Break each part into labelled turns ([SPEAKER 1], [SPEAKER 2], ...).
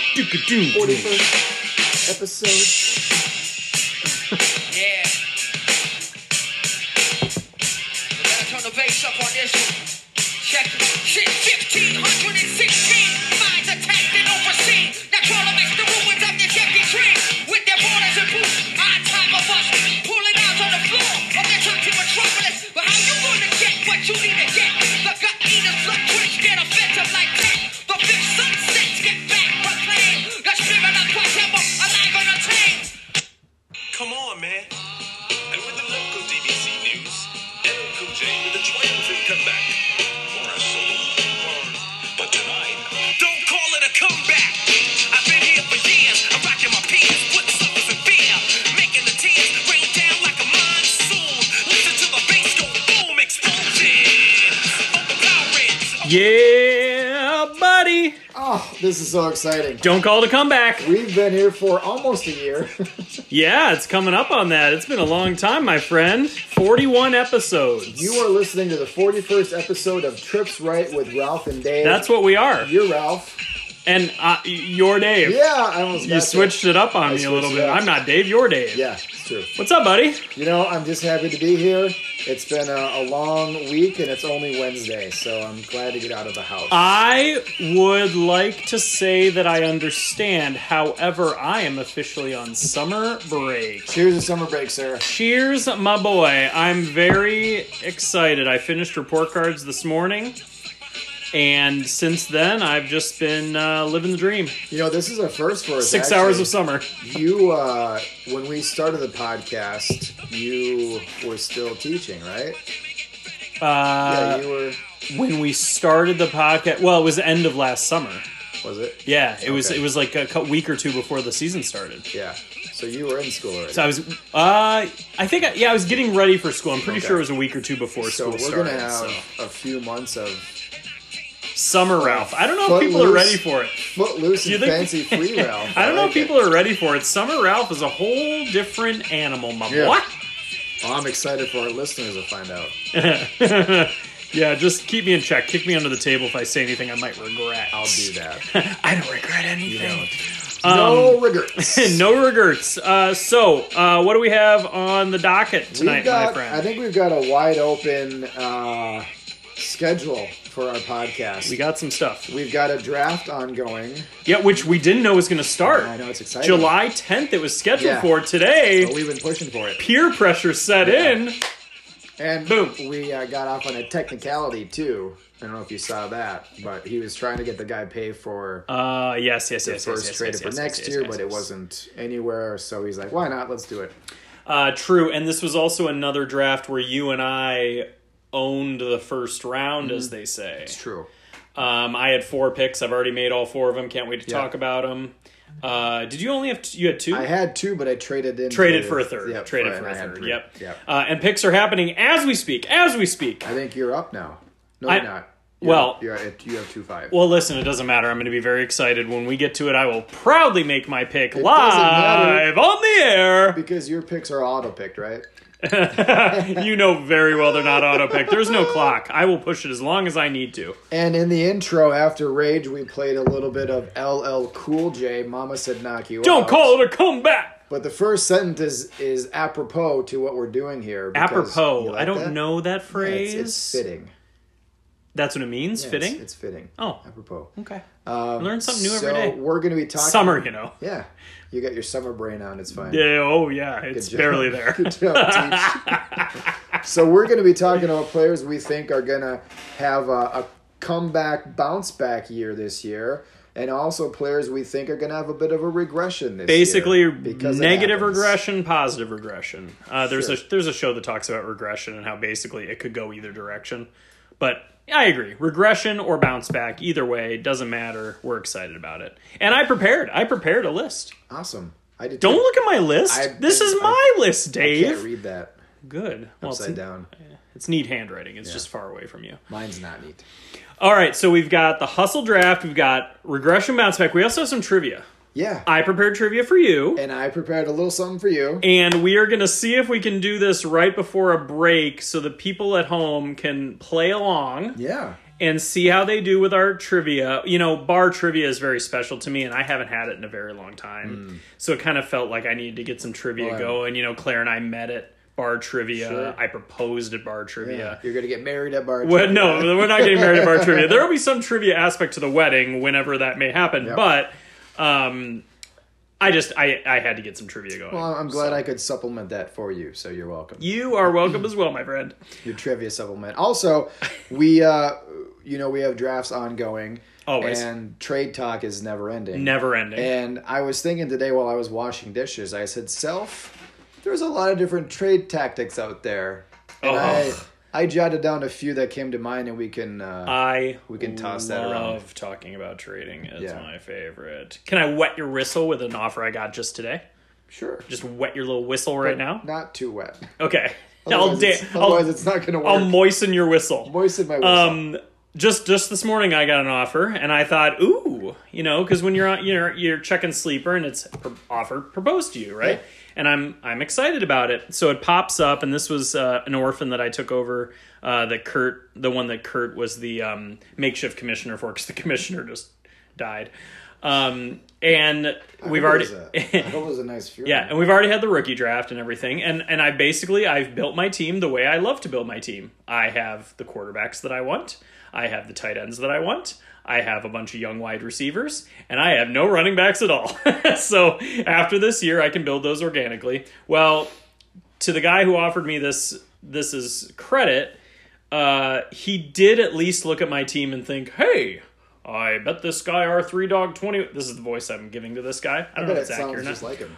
[SPEAKER 1] 41st episode.
[SPEAKER 2] Yeah. We gotta turn the bass up on this one. Check it. Since 1516, mines attacked and overseen. Now try to mix the ruins of this empty dream with their borders and boots. Odd time of us pulling out on the floor of the toxic metropolis. But how you gonna get what you need to get? The gut eaters, blood twitch, get offensive like that. The fifth sun sets, get back, proclaim. The spirit of forever, alive on a tame.
[SPEAKER 3] Come on, man. And with the local DBC news, LL Cool J with a triumphant comeback. For a solo word. But tonight, don't call it a comeback. I've been here for years. I'm rocking my peers, putting suckers in fear, making the tears rain down like a monsoon. Listen to the bass go boom, explosion. Overpowering.
[SPEAKER 4] Yeah, buddy.
[SPEAKER 1] Oh, this is so exciting.
[SPEAKER 4] Don't call to come back.
[SPEAKER 1] We've been here for almost a year.
[SPEAKER 4] Yeah, it's coming up on that. It's been a long time, my friend. 41 episodes.
[SPEAKER 1] you are listening to the 41st episode of Trips Right with Ralph and Dave.
[SPEAKER 4] That's what we are.
[SPEAKER 1] You're Ralph.
[SPEAKER 4] And uh, y- you're Dave.
[SPEAKER 1] Yeah, I almost got
[SPEAKER 4] You
[SPEAKER 1] there.
[SPEAKER 4] switched it up on
[SPEAKER 1] I
[SPEAKER 4] me a little
[SPEAKER 1] switched it
[SPEAKER 4] bit.
[SPEAKER 1] up.
[SPEAKER 4] I'm not Dave, you're Dave.
[SPEAKER 1] Yeah, it's true.
[SPEAKER 4] What's up, buddy?
[SPEAKER 1] You know, I'm just happy to be here. It's been a, a long week and it's only Wednesday, so I'm glad to get out of the house.
[SPEAKER 4] Ah. I would like to say that I understand. However, I am officially on summer break.
[SPEAKER 1] Cheers to summer break, sir.
[SPEAKER 4] Cheers, my boy. I'm very excited. I finished report cards this morning, and since then, I've just been uh, living the dream.
[SPEAKER 1] You know, this is a first for us.
[SPEAKER 4] Six
[SPEAKER 1] actually.
[SPEAKER 4] hours of summer.
[SPEAKER 1] You, uh, when we started the podcast, you were still teaching, right?
[SPEAKER 4] Uh,
[SPEAKER 1] yeah, you were.
[SPEAKER 4] When we started the podcast, well, it was the end of last summer.
[SPEAKER 1] Was it?
[SPEAKER 4] Yeah, it was.
[SPEAKER 1] Okay.
[SPEAKER 4] It was like a cou- week or two before the season started.
[SPEAKER 1] Yeah. So you were in school already.
[SPEAKER 4] So I was, uh, I think, I, yeah, I was getting ready for school. I'm pretty
[SPEAKER 1] Okay.
[SPEAKER 4] sure it was a week or two before
[SPEAKER 1] So
[SPEAKER 4] school
[SPEAKER 1] we're
[SPEAKER 4] started.
[SPEAKER 1] gonna have
[SPEAKER 4] so.
[SPEAKER 1] a few months of
[SPEAKER 4] Summer Ralph. I don't know if
[SPEAKER 1] Footloose.
[SPEAKER 4] people are ready for it.
[SPEAKER 1] footloose
[SPEAKER 4] Do you
[SPEAKER 1] and
[SPEAKER 4] think-
[SPEAKER 1] fancy free Ralph.
[SPEAKER 4] I don't know
[SPEAKER 1] like
[SPEAKER 4] if people
[SPEAKER 1] it.
[SPEAKER 4] are ready for it. Summer Ralph is a whole different animal, my
[SPEAKER 1] Yeah.
[SPEAKER 4] boy.
[SPEAKER 1] Well, I'm excited for our listeners to find out.
[SPEAKER 4] yeah, just keep me in check. Kick me under the table if I say anything I might regret.
[SPEAKER 1] I'll do that.
[SPEAKER 4] I don't regret anything. Um,
[SPEAKER 1] no regrets.
[SPEAKER 4] no regrets. Uh, so, uh, what do we have on the docket tonight,
[SPEAKER 1] We've got,
[SPEAKER 4] my friend?
[SPEAKER 1] I think we've got a wide open uh, schedule for our podcast.
[SPEAKER 4] we got some stuff.
[SPEAKER 1] We've got a draft ongoing.
[SPEAKER 4] Yeah, which we didn't know was going to start.
[SPEAKER 1] I know it's exciting.
[SPEAKER 4] July 10th, it was scheduled
[SPEAKER 1] Yeah.
[SPEAKER 4] for today.
[SPEAKER 1] But we've been pushing for it.
[SPEAKER 4] Peer pressure set in.
[SPEAKER 1] And
[SPEAKER 4] Boom.
[SPEAKER 1] we uh, got off on a technicality too. I don't know if you saw that, but he was trying to get the guy paid for
[SPEAKER 4] Uh, yes, yes,
[SPEAKER 1] the
[SPEAKER 4] yes, yes,
[SPEAKER 1] first
[SPEAKER 4] yes,
[SPEAKER 1] trade
[SPEAKER 4] yes,
[SPEAKER 1] for
[SPEAKER 4] yes,
[SPEAKER 1] next
[SPEAKER 4] yes,
[SPEAKER 1] year,
[SPEAKER 4] yes,
[SPEAKER 1] but it
[SPEAKER 4] yes.
[SPEAKER 1] wasn't anywhere. So he's like, "Why not? Let's do it."
[SPEAKER 4] Uh, true, and this was also another draft where you and I owned the first round, as they say.
[SPEAKER 1] Mm-hmm. True.
[SPEAKER 4] Um, I had four picks. I've already made all four of them. Can't wait to
[SPEAKER 1] Yeah.
[SPEAKER 4] talk about them. Uh, did you only have t- you had two?
[SPEAKER 1] I had two, but I traded in
[SPEAKER 4] Traded for a third.
[SPEAKER 1] Yep,
[SPEAKER 4] Traded
[SPEAKER 1] and
[SPEAKER 4] for
[SPEAKER 1] I
[SPEAKER 4] a
[SPEAKER 1] had
[SPEAKER 4] third.
[SPEAKER 1] three.
[SPEAKER 4] Yep.
[SPEAKER 1] Yep.
[SPEAKER 4] Uh, and picks are happening as we speak. As we speak.
[SPEAKER 1] I think you're up now. No,
[SPEAKER 4] I-
[SPEAKER 1] you're not. You're,
[SPEAKER 4] well-
[SPEAKER 1] you're at, you have two five.
[SPEAKER 4] Well, listen, it doesn't matter. I'm going to be very excited when we get to it. I will proudly make my pick
[SPEAKER 1] doesn't matter.
[SPEAKER 4] live on the air.
[SPEAKER 1] because your picks are auto picked, right?
[SPEAKER 4] you know very well they're not auto pick. There's no clock. I will push it as long as I need to.
[SPEAKER 1] And in the intro, after Rage, we played a little bit of LL Cool J. Mama said, "Knock you
[SPEAKER 4] Don't
[SPEAKER 1] out."
[SPEAKER 4] call it a comeback.
[SPEAKER 1] But the first sentence is, is apropos to what we're doing here. because-
[SPEAKER 4] Apropos.
[SPEAKER 1] you like
[SPEAKER 4] I don't
[SPEAKER 1] that?
[SPEAKER 4] know that
[SPEAKER 1] Yeah,
[SPEAKER 4] phrase.
[SPEAKER 1] It's, it's fitting.
[SPEAKER 4] That's what it means.
[SPEAKER 1] Yeah, it's-
[SPEAKER 4] fitting.
[SPEAKER 1] It's, fitting.
[SPEAKER 4] Oh.
[SPEAKER 1] apropos.
[SPEAKER 4] okay. Learn something new every
[SPEAKER 1] so
[SPEAKER 4] day.
[SPEAKER 1] we're going to be talking
[SPEAKER 4] Summer, you know.
[SPEAKER 1] Yeah, you got your summer brain on. It's fine.
[SPEAKER 4] Yeah. Oh yeah. It's
[SPEAKER 1] job.
[SPEAKER 4] barely there.
[SPEAKER 1] Good job, Teach. so we're going to be talking about players we think are going to have a, a comeback, bounce back year this year, and also players we think are going to have a bit of a regression this
[SPEAKER 4] Basically,
[SPEAKER 1] year. because it
[SPEAKER 4] negative
[SPEAKER 1] happens.
[SPEAKER 4] regression, positive regression. Uh, there's
[SPEAKER 1] Sure.
[SPEAKER 4] a there's a show that talks about regression and how basically it could go either direction. But I agree, regression or bounce back, either way, it doesn't matter. We're excited about it, and I prepared. I prepared a list.
[SPEAKER 1] Awesome. I did
[SPEAKER 4] Don't look at my list.
[SPEAKER 1] I've
[SPEAKER 4] this
[SPEAKER 1] been-
[SPEAKER 4] is
[SPEAKER 1] I-
[SPEAKER 4] my list, Dave.
[SPEAKER 1] Can't read that
[SPEAKER 4] Good. Well, it's,
[SPEAKER 1] upside down.
[SPEAKER 4] it's neat handwriting. It's just far away from you.
[SPEAKER 1] Mine's not neat.
[SPEAKER 4] All right, so we've got the hustle draft, we've got regression bounce back. We also have some trivia.
[SPEAKER 1] Yeah.
[SPEAKER 4] I prepared trivia for you,
[SPEAKER 1] and I prepared a little something for you.
[SPEAKER 4] and we are going to see if we can do this right before a break so the people at home can play along
[SPEAKER 1] Yeah.
[SPEAKER 4] and see how they do with our trivia. You know, bar trivia is very special to me, and I haven't had it in a very long
[SPEAKER 1] Mm.
[SPEAKER 4] time. So it kind of felt like I needed to get some trivia
[SPEAKER 1] Right.
[SPEAKER 4] going. You know, Claire and I met at bar trivia.
[SPEAKER 1] Oh, Sure.
[SPEAKER 4] I proposed at bar trivia.
[SPEAKER 1] You're gonna get married at bar.
[SPEAKER 4] Well,
[SPEAKER 1] trivia.
[SPEAKER 4] no, we're not getting married at bar trivia. There will be some trivia aspect to the wedding whenever that may happen, but um, I just I I had to get some trivia going.
[SPEAKER 1] Well, I'm glad I could supplement that for you. So you're welcome.
[SPEAKER 4] you are welcome as well, my friend.
[SPEAKER 1] Your trivia supplement. Also, we uh, you know we have drafts ongoing.
[SPEAKER 4] Always.
[SPEAKER 1] And trade talk is never ending.
[SPEAKER 4] Never ending.
[SPEAKER 1] And I was thinking today while I was washing dishes, I said, "Self, there's a lot of different trade tactics out there."
[SPEAKER 4] Oh.
[SPEAKER 1] And I,
[SPEAKER 4] Ugh.
[SPEAKER 1] I jotted down a few that came to mind, and we can. Uh,
[SPEAKER 4] I
[SPEAKER 1] We can toss that around.
[SPEAKER 4] love talking about trading. It's
[SPEAKER 1] Yeah.
[SPEAKER 4] my favorite. Can I wet your whistle with an offer I got just today?
[SPEAKER 1] sure.
[SPEAKER 4] Just wet your little whistle right now.
[SPEAKER 1] Not too wet.
[SPEAKER 4] Okay. I'll,
[SPEAKER 1] Otherwise,
[SPEAKER 4] da-
[SPEAKER 1] it's, otherwise
[SPEAKER 4] I'll,
[SPEAKER 1] it's not going to work.
[SPEAKER 4] I'll moisten your whistle.
[SPEAKER 1] Moisten my whistle.
[SPEAKER 4] um just just this morning I got an offer and I thought, "Ooh, you know, cuz when you're on you're you're checking sleeper and it's pr- offer proposed to you, right?
[SPEAKER 1] Yeah.
[SPEAKER 4] And I'm I'm excited about it. So it pops up and this was uh, an orphan that I took over uh that Kurt the one that Kurt was the um makeshift commissioner for cuz the commissioner just died. Um and we've
[SPEAKER 1] That
[SPEAKER 4] already
[SPEAKER 1] was a- that was a nice fury.
[SPEAKER 4] Yeah, and we've already had the rookie draft and everything, and and I basically I've built my team the way I love to build my team. I have the quarterbacks that I want, I have the tight ends that I want, I have a bunch of young wide receivers, and I have no running backs at all. so after this year, I can build those organically. Well, to the guy who offered me this this is credit, uh, he did at least look at my team and think, hey. I bet this guy our three dog twenty. This is the voice I'm giving to this guy. I don't know
[SPEAKER 1] But
[SPEAKER 4] if
[SPEAKER 1] it
[SPEAKER 4] it's accurate. or
[SPEAKER 1] sounds
[SPEAKER 4] not.
[SPEAKER 1] just like him.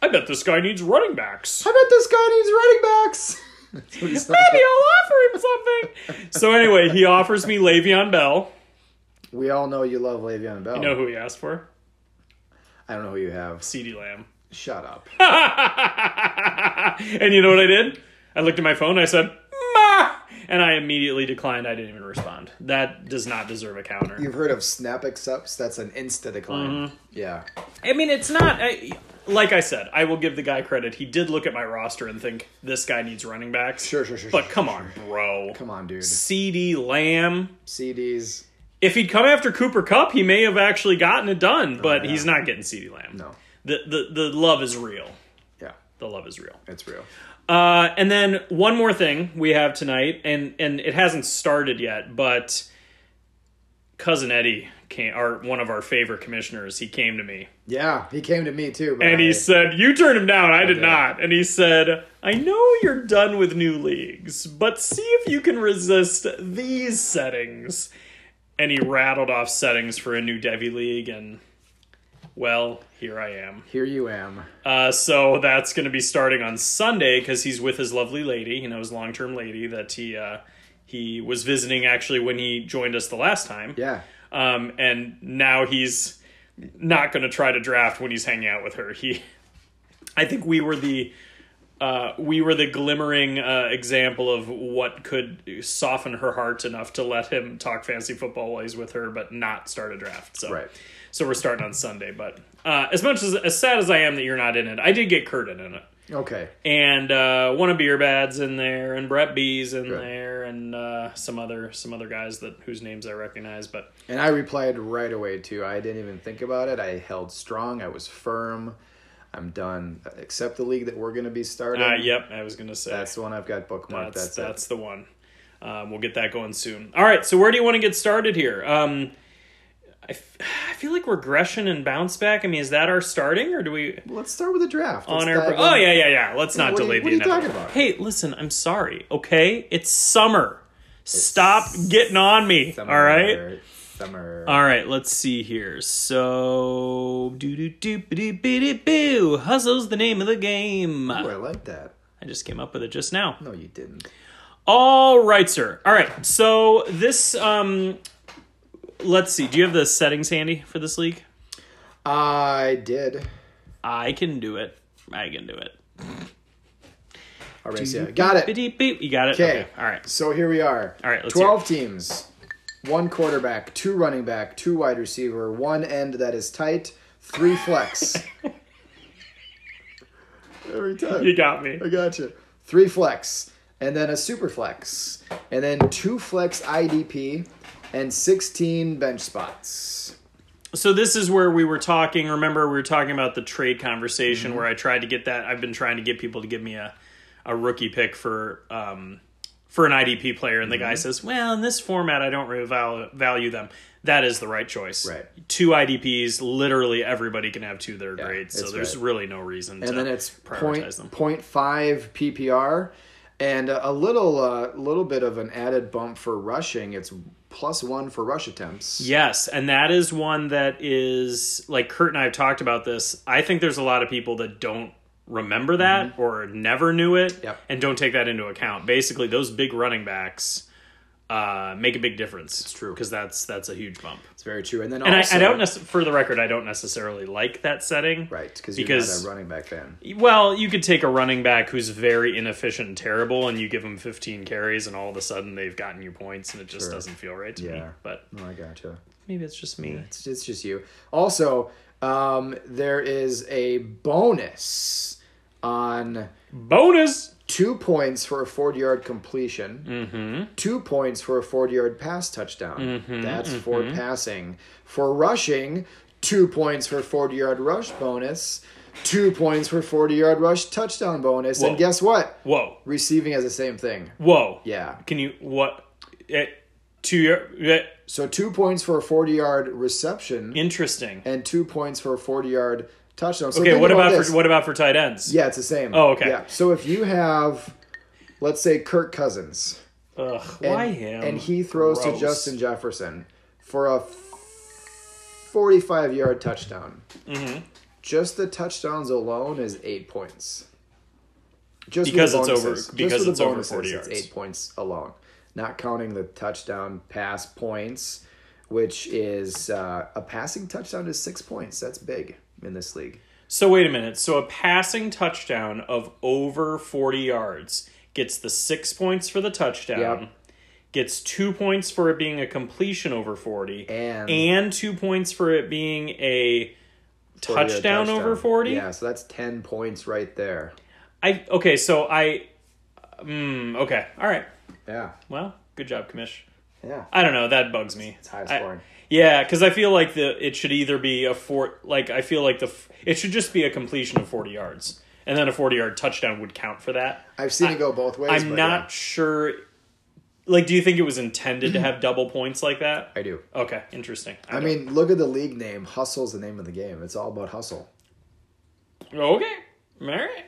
[SPEAKER 4] I bet this guy needs running backs.
[SPEAKER 1] I bet this guy needs running backs. That's what he sounds like.
[SPEAKER 4] Maybe I'll offer him something. so anyway, he offers me Le'Veon Bell.
[SPEAKER 1] We all know you love Le'Veon Bell.
[SPEAKER 4] You know who he asked for?
[SPEAKER 1] I don't know who you have.
[SPEAKER 4] CeeDee Lamb.
[SPEAKER 1] Shut up.
[SPEAKER 4] and you know what I did? I looked at my phone. I said, "Ma," and I immediately declined. I didn't even respond. That does not deserve a counter.
[SPEAKER 1] You've heard of snap accepts? That's an insta
[SPEAKER 4] Mm-hmm.
[SPEAKER 1] decline. Yeah.
[SPEAKER 4] I mean, it's not. I, like I said, I will give the guy credit. He did look at my roster and think this guy needs running backs.
[SPEAKER 1] Sure, sure, sure,
[SPEAKER 4] But
[SPEAKER 1] sure,
[SPEAKER 4] come on, bro.
[SPEAKER 1] Come on, dude.
[SPEAKER 4] CD Lamb.
[SPEAKER 1] CDs.
[SPEAKER 4] if he'd come after Cooper Cup, he may have actually gotten it done, but he's not getting CeeDee Lamb.
[SPEAKER 1] No.
[SPEAKER 4] The, the the love is real.
[SPEAKER 1] Yeah.
[SPEAKER 4] The love is real.
[SPEAKER 1] It's real.
[SPEAKER 4] Uh, and then one more thing we have tonight, and and it hasn't started yet, but cousin Eddie came, our one of our favorite commissioners, he came to me
[SPEAKER 1] Yeah. He came to me too. But
[SPEAKER 4] and
[SPEAKER 1] I-
[SPEAKER 4] he said, "You turned him down. I did
[SPEAKER 1] did.
[SPEAKER 4] not." And he said, "I know you're done with new leagues, but see if you can resist these settings." And he rattled off settings for a new Devi league, and well, here I am.
[SPEAKER 1] Here you am.
[SPEAKER 4] Uh, so that's going to be starting on Sunday because he's with his lovely lady, you know, his long-term lady that he uh, he was visiting actually when he joined us the last time.
[SPEAKER 1] Yeah.
[SPEAKER 4] Um, and now he's not going to try to draft when he's hanging out with her. He, I think we were the, uh, we were the glimmering uh, example of what could soften her heart enough to let him talk fancy football while he's with her, but not start a draft. So,
[SPEAKER 1] Right.
[SPEAKER 4] so we're starting on Sunday. But uh, as much as as sad as I am that you're not in it, I did get Curtin in it
[SPEAKER 1] Okay.
[SPEAKER 4] and uh, one of beer bads in there, and Brett B's in
[SPEAKER 1] Good.
[SPEAKER 4] there, and uh, some other some other guys that whose names I recognize. But
[SPEAKER 1] And I replied right away too. I didn't even think about it. I held strong. I was firm. I'm done. Except the league that we're going to be starting.
[SPEAKER 4] uh, yep, I was gonna say
[SPEAKER 1] That's the one I've got bookmarked.
[SPEAKER 4] that's
[SPEAKER 1] That's,
[SPEAKER 4] that's the one. Um, we'll get that going soon. All right, so where do you want to get started here? Um, I, f- I feel like regression and bounce back. I mean, is that our starting, or do we
[SPEAKER 1] it. Let's start with the draft. Let's
[SPEAKER 4] on air?
[SPEAKER 1] dive
[SPEAKER 4] Oh
[SPEAKER 1] in.
[SPEAKER 4] yeah, yeah, yeah. Let's not
[SPEAKER 1] What are you-
[SPEAKER 4] delay the
[SPEAKER 1] what are you talking
[SPEAKER 4] inevitable.
[SPEAKER 1] about?
[SPEAKER 4] Hey, listen, I'm sorry. Okay, it's summer. Stop getting on me.
[SPEAKER 1] Summer.
[SPEAKER 4] all right.
[SPEAKER 1] Summer.
[SPEAKER 4] All right, let's see here. So, do do do do do boo. Hustle's the name of the game.
[SPEAKER 1] Ooh, Oh, I
[SPEAKER 4] I
[SPEAKER 1] like that.
[SPEAKER 4] just came up with it just now.
[SPEAKER 1] No, you didn't.
[SPEAKER 4] All right, sir. All right. So this um, let's see. Do you have the settings handy for this league?
[SPEAKER 1] I did.
[SPEAKER 4] I can do it. I can do it.
[SPEAKER 1] All right, so yeah, got it.
[SPEAKER 4] Beep, beep. You got it.
[SPEAKER 1] Okay.
[SPEAKER 4] All right.
[SPEAKER 1] So here we are.
[SPEAKER 4] All right, let's hear it.
[SPEAKER 1] 12 teams. One quarterback, two running back, two wide receiver, one end that is tight, three flex. Every time.
[SPEAKER 4] You got me.
[SPEAKER 1] I got you. Three flex. and then a super flex, and then two flex IDP, and 16 bench spots.
[SPEAKER 4] So this is where we were talking. Remember, we were talking about the trade conversation
[SPEAKER 1] Mm-hmm.
[SPEAKER 4] where I tried to get that. I've been trying to get people to give me a, a rookie pick for um, for an IDP player, and the
[SPEAKER 1] Mm-hmm.
[SPEAKER 4] guy says, "Well, in this format, I don't really val- value them." That is the right choice.
[SPEAKER 1] Right.
[SPEAKER 4] Two IDPs, literally everybody can have two that are great. So
[SPEAKER 1] that's
[SPEAKER 4] there's
[SPEAKER 1] right.
[SPEAKER 4] really no reason to
[SPEAKER 1] and then it's point,
[SPEAKER 4] prioritize them.
[SPEAKER 1] point 0.5 PPR, and a a little uh, little bit of an added bump for rushing. It's plus one for rush attempts.
[SPEAKER 4] Yes, and that is one that is like Kurt and I have talked about this. I think there's a lot of people that don't remember that or never knew it
[SPEAKER 1] Mm-hmm. Yep.
[SPEAKER 4] and don't take that into account. Basically, those big running backs uh, make a big difference. It's
[SPEAKER 1] true.
[SPEAKER 4] because that's that's a huge bump.
[SPEAKER 1] It's very true. And then
[SPEAKER 4] And
[SPEAKER 1] also,
[SPEAKER 4] I, I don't nec- for the record, I don't necessarily like that setting.
[SPEAKER 1] right because you're
[SPEAKER 4] because
[SPEAKER 1] not a running back fan.
[SPEAKER 4] well, you could take a running back who's very inefficient and terrible, and you give him 15 carries, and all of a sudden they've gotten you points, and it just
[SPEAKER 1] Sure.
[SPEAKER 4] doesn't feel right to me.
[SPEAKER 1] Yeah.
[SPEAKER 4] But
[SPEAKER 1] Oh, I gotcha.
[SPEAKER 4] maybe it's just me.
[SPEAKER 1] It's, it's just you. Also, um, there is a bonus on
[SPEAKER 4] Bonus.
[SPEAKER 1] two points for a 40 yard completion,
[SPEAKER 4] Mm-hmm.
[SPEAKER 1] two points for a 40 yard pass touchdown. That's
[SPEAKER 4] mm-hmm.
[SPEAKER 1] for passing. For rushing, two points for 40 yard rush bonus, two points for 40 yard rush touchdown bonus.
[SPEAKER 4] Whoa.
[SPEAKER 1] And guess what?
[SPEAKER 4] Whoa.
[SPEAKER 1] Receiving has the same thing.
[SPEAKER 4] Whoa.
[SPEAKER 1] Yeah.
[SPEAKER 4] Can you what? It, to your eh,
[SPEAKER 1] So two points for a 40 yard reception
[SPEAKER 4] interesting.
[SPEAKER 1] and two points for a 40 yard touchdown. So
[SPEAKER 4] Okay.
[SPEAKER 1] think
[SPEAKER 4] What about
[SPEAKER 1] this.
[SPEAKER 4] for, what about for tight ends?
[SPEAKER 1] Yeah, it's the same.
[SPEAKER 4] Oh, okay.
[SPEAKER 1] Yeah. So if you have, let's say, Kirk Cousins.
[SPEAKER 4] Ugh,
[SPEAKER 1] and,
[SPEAKER 4] why him?
[SPEAKER 1] And he throws
[SPEAKER 4] Gross.
[SPEAKER 1] to Justin Jefferson for a 45 yard touchdown.
[SPEAKER 4] Mm-hmm.
[SPEAKER 1] Just the touchdowns alone is eight points. Just with
[SPEAKER 4] Because
[SPEAKER 1] the
[SPEAKER 4] it's over-
[SPEAKER 1] bonuses. Just
[SPEAKER 4] because
[SPEAKER 1] with the
[SPEAKER 4] it's over
[SPEAKER 1] bonuses,
[SPEAKER 4] 40
[SPEAKER 1] it's
[SPEAKER 4] yards.
[SPEAKER 1] eight points alone, not counting the touchdown pass points, which is uh, a passing touchdown is six points. That's big in this league.
[SPEAKER 4] So wait a minute. So a passing touchdown of over forty yards gets the six points for the touchdown.
[SPEAKER 1] Yep.
[SPEAKER 4] Gets two points for it being a completion over forty,
[SPEAKER 1] And-
[SPEAKER 4] and two points for it being a
[SPEAKER 1] 40 yard
[SPEAKER 4] touchdown, over forty.
[SPEAKER 1] Yeah, so that's ten points right there.
[SPEAKER 4] I okay. So I, mm, okay, all right.
[SPEAKER 1] Yeah,
[SPEAKER 4] Well, good job, Commish.
[SPEAKER 1] yeah.
[SPEAKER 4] I don't know. That bugs me. It's
[SPEAKER 1] high scoring.
[SPEAKER 4] yeah, because I feel like the it should either be a four. Like I feel like the f- it should just be a completion of forty yards, and then a forty-yard touchdown would count for that.
[SPEAKER 1] I've seen it go both ways.
[SPEAKER 4] I'm
[SPEAKER 1] but
[SPEAKER 4] not sure. Like, do you think it was intended to have double points like that?
[SPEAKER 1] yeah, I do.
[SPEAKER 4] Okay, interesting.
[SPEAKER 1] I mean, look at the league name. Hustle's the name of the game. It's all about hustle.
[SPEAKER 4] don't- okay, all right.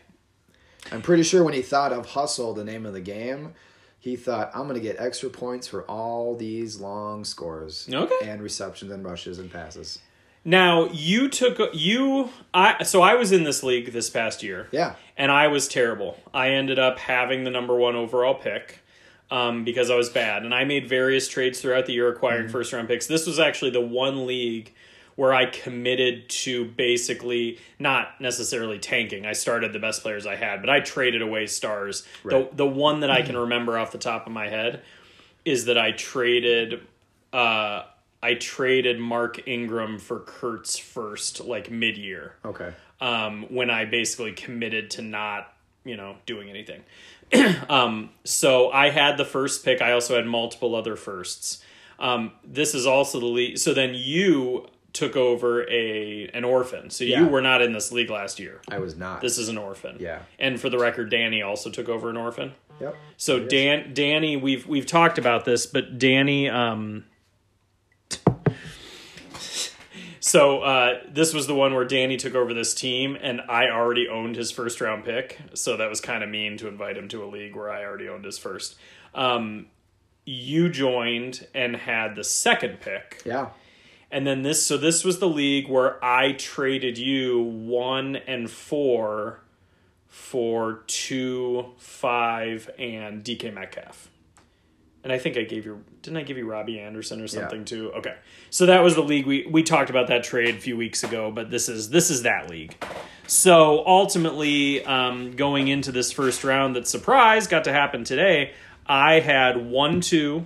[SPEAKER 1] I'm pretty sure when he thought of hustle, the name of the game, he thought, I'm going to get extra points for all these long scores.
[SPEAKER 4] Okay.
[SPEAKER 1] And receptions and rushes and passes.
[SPEAKER 4] Now you took you I so I was in this league this past year.
[SPEAKER 1] Yeah.
[SPEAKER 4] and I was terrible. I ended up having the number one overall pick um, because I was bad, and I made various trades throughout the year acquiring first round picks. This was actually the one league where I committed to basically not necessarily tanking. I started the best players I had, but I traded away stars. The the one that I can remember off the top of my head is that I traded uh I traded Mark Ingram for Kurtz first like mid year
[SPEAKER 1] Okay.
[SPEAKER 4] um, when I basically committed to not, you know, doing anything. um, so I had the first pick. I also had multiple other firsts. Um, this is also the league. So then you took over a an orphan. So
[SPEAKER 1] Yeah.
[SPEAKER 4] you were not in this league last year.
[SPEAKER 1] I was not.
[SPEAKER 4] This is an orphan.
[SPEAKER 1] Yeah.
[SPEAKER 4] And for the record, Danny also took over an orphan.
[SPEAKER 1] yep.
[SPEAKER 4] So Dan, Danny, we've we've talked about this, but Danny, um, so uh, this was the one where Danny took over this team, and I already owned his first round pick, so that was kind of mean to invite him to a league where I already owned his first. Um, you joined and had the second pick,
[SPEAKER 1] Yeah.
[SPEAKER 4] and then this. So this was the league where I traded you one and four for two, five, and DK Metcalf. And I think I gave you didn't I give you Robbie Anderson or something too? Okay. So that was the league we we talked about that trade a few weeks ago, but this is this is that league. So ultimately, um, going into this first round, that surprise got to happen today. I had one two,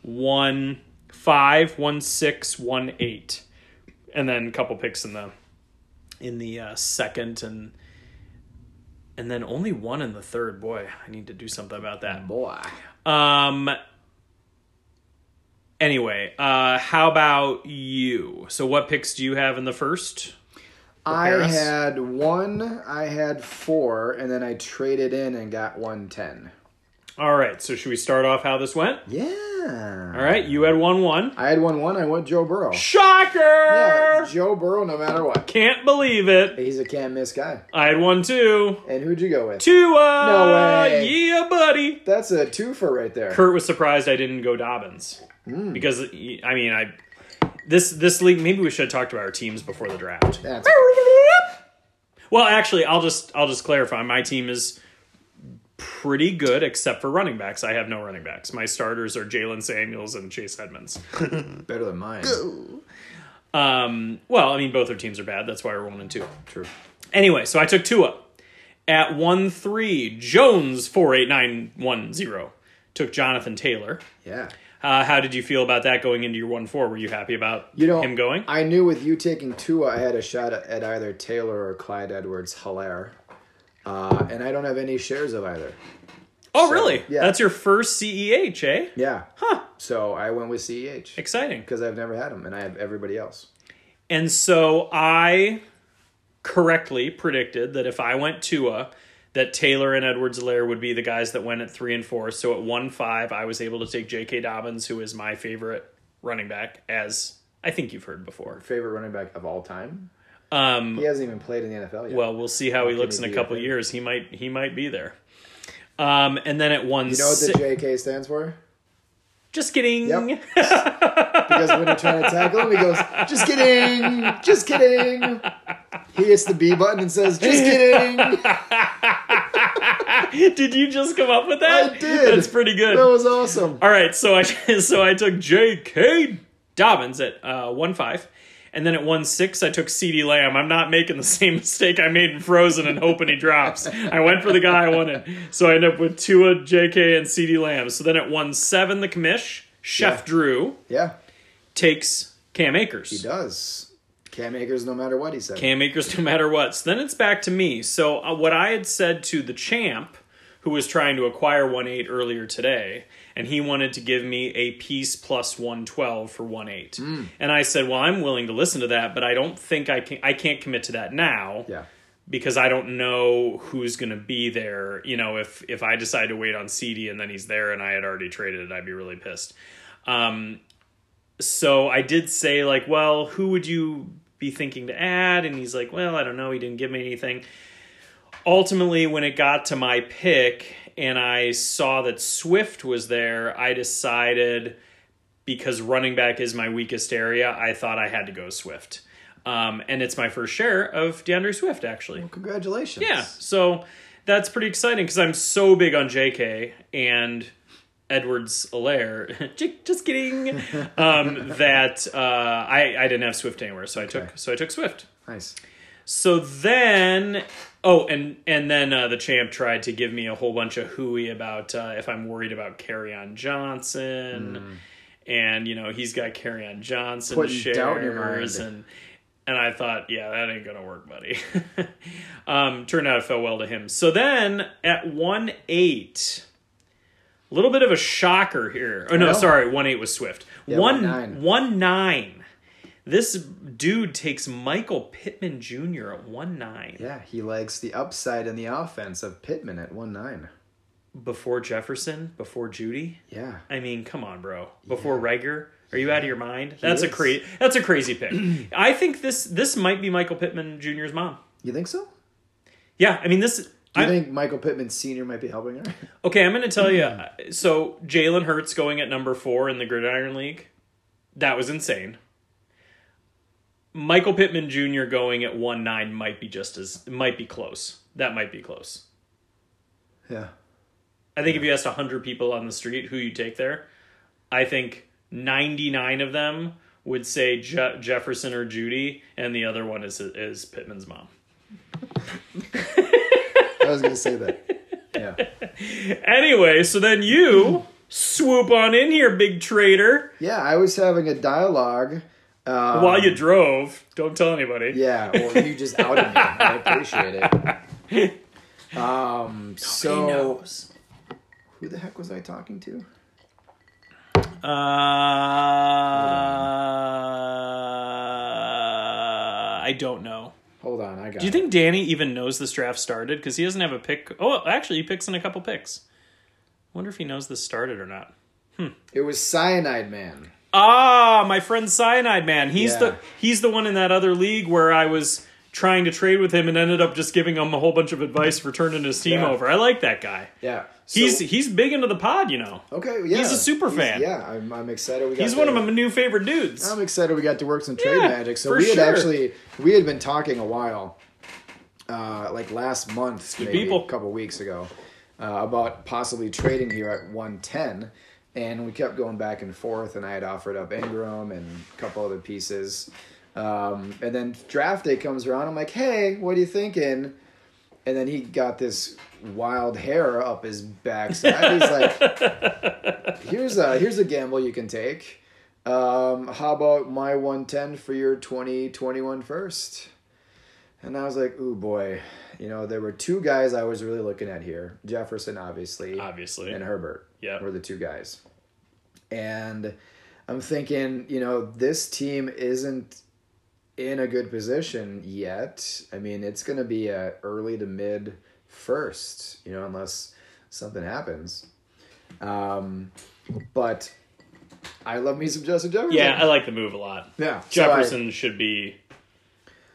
[SPEAKER 4] one five, one six, one eight, and then a couple picks in the in the uh, second and and then only one in the third. Boy, I need to do something about that.
[SPEAKER 1] Boy.
[SPEAKER 4] Um. Anyway, uh, how about you? So, what picks do you have in the first?
[SPEAKER 1] I
[SPEAKER 4] Paris?
[SPEAKER 1] had one, I had four, and then I traded in and got 110.
[SPEAKER 4] All right. So, should we start off how this went?
[SPEAKER 1] Yeah.
[SPEAKER 4] All right. You had one one.
[SPEAKER 1] I had one one, I went Joe Burrow.
[SPEAKER 4] Shocker!
[SPEAKER 1] Yeah, Joe Burrow, no matter what.
[SPEAKER 4] Can't believe it.
[SPEAKER 1] He's a can't miss guy.
[SPEAKER 4] I had one two.
[SPEAKER 1] And who'd you go with?
[SPEAKER 4] Two.
[SPEAKER 1] No way.
[SPEAKER 4] Yeah, buddy.
[SPEAKER 1] That's a twofer right there.
[SPEAKER 4] Kurt was surprised I didn't go Dobbins because I mean I this this league maybe we should have talked about our teams before the draft.
[SPEAKER 1] That's
[SPEAKER 4] Well, actually, I'll just I'll just clarify. My team is pretty good except for running backs. I have no running backs. My starters are Jalen Samuels and Chase Edmonds.
[SPEAKER 1] better than mine.
[SPEAKER 4] Um, well, I mean both their teams are bad. That's why we're one and two.
[SPEAKER 1] True.
[SPEAKER 4] Anyway, so I took Tua at one three. Jones four eight nine one zero. Took Jonathan Taylor.
[SPEAKER 1] Yeah.
[SPEAKER 4] Uh, how did you feel about that going into your one four? Were you happy about
[SPEAKER 1] You know,
[SPEAKER 4] him going?
[SPEAKER 1] I knew with you taking Tua, I had a shot at, at either Taylor or Clyde Edwards Hilaire. Uh, and I don't have any shares of either.
[SPEAKER 4] oh, really?
[SPEAKER 1] yeah.
[SPEAKER 4] That's your first CEH, eh?
[SPEAKER 1] Yeah. Huh. So I went with CEH
[SPEAKER 4] Exciting.
[SPEAKER 1] because I've never had him and I have everybody else.
[SPEAKER 4] And so I correctly predicted that if I went Tua, that Taylor and Edwards Lair would be the guys that went at three and four. So at one five, I was able to take J.K. Dobbins, who is my favorite running back, as I think you've heard before.
[SPEAKER 1] Favorite running back of all time?
[SPEAKER 4] Um,
[SPEAKER 1] He hasn't even played in the NFL yet.
[SPEAKER 4] well, we'll see how he
[SPEAKER 1] Can
[SPEAKER 4] looks
[SPEAKER 1] he
[SPEAKER 4] in a
[SPEAKER 1] be
[SPEAKER 4] couple
[SPEAKER 1] okay?
[SPEAKER 4] years. He might he might be there. Um, and then at one,
[SPEAKER 1] you know what the
[SPEAKER 4] si-
[SPEAKER 1] JK stands for?
[SPEAKER 4] just kidding.
[SPEAKER 1] Yep. Because when you're trying to tackle him, he goes, just kidding, just kidding. He hits the B button and says, just kidding. That
[SPEAKER 4] did you just come up with that?
[SPEAKER 1] I did.
[SPEAKER 4] That's pretty good.
[SPEAKER 1] was awesome.
[SPEAKER 4] All right, so I so I took J.K. Dobbins at uh, one five, and then at one six I took C.D. Lamb. I'm not making the same mistake I made in Frozen and hoping he drops. I went for the guy I wanted, so I end up with Tua, J.K. and C.D. Lamb. So then at one seven the commish Chef
[SPEAKER 1] Yeah.
[SPEAKER 4] Drew
[SPEAKER 1] Yeah,
[SPEAKER 4] takes Cam Akers.
[SPEAKER 1] he does. Cam Akers, no matter what he said.
[SPEAKER 4] Cam Akers, no matter what. So then it's back to me. So uh, what I had said to the champ, who was trying to acquire one eight earlier today, and he wanted to give me a piece plus one twelve for one eight, and I said, well, I'm willing to listen to that, but I don't think I can. I can't commit to that now
[SPEAKER 1] yeah.
[SPEAKER 4] because I don't know who's going to be there. You know, if if I decide to wait on CD and then he's there and I had already traded it, I'd be really pissed. Um, so I did say like, well, who would you be thinking to add? And he's like, well, I don't know. He didn't give me anything. Ultimately, when it got to my pick and I saw that Swift was there, I decided because running back is my weakest area, I thought I had to go Swift. Um, and it's my first share of DeAndre Swift, actually.
[SPEAKER 1] Congratulations.
[SPEAKER 4] Yeah, so that's pretty exciting because I'm so big on JK and Edwards Alaire. J- just kidding. um, that uh, I I didn't have Swift anywhere, so I took so I took Swift.
[SPEAKER 1] Nice.
[SPEAKER 4] So then, oh, and and then uh, the champ tried to give me a whole bunch of hooey about uh, if I'm worried about Carryon Johnson, and you know he's got Carryon Johnson
[SPEAKER 1] Hmm. Putting
[SPEAKER 4] shares,
[SPEAKER 1] doubt in your mind.
[SPEAKER 4] and and I thought, yeah, that ain't gonna work, buddy. um, turned out it fell well to him. So then at one eight. A little bit of a shocker here. Oh no,
[SPEAKER 1] know.
[SPEAKER 4] sorry, one eight was Swift. one
[SPEAKER 1] 1-9.
[SPEAKER 4] one nine. This dude takes Michael Pittman Jr. at one nine
[SPEAKER 1] Yeah, he likes the upside in the offense of Pittman at 1 9.
[SPEAKER 4] before Jefferson, before Judy.
[SPEAKER 1] Yeah.
[SPEAKER 4] I mean, come on, bro. Before Rager, are you out of your mind? That's a
[SPEAKER 1] is.
[SPEAKER 4] crazy. That's a crazy pick. I think this this might be Michael Pittman Jr.'s mom.
[SPEAKER 1] You think so?
[SPEAKER 4] Yeah, I mean this.
[SPEAKER 1] Do you
[SPEAKER 4] I,
[SPEAKER 1] think Michael Pittman Sr. might be helping her?
[SPEAKER 4] okay, I'm going to tell you.
[SPEAKER 1] Mm-hmm.
[SPEAKER 4] So Jalen Hurts going at number four in the Gridiron League, that was insane. Michael Pittman Jr. going at one nine might be just as might be close. That might be close.
[SPEAKER 1] Yeah.
[SPEAKER 4] I think if you asked 100 people on the street who you take there, I think 99 of them would say Je- Jefferson or Judy, and the other one is is Pittman's mom.
[SPEAKER 1] I was going to say that. Yeah.
[SPEAKER 4] Anyway, so then you swoop on in here, big traitor,
[SPEAKER 1] Yeah, I was having a dialogue. Uh,
[SPEAKER 4] while you drove. Don't tell anybody.
[SPEAKER 1] Yeah, well, you just outed me. I appreciate it. Um,
[SPEAKER 4] He
[SPEAKER 1] so
[SPEAKER 4] knows.
[SPEAKER 1] who the heck was I talking to?
[SPEAKER 4] Uh, I don't know.
[SPEAKER 1] Hold on, I got.
[SPEAKER 4] Do you think Danny even knows this draft started? Because he doesn't have a pick. Oh, actually, he picks in a couple picks. I wonder if he knows this started or not.
[SPEAKER 1] it was Cyanide Man?
[SPEAKER 4] Ah, my friend Cyanide Man. He's
[SPEAKER 1] Yeah.
[SPEAKER 4] the he's the one in that other league where I was trying to trade with him and ended up just giving him a whole bunch of advice for turning his team
[SPEAKER 1] Yeah.
[SPEAKER 4] over. I like that guy.
[SPEAKER 1] Yeah, So-
[SPEAKER 4] He's he's big into the pod, you know.
[SPEAKER 1] okay. Yeah,
[SPEAKER 4] he's a super fan.
[SPEAKER 1] Yeah, I'm, I'm excited. We got
[SPEAKER 4] He's one
[SPEAKER 1] to-
[SPEAKER 4] of my new favorite dudes.
[SPEAKER 1] I'm excited we got to work some trade
[SPEAKER 4] Yeah,
[SPEAKER 1] magic. So
[SPEAKER 4] for
[SPEAKER 1] we had
[SPEAKER 4] sure.
[SPEAKER 1] actually we had been talking a while, uh, like last month, maybe
[SPEAKER 4] people.
[SPEAKER 1] a couple weeks ago, uh, about possibly trading here at 110, and we kept going back and forth. And I had offered up Ingram and a couple other pieces, um, and then draft day comes around. I'm like, hey, what are you thinking? And then he got this wild hair up his backside. He's like, here's a here's a gamble you can take. Um, how about my 110 for your 2021 first? And I was like, ooh boy. You know, there were two guys I was really looking at here. Jefferson, obviously.
[SPEAKER 4] Obviously.
[SPEAKER 1] And Herbert.
[SPEAKER 4] Yeah.
[SPEAKER 1] Were the two guys. And I'm thinking, you know, this team isn't in a good position yet. I mean, it's going to be a early to mid first, you know, unless something happens. Um, but I love me some Justin Jefferson.
[SPEAKER 4] yeah, I like the move a lot.
[SPEAKER 1] yeah. so I-
[SPEAKER 4] Jefferson should be.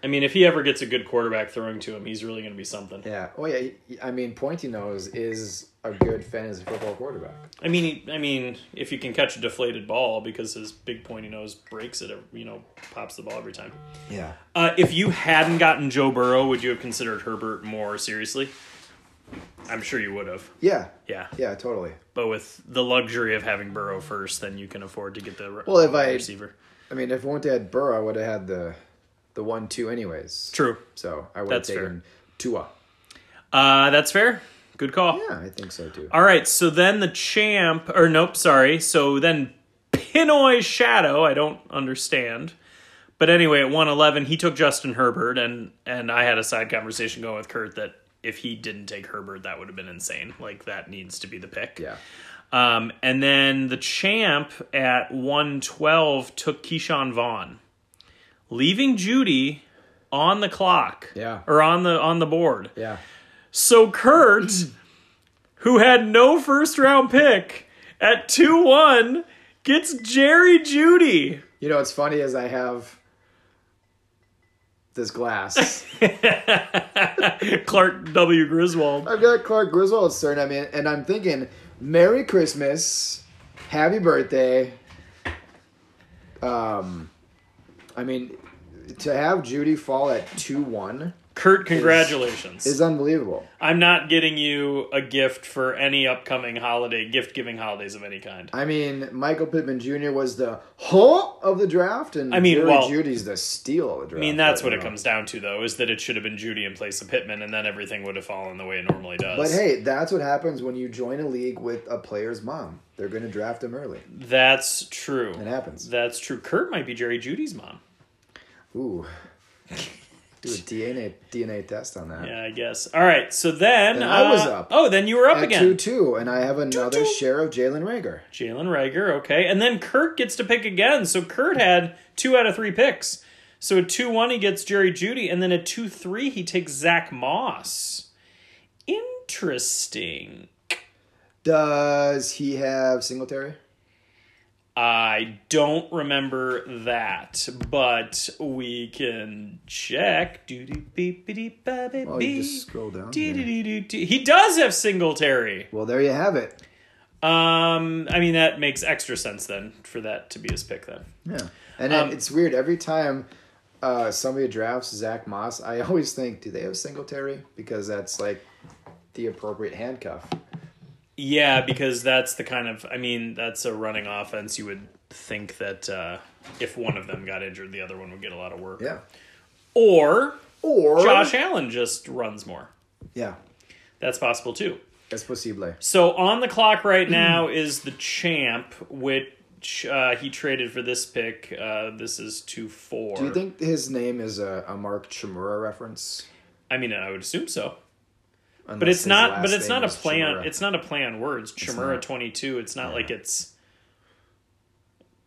[SPEAKER 4] I mean, if he ever gets a good quarterback throwing to him, he's really going to be something.
[SPEAKER 1] yeah. Oh yeah. he- I mean, Pointy Nose is a good fantasy football quarterback.
[SPEAKER 4] I mean, he, I mean, if you can catch a deflated ball because his big pointy nose breaks it, you know, pops the ball every time.
[SPEAKER 1] Yeah.
[SPEAKER 4] Uh, if you hadn't gotten Joe Burrow, would you have considered Herbert more seriously? I'm sure you would have.
[SPEAKER 1] Yeah.
[SPEAKER 4] Yeah,
[SPEAKER 1] Yeah. Totally.
[SPEAKER 4] but with the luxury of having Burrow first, then you can afford to get the re-
[SPEAKER 1] Well, if I-
[SPEAKER 4] receiver.
[SPEAKER 1] I mean, if I wouldn't have had Burrow, I would have had the the one two anyways.
[SPEAKER 4] True.
[SPEAKER 1] So I would
[SPEAKER 4] That's
[SPEAKER 1] have taken Tua.
[SPEAKER 4] Uh, that's fair. Good call.
[SPEAKER 1] Yeah, I think so too.
[SPEAKER 4] All right, so then the champ, or nope, sorry. So then Pinoy Shadow, I don't understand. But anyway, at 111, he took Justin Herbert, and and I had a side conversation going with Kurt that if he didn't take Herbert, that would have been insane. Like that needs to be the pick.
[SPEAKER 1] Yeah.
[SPEAKER 4] Um, and then the champ at 112 took Keyshawn Vaughn, leaving Judy on the clock.
[SPEAKER 1] Yeah.
[SPEAKER 4] Or on the on the board.
[SPEAKER 1] Yeah.
[SPEAKER 4] So Kurt, who had no first round pick at 2 1, gets Jerry Judy.
[SPEAKER 1] You know what's funny is I have this glass.
[SPEAKER 4] Clark W. Griswold.
[SPEAKER 1] I've got Clark Griswold's surname, and- and I'm thinking, Merry Christmas, Happy Birthday. Um, I mean, to have Judy fall at two one
[SPEAKER 4] Kurt, congratulations.
[SPEAKER 1] is unbelievable.
[SPEAKER 4] I'm not getting you a gift for any upcoming holiday, gift giving holidays of any kind.
[SPEAKER 1] I mean, Michael Pittman Jr. was the whole of the draft, and
[SPEAKER 4] I mean,
[SPEAKER 1] Jerry
[SPEAKER 4] well-
[SPEAKER 1] Judy's the steal of the draft.
[SPEAKER 4] I mean, that's what it comes down to, though, is that it should have been Judy in place of Pittman, and then everything would have fallen the way it normally does.
[SPEAKER 1] But hey, that's what happens when you join a league with a player's mom. They're going to draft him early.
[SPEAKER 4] that's true.
[SPEAKER 1] It happens.
[SPEAKER 4] That's true. Kurt might be Jerry Judy's mom.
[SPEAKER 1] Ooh. Do a DNA DNA test on that.
[SPEAKER 4] Yeah, I guess. All right, so then
[SPEAKER 1] Then I was
[SPEAKER 4] uh,
[SPEAKER 1] up.
[SPEAKER 4] Oh, then you were up
[SPEAKER 1] At
[SPEAKER 4] again.
[SPEAKER 1] two two, and I have another
[SPEAKER 4] Two-two.
[SPEAKER 1] share of Jalen Rager.
[SPEAKER 4] Jalen Rager, okay, and then Kurt gets to pick again. So Kurt had two out of three picks. So at two one, he gets Jerry Judy, and then at two three, he takes Zach Moss. Interesting.
[SPEAKER 1] Does he have Singletary?
[SPEAKER 4] I don't remember that, but we can check.
[SPEAKER 1] Well, Oh, you just scroll down. here.
[SPEAKER 4] He does have Singletary.
[SPEAKER 1] Well, there you have it.
[SPEAKER 4] Um, I mean that makes extra sense then for that to be his pick then.
[SPEAKER 1] Yeah, and
[SPEAKER 4] Um,
[SPEAKER 1] it, it's weird every time uh, somebody drafts Zach Moss. I always think, do they have Singletary? Because that's like the appropriate handcuff.
[SPEAKER 4] Yeah, because that's the kind of I mean, that's a running offense. You would think that uh, if one of them got injured, the other one would get a lot of work.
[SPEAKER 1] Yeah,
[SPEAKER 4] Or
[SPEAKER 1] or
[SPEAKER 4] Josh Allen just runs more.
[SPEAKER 1] Yeah,
[SPEAKER 4] That's possible too.
[SPEAKER 1] es posible.
[SPEAKER 4] So on the clock right now is the champ, which uh, he traded for this pick. Uh, this is two four.
[SPEAKER 1] Do you think his name is a, a Mark Chimura reference?
[SPEAKER 4] I mean, I would assume so. But
[SPEAKER 1] Unless
[SPEAKER 4] it's
[SPEAKER 1] his
[SPEAKER 4] not.
[SPEAKER 1] last
[SPEAKER 4] But
[SPEAKER 1] name
[SPEAKER 4] it's not a
[SPEAKER 1] is
[SPEAKER 4] play on.
[SPEAKER 1] Chimera.
[SPEAKER 4] It's not a play on words. Chimera
[SPEAKER 1] not.
[SPEAKER 4] twenty two. It's not like it's.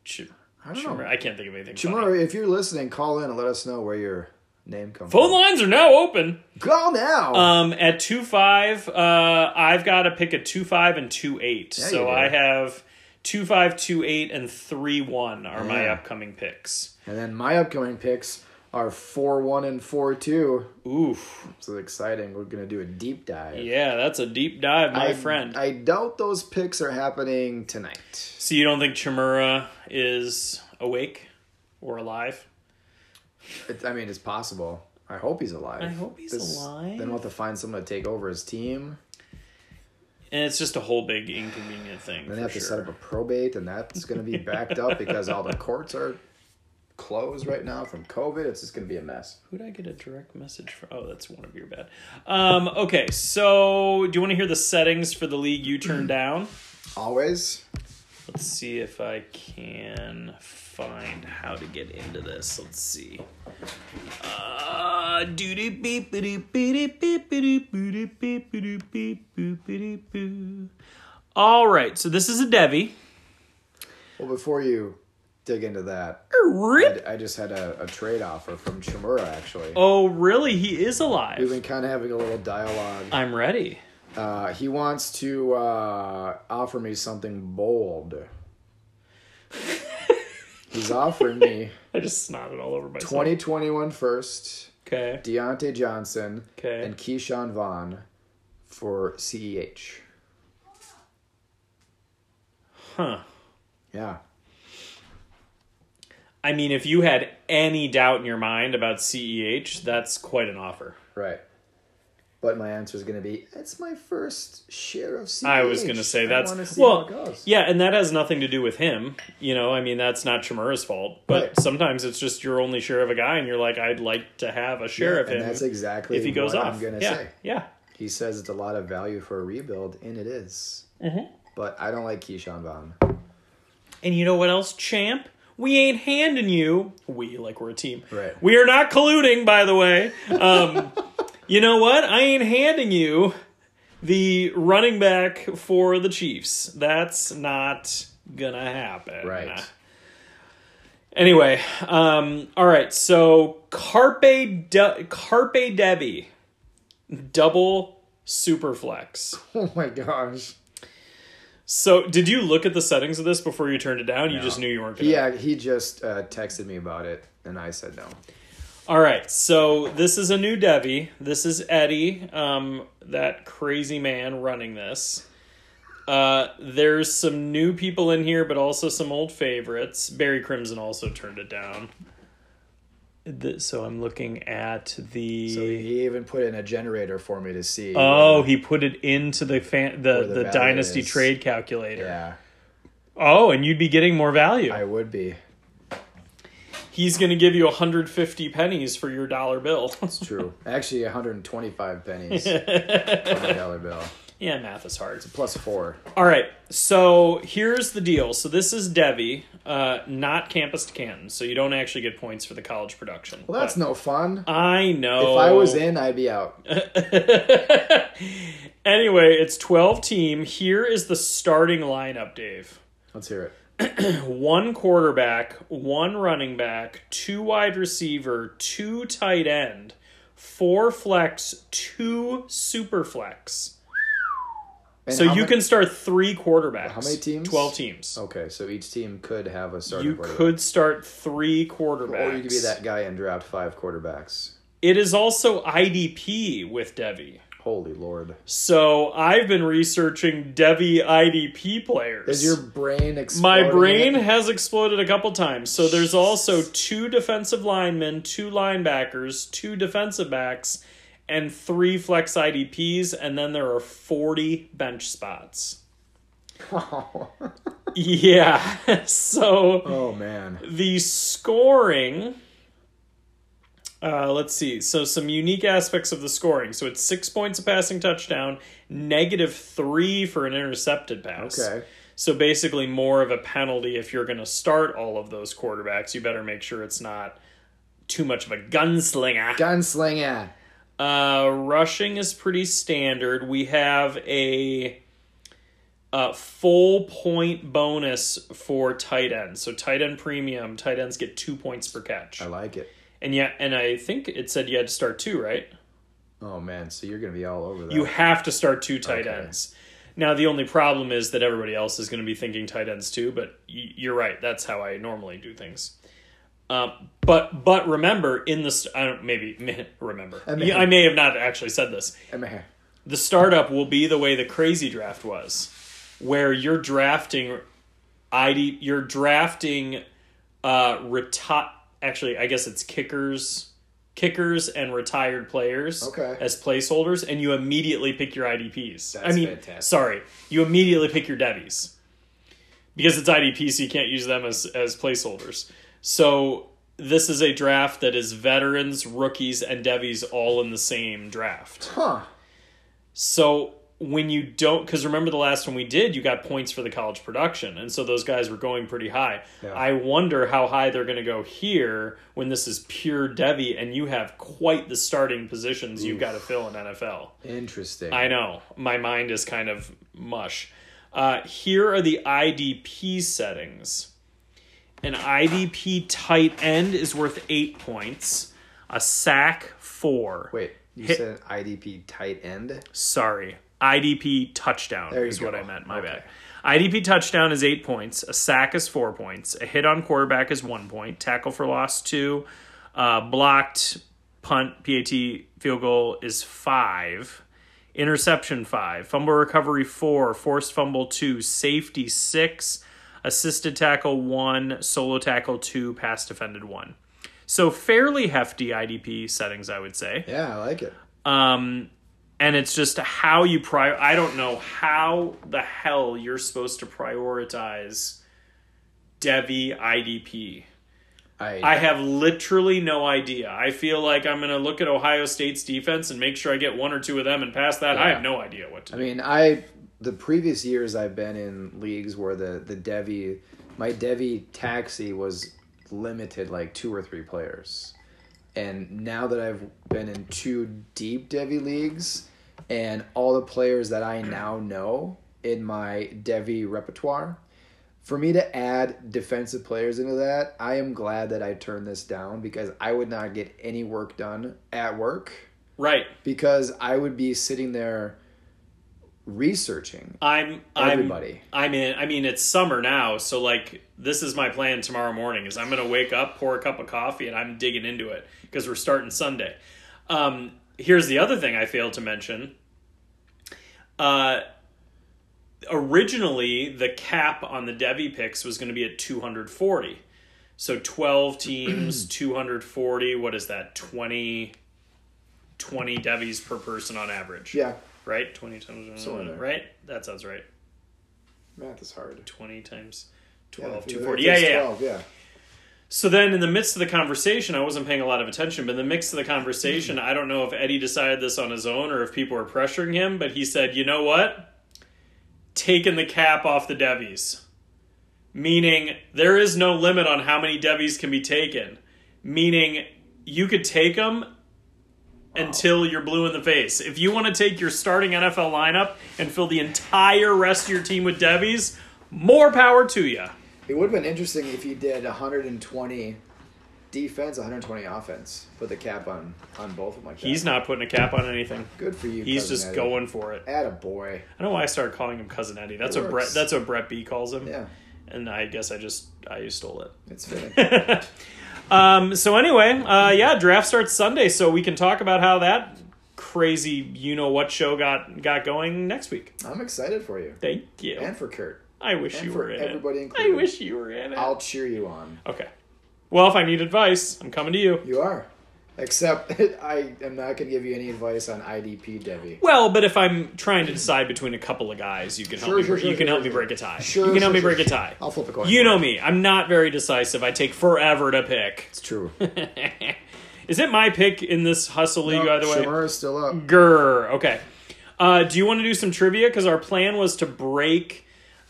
[SPEAKER 4] Chim-
[SPEAKER 1] I don't know.
[SPEAKER 4] Chimera. I can't think of anything.
[SPEAKER 1] Chimura,
[SPEAKER 4] funny.
[SPEAKER 1] if you're listening, call in and let us know where your name comes
[SPEAKER 4] Phone
[SPEAKER 1] from.
[SPEAKER 4] lines are now open.
[SPEAKER 1] Call now.
[SPEAKER 4] Um, at two five, uh, I've got to pick a two five and two eight.
[SPEAKER 1] Yeah, you
[SPEAKER 4] so
[SPEAKER 1] do.
[SPEAKER 4] I have two five, two eight, and three one are my
[SPEAKER 1] Yeah.
[SPEAKER 4] upcoming picks.
[SPEAKER 1] and then my upcoming picks are 4 1 and 4 2.
[SPEAKER 4] Oof,
[SPEAKER 1] So it's exciting. We're going to do a deep dive.
[SPEAKER 4] yeah, that's a deep dive, my
[SPEAKER 1] I,
[SPEAKER 4] friend.
[SPEAKER 1] I doubt those picks are happening tonight.
[SPEAKER 4] so you don't think Chimera is awake or alive?
[SPEAKER 1] It, I mean, it's possible. I hope he's alive. I
[SPEAKER 4] hope he's alive.
[SPEAKER 1] Then we'll have to find someone to take over his team.
[SPEAKER 4] And it's just a whole big inconvenient thing.
[SPEAKER 1] Then
[SPEAKER 4] for
[SPEAKER 1] they have
[SPEAKER 4] sure.
[SPEAKER 1] to set up a probate, and that's going to be backed up because all the courts are closed right now from COVID. It's just going to be a mess.
[SPEAKER 4] Who did I get a direct message from? Oh, that's one of your bad. Um, okay, so do you want to hear the settings for the league you turned down?
[SPEAKER 1] Always.
[SPEAKER 4] Let's see if I can find how to get into this. Let's see. Uh, doo-doo beep ba-doo beep-a-doo beep-a-doo boo-doo beep-a-doo beep boop-a-doo boo. All right, so this is a Devi.
[SPEAKER 1] Well, before you dig into that,
[SPEAKER 4] Rip.
[SPEAKER 1] I just had a, a trade offer from Chimura, actually.
[SPEAKER 4] Oh, really? He is
[SPEAKER 1] We've
[SPEAKER 4] alive.
[SPEAKER 1] been kind of having a little dialogue.
[SPEAKER 4] I'm ready.
[SPEAKER 1] Uh, he wants to uh, offer me something bold. He's offering me
[SPEAKER 4] I just snotted all over myself.
[SPEAKER 1] 2021 first,
[SPEAKER 4] Okay.
[SPEAKER 1] Deontay Johnson,
[SPEAKER 4] Okay.
[SPEAKER 1] and Keyshawn Vaughn for E CEH.
[SPEAKER 4] Huh.
[SPEAKER 1] Yeah.
[SPEAKER 4] I mean, if you had any doubt in your mind about CEH, that's quite an offer.
[SPEAKER 1] Right. But my answer is going to be it's my first share of CEH.
[SPEAKER 4] I was going to say that's
[SPEAKER 1] wanna see how
[SPEAKER 4] well,
[SPEAKER 1] it goes.
[SPEAKER 4] yeah, and that has nothing to do with him. You know, I mean, that's not Chimera's fault. But
[SPEAKER 1] Right.
[SPEAKER 4] sometimes it's just you're only sure of a guy, and you're like, I'd like to have a share of
[SPEAKER 1] and
[SPEAKER 4] him.
[SPEAKER 1] that's exactly
[SPEAKER 4] if he goes
[SPEAKER 1] what
[SPEAKER 4] off.
[SPEAKER 1] I'm going to
[SPEAKER 4] yeah,
[SPEAKER 1] say.
[SPEAKER 4] yeah.
[SPEAKER 1] He says it's a lot of value for a rebuild, and it is.
[SPEAKER 4] Mm-hmm.
[SPEAKER 1] But I don't like Keyshawn Vaughn.
[SPEAKER 4] And you know what else, champ? We ain't handing you. We like we're a team.
[SPEAKER 1] Right.
[SPEAKER 4] We are not colluding, by the way. Um, you know what? I ain't handing you the running back for the Chiefs. That's not gonna happen.
[SPEAKER 1] Right.
[SPEAKER 4] Anyway, um, all right. So carpe de- carpe Debbie, double superflex.
[SPEAKER 1] Oh my gosh.
[SPEAKER 4] So did you look at the settings of this before you turned it down? You just knew you weren't. Gonna
[SPEAKER 1] Yeah, he just uh, texted me about it, and I said no.
[SPEAKER 4] All right, so this is a new Devi. This is Eddie, um, that crazy man running this. Uh, there's some new people in here, but also some old favorites. Barry Crimson also turned it down. Th- So I'm looking at the.
[SPEAKER 1] So he even put in a generator for me to see.
[SPEAKER 4] oh, he put it into the fan, the,
[SPEAKER 1] the
[SPEAKER 4] the,
[SPEAKER 1] value
[SPEAKER 4] dynasty
[SPEAKER 1] is.
[SPEAKER 4] trade calculator.
[SPEAKER 1] yeah,
[SPEAKER 4] Oh, and you'd be getting more value.
[SPEAKER 1] I would be.
[SPEAKER 4] He's going to give you 150 pennies for your dollar bill.
[SPEAKER 1] It's true. Actually, 125 pennies on a dollar bill.
[SPEAKER 4] yeah, math is hard.
[SPEAKER 1] Plus four.
[SPEAKER 4] All right, so here's the deal. So this is Devi, uh, not Campus to Canton, so you don't actually get points for the college production.
[SPEAKER 1] Well, that's
[SPEAKER 4] But
[SPEAKER 1] no fun.
[SPEAKER 4] I know.
[SPEAKER 1] If I was in, I'd be out.
[SPEAKER 4] Anyway, it's 12 team. Here is the starting lineup, Dave.
[SPEAKER 1] Let's hear it.
[SPEAKER 4] One quarterback, one running back, two wide receiver, two tight end, four flex, two super flex.
[SPEAKER 1] And
[SPEAKER 4] So
[SPEAKER 1] how
[SPEAKER 4] you
[SPEAKER 1] ma-
[SPEAKER 4] can start three quarterbacks.
[SPEAKER 1] How many teams?
[SPEAKER 4] 12 teams.
[SPEAKER 1] Okay, so each team could have a starting
[SPEAKER 4] You
[SPEAKER 1] quarterback.
[SPEAKER 4] could start three quarterbacks.
[SPEAKER 1] Or you could be that guy and draft five quarterbacks.
[SPEAKER 4] It is also IDP with Devi.
[SPEAKER 1] Holy lord.
[SPEAKER 4] So I've been researching Devi IDP players.
[SPEAKER 1] Is your brain exploding?
[SPEAKER 4] My brain has exploded a couple times. So there's also two defensive linemen, two linebackers, two defensive backs, and three flex IDPs, and then there are 40 bench spots. yeah. So
[SPEAKER 1] Oh, man.
[SPEAKER 4] the scoring uh, let's see so some unique aspects of the scoring so it's six points a passing touchdown negative three for an intercepted pass
[SPEAKER 1] Okay.
[SPEAKER 4] so basically more of a penalty if you're going to start all of those quarterbacks you better make sure it's not too much of a gunslinger
[SPEAKER 1] Gunslinger.
[SPEAKER 4] Uh, rushing is pretty standard. We have a, uh full point bonus for tight ends. So tight end premium, tight ends get two points per catch.
[SPEAKER 1] I like it.
[SPEAKER 4] And yeah, and I think it said you had to start two, right?
[SPEAKER 1] Oh man, so you're gonna be all over that.
[SPEAKER 4] You have to start two tight
[SPEAKER 1] Oh. Okay.
[SPEAKER 4] ends. Now the only problem is that everybody else is going to be thinking tight ends too. But y- you're right. That's how I normally do things. Um, but but remember in the st- I don't maybe remember
[SPEAKER 1] I may-
[SPEAKER 4] Yeah, I may have not actually said this.
[SPEAKER 1] Am I-
[SPEAKER 4] The startup will be the way the crazy draft was, where you're drafting ID you're drafting uh reti- actually I guess it's kickers kickers and retired players
[SPEAKER 1] Okay.
[SPEAKER 4] as placeholders and you immediately pick your IDPs. I
[SPEAKER 1] That's
[SPEAKER 4] mean
[SPEAKER 1] fantastic.
[SPEAKER 4] sorry, you immediately pick your devies. Because it's IDP so you can't use them as as placeholders. So this is a draft that is veterans, rookies, and devies all in the same draft.
[SPEAKER 1] Huh.
[SPEAKER 4] So when you don't, because remember the last one we did, you got points for the college production, and so those guys were going pretty high.
[SPEAKER 1] Yeah.
[SPEAKER 4] I wonder how high they're going to go here when this is pure Devi, and you have quite the starting positions you've got to fill in NFL.
[SPEAKER 1] Interesting.
[SPEAKER 4] I know my mind is kind of mush. Uh, here are the IDP settings. An IDP tight end is worth eight points. A sack four.
[SPEAKER 1] Wait, you
[SPEAKER 4] Hit-
[SPEAKER 1] said IDP tight end?
[SPEAKER 4] Sorry. IDP touchdown
[SPEAKER 1] There you
[SPEAKER 4] is what
[SPEAKER 1] go.
[SPEAKER 4] I meant. My
[SPEAKER 1] Okay.
[SPEAKER 4] bad. IDP touchdown is eight points. A sack is four points. A hit on quarterback is one point. Tackle for loss, two. Uh, blocked punt, PAT, field goal is five. Interception, five. Fumble recovery, four. Forced fumble, two. Safety, six. Assisted tackle, one. Solo tackle, two. Pass defended, one. So fairly hefty IDP settings, I would say
[SPEAKER 1] Yeah, I like it.
[SPEAKER 4] um and it's just how you prior i don't know how the hell you're supposed to prioritize devi idp
[SPEAKER 1] I,
[SPEAKER 4] i have literally no idea i feel like i'm gonna look at ohio state's defense and make sure i get one or two of them and pass that i
[SPEAKER 1] Yeah.
[SPEAKER 4] have no idea what to
[SPEAKER 1] I
[SPEAKER 4] do
[SPEAKER 1] mean, I the previous years I've been in leagues where the the Devi, my Devi taxi was limited like two or three players, and now that I've been in two deep Devi leagues, and all the players that I now know in my Devi repertoire. For me to add defensive players into that, I am glad that I turned this down because I would not get any work done at work
[SPEAKER 4] right
[SPEAKER 1] because I would be sitting there researching
[SPEAKER 4] i'm I'm-
[SPEAKER 1] everybody.
[SPEAKER 4] i'm in i mean it's summer now so like this is my plan tomorrow morning is i'm gonna wake up pour a cup of coffee and i'm digging into it because we're starting sunday um here's the other thing i failed to mention uh originally the cap on the devi picks was going to be at 240 so 12 teams 240 what is that 20 20 devies per person on average
[SPEAKER 1] Yeah,
[SPEAKER 4] right 20 times
[SPEAKER 1] Somewhere in there.
[SPEAKER 4] right that sounds right
[SPEAKER 1] math is hard.
[SPEAKER 4] 20 times
[SPEAKER 1] Yeah,
[SPEAKER 4] 12,
[SPEAKER 1] if you-
[SPEAKER 4] 240.
[SPEAKER 1] if
[SPEAKER 4] Yeah,
[SPEAKER 1] it's
[SPEAKER 4] yeah, yeah.
[SPEAKER 1] 12, yeah.
[SPEAKER 4] So then in the midst of the conversation, I wasn't paying a lot of attention, but in the midst of the conversation, I don't know if Eddie decided this on his own or if people were pressuring him, but he said, you know what? Taking the cap off the Devies. Meaning there is no limit on how many Devies can be taken. Meaning you could take them until you're blue in the face. If you want to take your starting NFL lineup and fill the entire rest of your team with Devies, more power to you.
[SPEAKER 1] It would have been interesting if you did 120 defense, 120 offense. Put the cap on on both of them like that.
[SPEAKER 4] He's not putting a cap on anything.
[SPEAKER 1] good for you.
[SPEAKER 4] He's
[SPEAKER 1] Cousin
[SPEAKER 4] just
[SPEAKER 1] Eddie.
[SPEAKER 4] going for it. I
[SPEAKER 1] At a boy.
[SPEAKER 4] don't know why I started calling him cousin Eddie. That's
[SPEAKER 1] It
[SPEAKER 4] what Brett.
[SPEAKER 1] works.
[SPEAKER 4] That's what Brett B calls him.
[SPEAKER 1] Yeah,
[SPEAKER 4] And I guess I just I stole it.
[SPEAKER 1] it's fitting.
[SPEAKER 4] Um. So anyway, uh, yeah, draft starts Sunday, so we can talk about how that crazy you know what show got got going next week.
[SPEAKER 1] I'm excited for you
[SPEAKER 4] Thank you.
[SPEAKER 1] and for Kurt.
[SPEAKER 4] I wish
[SPEAKER 1] and
[SPEAKER 4] you
[SPEAKER 1] for
[SPEAKER 4] were in
[SPEAKER 1] everybody
[SPEAKER 4] it.
[SPEAKER 1] included.
[SPEAKER 4] I wish you were in it.
[SPEAKER 1] I'll cheer you on.
[SPEAKER 4] Okay. Well, if I need advice, I'm coming to you.
[SPEAKER 1] You are. Except I am not going to give you any advice on IDP, Debbie.
[SPEAKER 4] Well, but if I'm trying to decide between a couple of guys, you can help
[SPEAKER 1] Sure,
[SPEAKER 4] me.
[SPEAKER 1] sure, sure,
[SPEAKER 4] you can
[SPEAKER 1] sure,
[SPEAKER 4] help me
[SPEAKER 1] sure.
[SPEAKER 4] break a tie.
[SPEAKER 1] Sure,
[SPEAKER 4] you can help
[SPEAKER 1] sure,
[SPEAKER 4] me
[SPEAKER 1] sure,
[SPEAKER 4] break a
[SPEAKER 1] sure.
[SPEAKER 4] tie.
[SPEAKER 1] I'll flip a coin
[SPEAKER 4] You
[SPEAKER 1] for
[SPEAKER 4] know
[SPEAKER 1] it.
[SPEAKER 4] me. I'm not very decisive. I take forever to pick.
[SPEAKER 1] It's true.
[SPEAKER 4] Is it my pick in this hustle league? either way,
[SPEAKER 1] Shimmer Oh, is still up.
[SPEAKER 4] Grr. Okay. Uh, do you want to do some trivia? Because our plan was to break.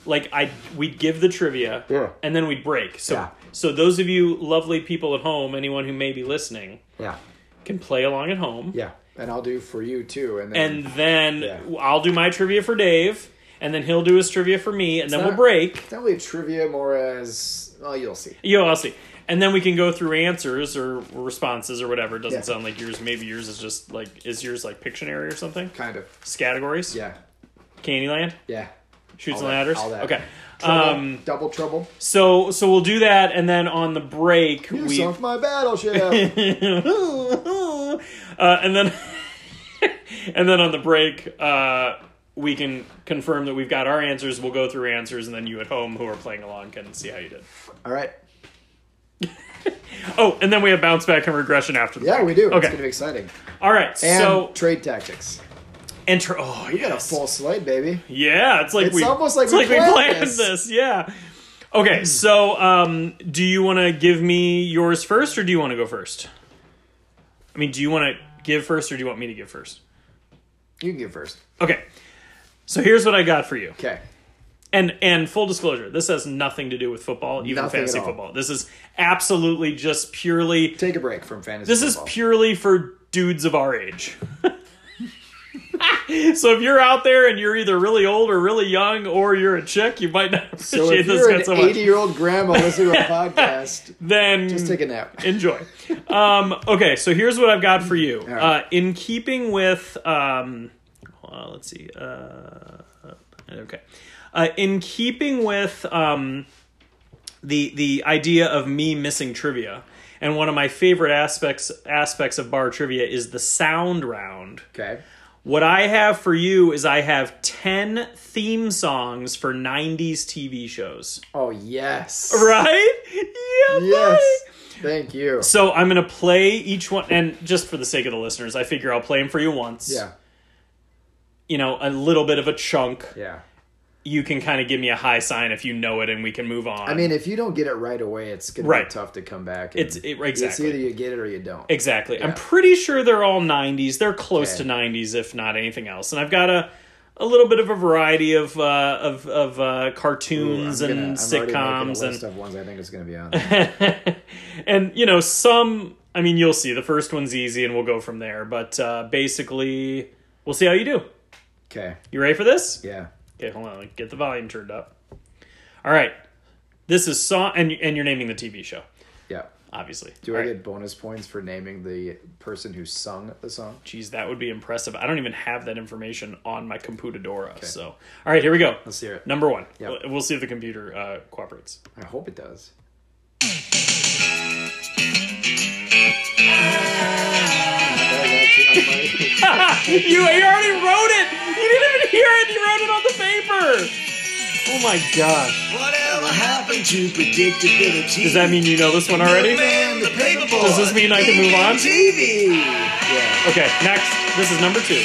[SPEAKER 4] Like I, we'd give the trivia,
[SPEAKER 1] Yeah.
[SPEAKER 4] and then we'd break. So,
[SPEAKER 1] Yeah.
[SPEAKER 4] so those of you lovely people at home, anyone who may be listening,
[SPEAKER 1] Yeah.
[SPEAKER 4] can play along at home.
[SPEAKER 1] Yeah. and I'll do for you too. And then
[SPEAKER 4] and then
[SPEAKER 1] Yeah.
[SPEAKER 4] I'll do my trivia for Dave, and then he'll do his trivia for me, and then we'll
[SPEAKER 1] not-
[SPEAKER 4] break.
[SPEAKER 1] it's not really trivia, more as well. You'll see.
[SPEAKER 4] Yo, I'll see. And then we can go through answers or responses or whatever. It doesn't
[SPEAKER 1] Yeah.
[SPEAKER 4] sound like yours. Maybe yours is just like is yours like Pictionary or something?
[SPEAKER 1] Kind of.
[SPEAKER 4] Categories?
[SPEAKER 1] Yeah.
[SPEAKER 4] Candyland?
[SPEAKER 1] Yeah.
[SPEAKER 4] Shoots
[SPEAKER 1] All
[SPEAKER 4] and
[SPEAKER 1] that-
[SPEAKER 4] ladders?
[SPEAKER 1] all that.
[SPEAKER 4] Okay.
[SPEAKER 1] Trouble,
[SPEAKER 4] Um
[SPEAKER 1] double trouble.
[SPEAKER 4] so so we'll do that and then on the break
[SPEAKER 1] You
[SPEAKER 4] we
[SPEAKER 1] sunk my battleship.
[SPEAKER 4] uh, and then and then on the break uh, we can confirm that we've got our answers we'll go through answers and then you at home who are playing along can see how you did
[SPEAKER 1] All right.
[SPEAKER 4] oh and then we have bounce back and regression after the
[SPEAKER 1] Yeah,
[SPEAKER 4] break.
[SPEAKER 1] we do. It's
[SPEAKER 4] okay
[SPEAKER 1] gonna be exciting.
[SPEAKER 4] all right
[SPEAKER 1] And
[SPEAKER 4] so
[SPEAKER 1] trade tactics.
[SPEAKER 4] enter oh
[SPEAKER 1] We got a
[SPEAKER 4] yes.
[SPEAKER 1] full slate, baby.
[SPEAKER 4] yeah it's like
[SPEAKER 1] It's
[SPEAKER 4] we
[SPEAKER 1] almost like
[SPEAKER 4] it's
[SPEAKER 1] we
[SPEAKER 4] like we
[SPEAKER 1] planned
[SPEAKER 4] planned
[SPEAKER 1] this. Hmm.
[SPEAKER 4] this, yeah okay so um do you want to give me yours first or do you want to go first i mean do you want to give first or do you want me to give first
[SPEAKER 1] You can get first.
[SPEAKER 4] Okay. So here's what I got for you.
[SPEAKER 1] Okay.
[SPEAKER 4] And and full disclosure, this has nothing to do with football, even
[SPEAKER 1] Nothing at
[SPEAKER 4] fantasy
[SPEAKER 1] all.
[SPEAKER 4] football. This is absolutely just purely
[SPEAKER 1] Take a break from fantasy.
[SPEAKER 4] this is
[SPEAKER 1] football.
[SPEAKER 4] purely for dudes of our age. so if you're out there and you're either really old or really young or you're a chick, you might not appreciate
[SPEAKER 1] So if
[SPEAKER 4] this
[SPEAKER 1] you're
[SPEAKER 4] guy
[SPEAKER 1] an
[SPEAKER 4] so much.
[SPEAKER 1] eighty-year-old grandma listening to a podcast,
[SPEAKER 4] then
[SPEAKER 1] just take a nap.
[SPEAKER 4] enjoy. Um, okay, so here's what I've got for you.
[SPEAKER 1] right.
[SPEAKER 4] Uh, in keeping with, um, uh, let's see, uh, okay, uh, in keeping with um, the the idea of me missing trivia, and one of my favorite aspects aspects of bar trivia is the sound round.
[SPEAKER 1] Okay.
[SPEAKER 4] What I have for you is I have ten theme songs for '90s TV shows.
[SPEAKER 1] Oh yes.
[SPEAKER 4] Right? Yeah.
[SPEAKER 1] Yes.
[SPEAKER 4] buddy.
[SPEAKER 1] Thank you.
[SPEAKER 4] So I'm gonna play each one, and just for the sake of the listeners, I figure I'll play them for you once.
[SPEAKER 1] Yeah.
[SPEAKER 4] You know, a little bit of a chunk.
[SPEAKER 1] Yeah.
[SPEAKER 4] You can kind of give me a high sign if you know it, and we can move on.
[SPEAKER 1] I mean, if you don't get it right away, it's gonna
[SPEAKER 4] Right.
[SPEAKER 1] be tough to come back. and-
[SPEAKER 4] it's it, exactly
[SPEAKER 1] It's either you get it or you don't.
[SPEAKER 4] exactly. I'm
[SPEAKER 1] Yeah.
[SPEAKER 4] pretty sure they're all '90s. They're close
[SPEAKER 1] Okay.
[SPEAKER 4] to '90s, if not anything else. And I've got a a little bit of a variety of uh, of of uh, cartoons
[SPEAKER 1] I'm
[SPEAKER 4] and
[SPEAKER 1] gonna- I'm already making a
[SPEAKER 4] sitcoms and
[SPEAKER 1] list of ones I think it's gonna be on. there.
[SPEAKER 4] and you know some i mean you'll see the first one's easy and we'll go from there but uh, basically we'll see how you do
[SPEAKER 1] okay.
[SPEAKER 4] you ready for this
[SPEAKER 1] Yeah.
[SPEAKER 4] okay hold on let me get the volume turned up all right this is song and, and you're naming the tv show
[SPEAKER 1] Yeah.
[SPEAKER 4] obviously
[SPEAKER 1] Do
[SPEAKER 4] All
[SPEAKER 1] I
[SPEAKER 4] right.
[SPEAKER 1] get bonus points for naming the person who sung the song?
[SPEAKER 4] Jeez, that would be impressive. I don't even have that information on my computadora. So, all right, here we go.
[SPEAKER 1] Let's hear it.
[SPEAKER 4] Number one.
[SPEAKER 1] Yeah.
[SPEAKER 4] We'll- We'll see if the computer uh, cooperates.
[SPEAKER 1] I hope it does.
[SPEAKER 4] you, you already wrote it. You didn't even hear it. You wrote it on the paper. Oh my gosh.
[SPEAKER 3] Whatever happened to predictability?
[SPEAKER 4] Does that mean you know this one already?
[SPEAKER 3] Man, the paper boy.
[SPEAKER 4] Does this mean I can move on?
[SPEAKER 3] TV.
[SPEAKER 1] yeah.
[SPEAKER 4] Okay, next. This is number two.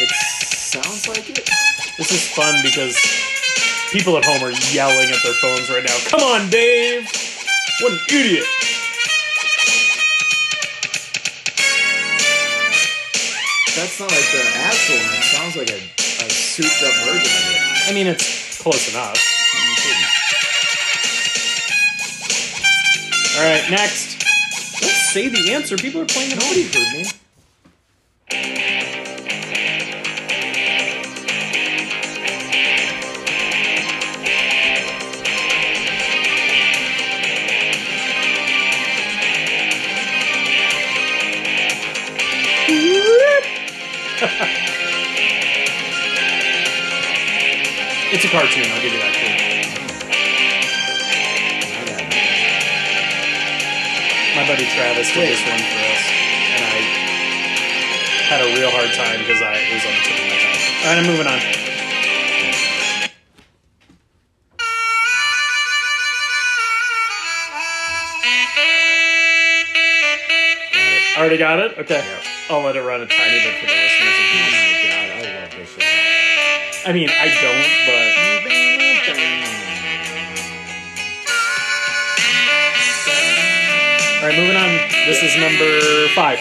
[SPEAKER 1] It sounds like it.
[SPEAKER 4] This is fun because people at home are yelling at their phones right now. Come on, Dave! What an idiot!
[SPEAKER 1] That's not like the actual one. It sounds like a, a souped up version of it.
[SPEAKER 4] I mean, it's close enough. All right, next. Let's say the answer. People are playing at
[SPEAKER 1] Nobody
[SPEAKER 4] home.
[SPEAKER 1] heard me.
[SPEAKER 4] It's a cartoon. I'll give you that. Too. My buddy Travis did this one for us, and I had a real hard time because I it was on the tip of my tongue. All right, I'm moving on. Already got it. Okay,
[SPEAKER 1] Yep.
[SPEAKER 4] I'll let it run a tiny bit for the listeners.
[SPEAKER 1] Oh my god, I love this show.
[SPEAKER 4] I mean, I don't, but. All right, moving on. This is number five.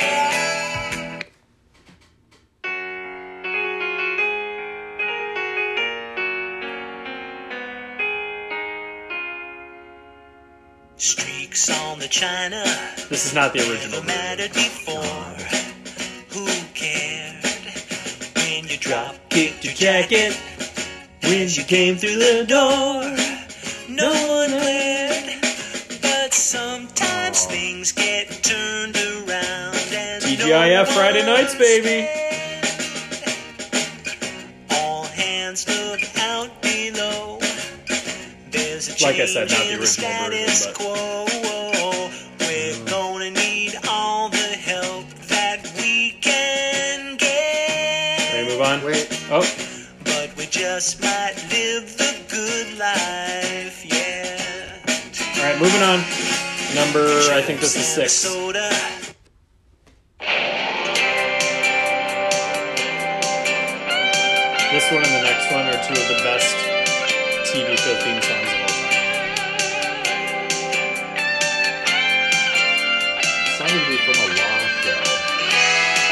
[SPEAKER 4] This is not the original.
[SPEAKER 5] Never mattered before. Who cared when you drop kicked your jacket when you came through the door? No one cared, but sometimes things get turned around. And
[SPEAKER 4] E TGIF
[SPEAKER 5] no
[SPEAKER 4] Friday nights,
[SPEAKER 5] one's
[SPEAKER 4] baby.
[SPEAKER 5] spared. All hands look out below. There's a
[SPEAKER 4] Like I said, not the
[SPEAKER 5] change in
[SPEAKER 4] original version,
[SPEAKER 5] status
[SPEAKER 4] but-
[SPEAKER 5] quo. We're gonna need all the help that we can
[SPEAKER 4] Ready to
[SPEAKER 5] get.
[SPEAKER 4] move on?
[SPEAKER 1] Wait,
[SPEAKER 4] Oh,
[SPEAKER 5] But we just might live the good life, yeah.
[SPEAKER 4] all right, moving on. Number, I think this is six.
[SPEAKER 5] Soda.
[SPEAKER 4] This one and the next one are two of the best TV show theme songs of all time.
[SPEAKER 6] Sounded to be from a long show.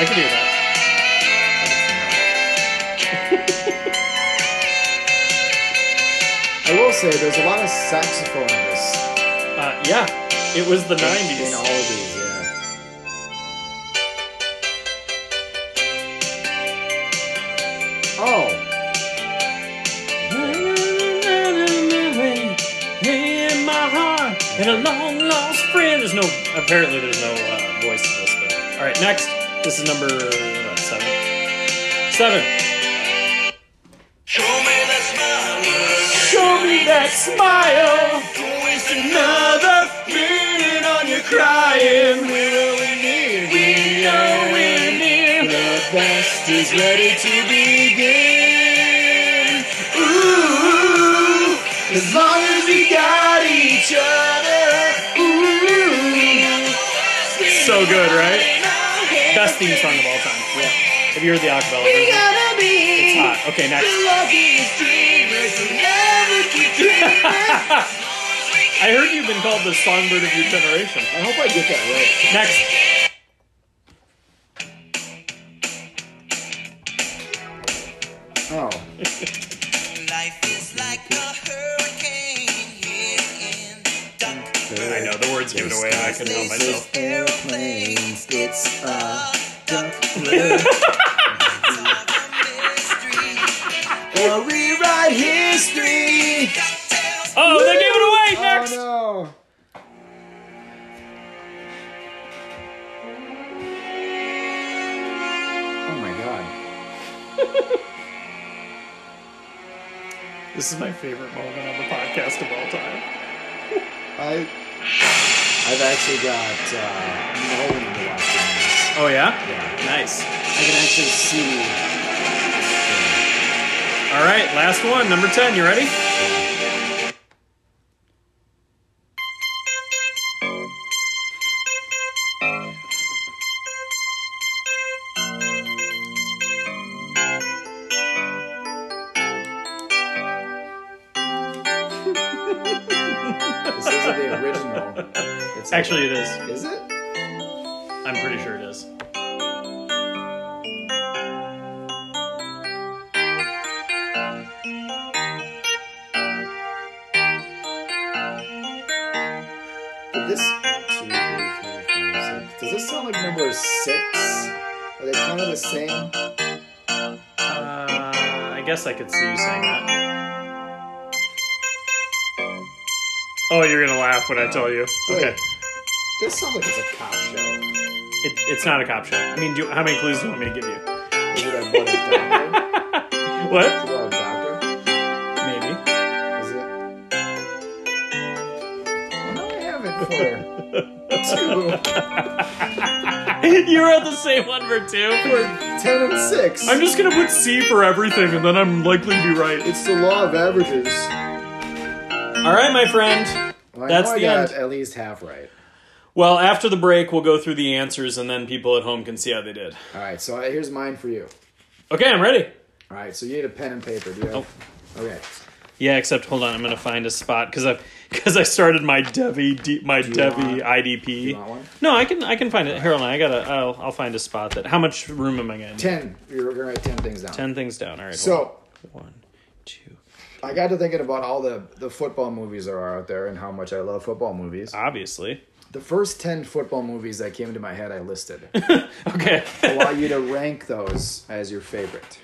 [SPEAKER 4] I can do that.
[SPEAKER 1] I will say there's a lot of saxophone in this
[SPEAKER 4] Uh, yeah, it was the
[SPEAKER 1] in all
[SPEAKER 4] 90s.
[SPEAKER 1] of these. Yeah. Oh,
[SPEAKER 4] In my heart, and a long lost friend. There's no, apparently, there's no uh, voice to this. But all right, next. This is number what, seven. Seven.
[SPEAKER 5] Show me the smile.
[SPEAKER 4] Show me that smile. It's another minute on your crying. We know we're near. The best is ready to begin. Ooh, as long as we got each other. Ooh. So good, right? Best theme song of all time. Yeah. Have you heard the acapella? version? It's hot. Okay, next. I heard you've been called the songbird of your generation.
[SPEAKER 1] I hope I get that right.
[SPEAKER 4] Next.
[SPEAKER 1] Oh,
[SPEAKER 5] Life is like a hurricane here in Duckburg.
[SPEAKER 4] I know the words given away. I couldn't help myself.
[SPEAKER 5] Airplanes, it's a duck
[SPEAKER 1] Well, rewrite history.
[SPEAKER 4] Oh, they gave it away. Next.
[SPEAKER 1] Oh no. Oh my god.
[SPEAKER 4] This is my favorite moment on the podcast of all time.
[SPEAKER 1] I I've actually got uh, no one to watch this.
[SPEAKER 4] Oh yeah.
[SPEAKER 1] Yeah.
[SPEAKER 4] Nice.
[SPEAKER 1] I can actually see.
[SPEAKER 4] All right, last one, number ten. You ready?
[SPEAKER 1] This isn't the original. It's
[SPEAKER 4] Actually, it is.
[SPEAKER 1] is it?
[SPEAKER 4] I'm pretty sure it is.
[SPEAKER 1] Did this? two, three, four, five, six. Does this sound like number six? Are they kind of the same?
[SPEAKER 4] Uh, I guess I could see you saying that. Oh, you're gonna laugh when I tell you. Okay.
[SPEAKER 1] Wait. This sounds like it's a cop show.
[SPEAKER 4] It, it's not a cop show. I mean, do, how many clues do you want me to give you?
[SPEAKER 1] Is it a what a doctor?
[SPEAKER 4] What?
[SPEAKER 1] Is it about a doctor?
[SPEAKER 4] Maybe.
[SPEAKER 1] Is it? No, I haven't for two,
[SPEAKER 4] you wrote the same one for two.
[SPEAKER 1] for ten and 6
[SPEAKER 4] I'm just gonna put C for everything, and then I'm likely to be right.
[SPEAKER 1] it's the law of averages.
[SPEAKER 4] All right, my friend.
[SPEAKER 1] Well, I
[SPEAKER 4] That's
[SPEAKER 1] know I
[SPEAKER 4] the
[SPEAKER 1] got
[SPEAKER 4] end.
[SPEAKER 1] At least half right.
[SPEAKER 4] Well, after the break, we'll go through the answers, and then people at home can see how they did.
[SPEAKER 1] All right, so I- here's mine for you.
[SPEAKER 4] Okay, I'm ready.
[SPEAKER 1] All right, so you need a pen and paper. Do you? Have...
[SPEAKER 4] Oh.
[SPEAKER 1] Okay.
[SPEAKER 4] Yeah, except hold on, I'm gonna find a spot because I because I started my Devi D, my Devi
[SPEAKER 1] want-
[SPEAKER 4] IDP.
[SPEAKER 1] you want one?
[SPEAKER 4] No, I can I can find it. Harold, I gotta I'll, I'll find a spot that. How much room am I gonna? need?
[SPEAKER 1] Ten. You're gonna write ten things down.
[SPEAKER 4] Ten things down. All right.
[SPEAKER 1] So
[SPEAKER 4] hold on. one, two.
[SPEAKER 1] I
[SPEAKER 4] Ah.
[SPEAKER 1] got to thinking about all the the football movies there are out there and how much I love football movies.
[SPEAKER 4] Obviously,
[SPEAKER 1] The first 10 football movies that came into my head, I listed.
[SPEAKER 4] Okay.
[SPEAKER 1] I want you to rank those as your favorite.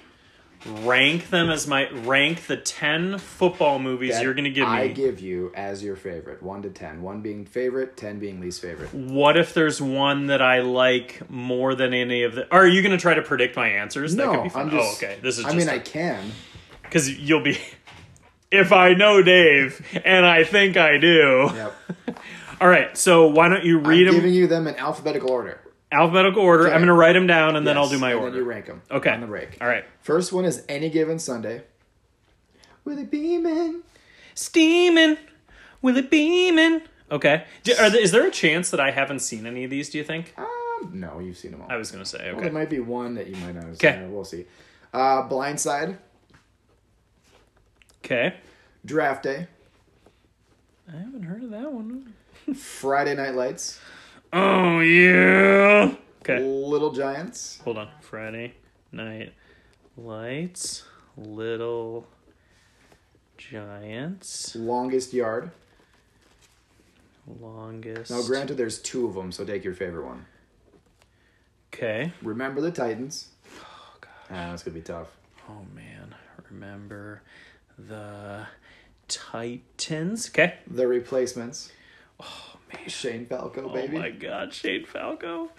[SPEAKER 4] rank them as my rank the 10 football movies
[SPEAKER 1] that
[SPEAKER 4] you're going to give me.
[SPEAKER 1] I give you as your favorite. One to ten. One being favorite, ten being least favorite.
[SPEAKER 4] what if there's one that I like more than any of the Are you going to try to predict my answers? that could
[SPEAKER 1] No,
[SPEAKER 4] be
[SPEAKER 1] I'm
[SPEAKER 4] fun.
[SPEAKER 1] just.
[SPEAKER 4] oh, okay. This is
[SPEAKER 1] I
[SPEAKER 4] just
[SPEAKER 1] mean, I can.
[SPEAKER 4] cuz you'll be If I know Dave, and I think I do.
[SPEAKER 1] Yep.
[SPEAKER 4] All right, so why don't you
[SPEAKER 1] I'm
[SPEAKER 4] read them
[SPEAKER 1] giving you them in alphabetical order.
[SPEAKER 4] alphabetical order?
[SPEAKER 1] Okay.
[SPEAKER 4] I'm going to write them down, and then I'll
[SPEAKER 1] Yes,
[SPEAKER 4] do my
[SPEAKER 1] and
[SPEAKER 4] order.
[SPEAKER 1] Then you rank them.
[SPEAKER 4] Okay.
[SPEAKER 1] On the break.
[SPEAKER 4] All right.
[SPEAKER 1] First one is any given Sunday. With a beaming.
[SPEAKER 4] Steaming, will it beaming? Okay. Do, are there, is there a chance that I haven't seen any of these? Do you think?
[SPEAKER 1] Um, no, you've seen them all.
[SPEAKER 4] I was gonna say.
[SPEAKER 1] Well,
[SPEAKER 4] Okay.
[SPEAKER 1] There might be one that you might not have
[SPEAKER 4] Okay.
[SPEAKER 1] seen. or We'll see. Uh, Blindside,
[SPEAKER 4] Okay.
[SPEAKER 1] Draft Day,
[SPEAKER 4] I haven't heard of that one.
[SPEAKER 1] Friday Night Lights,
[SPEAKER 4] Oh yeah. Okay.
[SPEAKER 1] Little Giants,
[SPEAKER 4] Hold on. Friday night lights, little giants,
[SPEAKER 1] Longest Yard.
[SPEAKER 4] longest.
[SPEAKER 1] Now, granted, there's two of them, so take your favorite one.
[SPEAKER 4] Okay.
[SPEAKER 1] Remember the Titans. Oh god, that's gonna be tough.
[SPEAKER 4] Oh man, remember the Titans? Okay.
[SPEAKER 1] The Replacements. Oh man, Shane Falco, baby.
[SPEAKER 4] Oh my god, Shane Falco.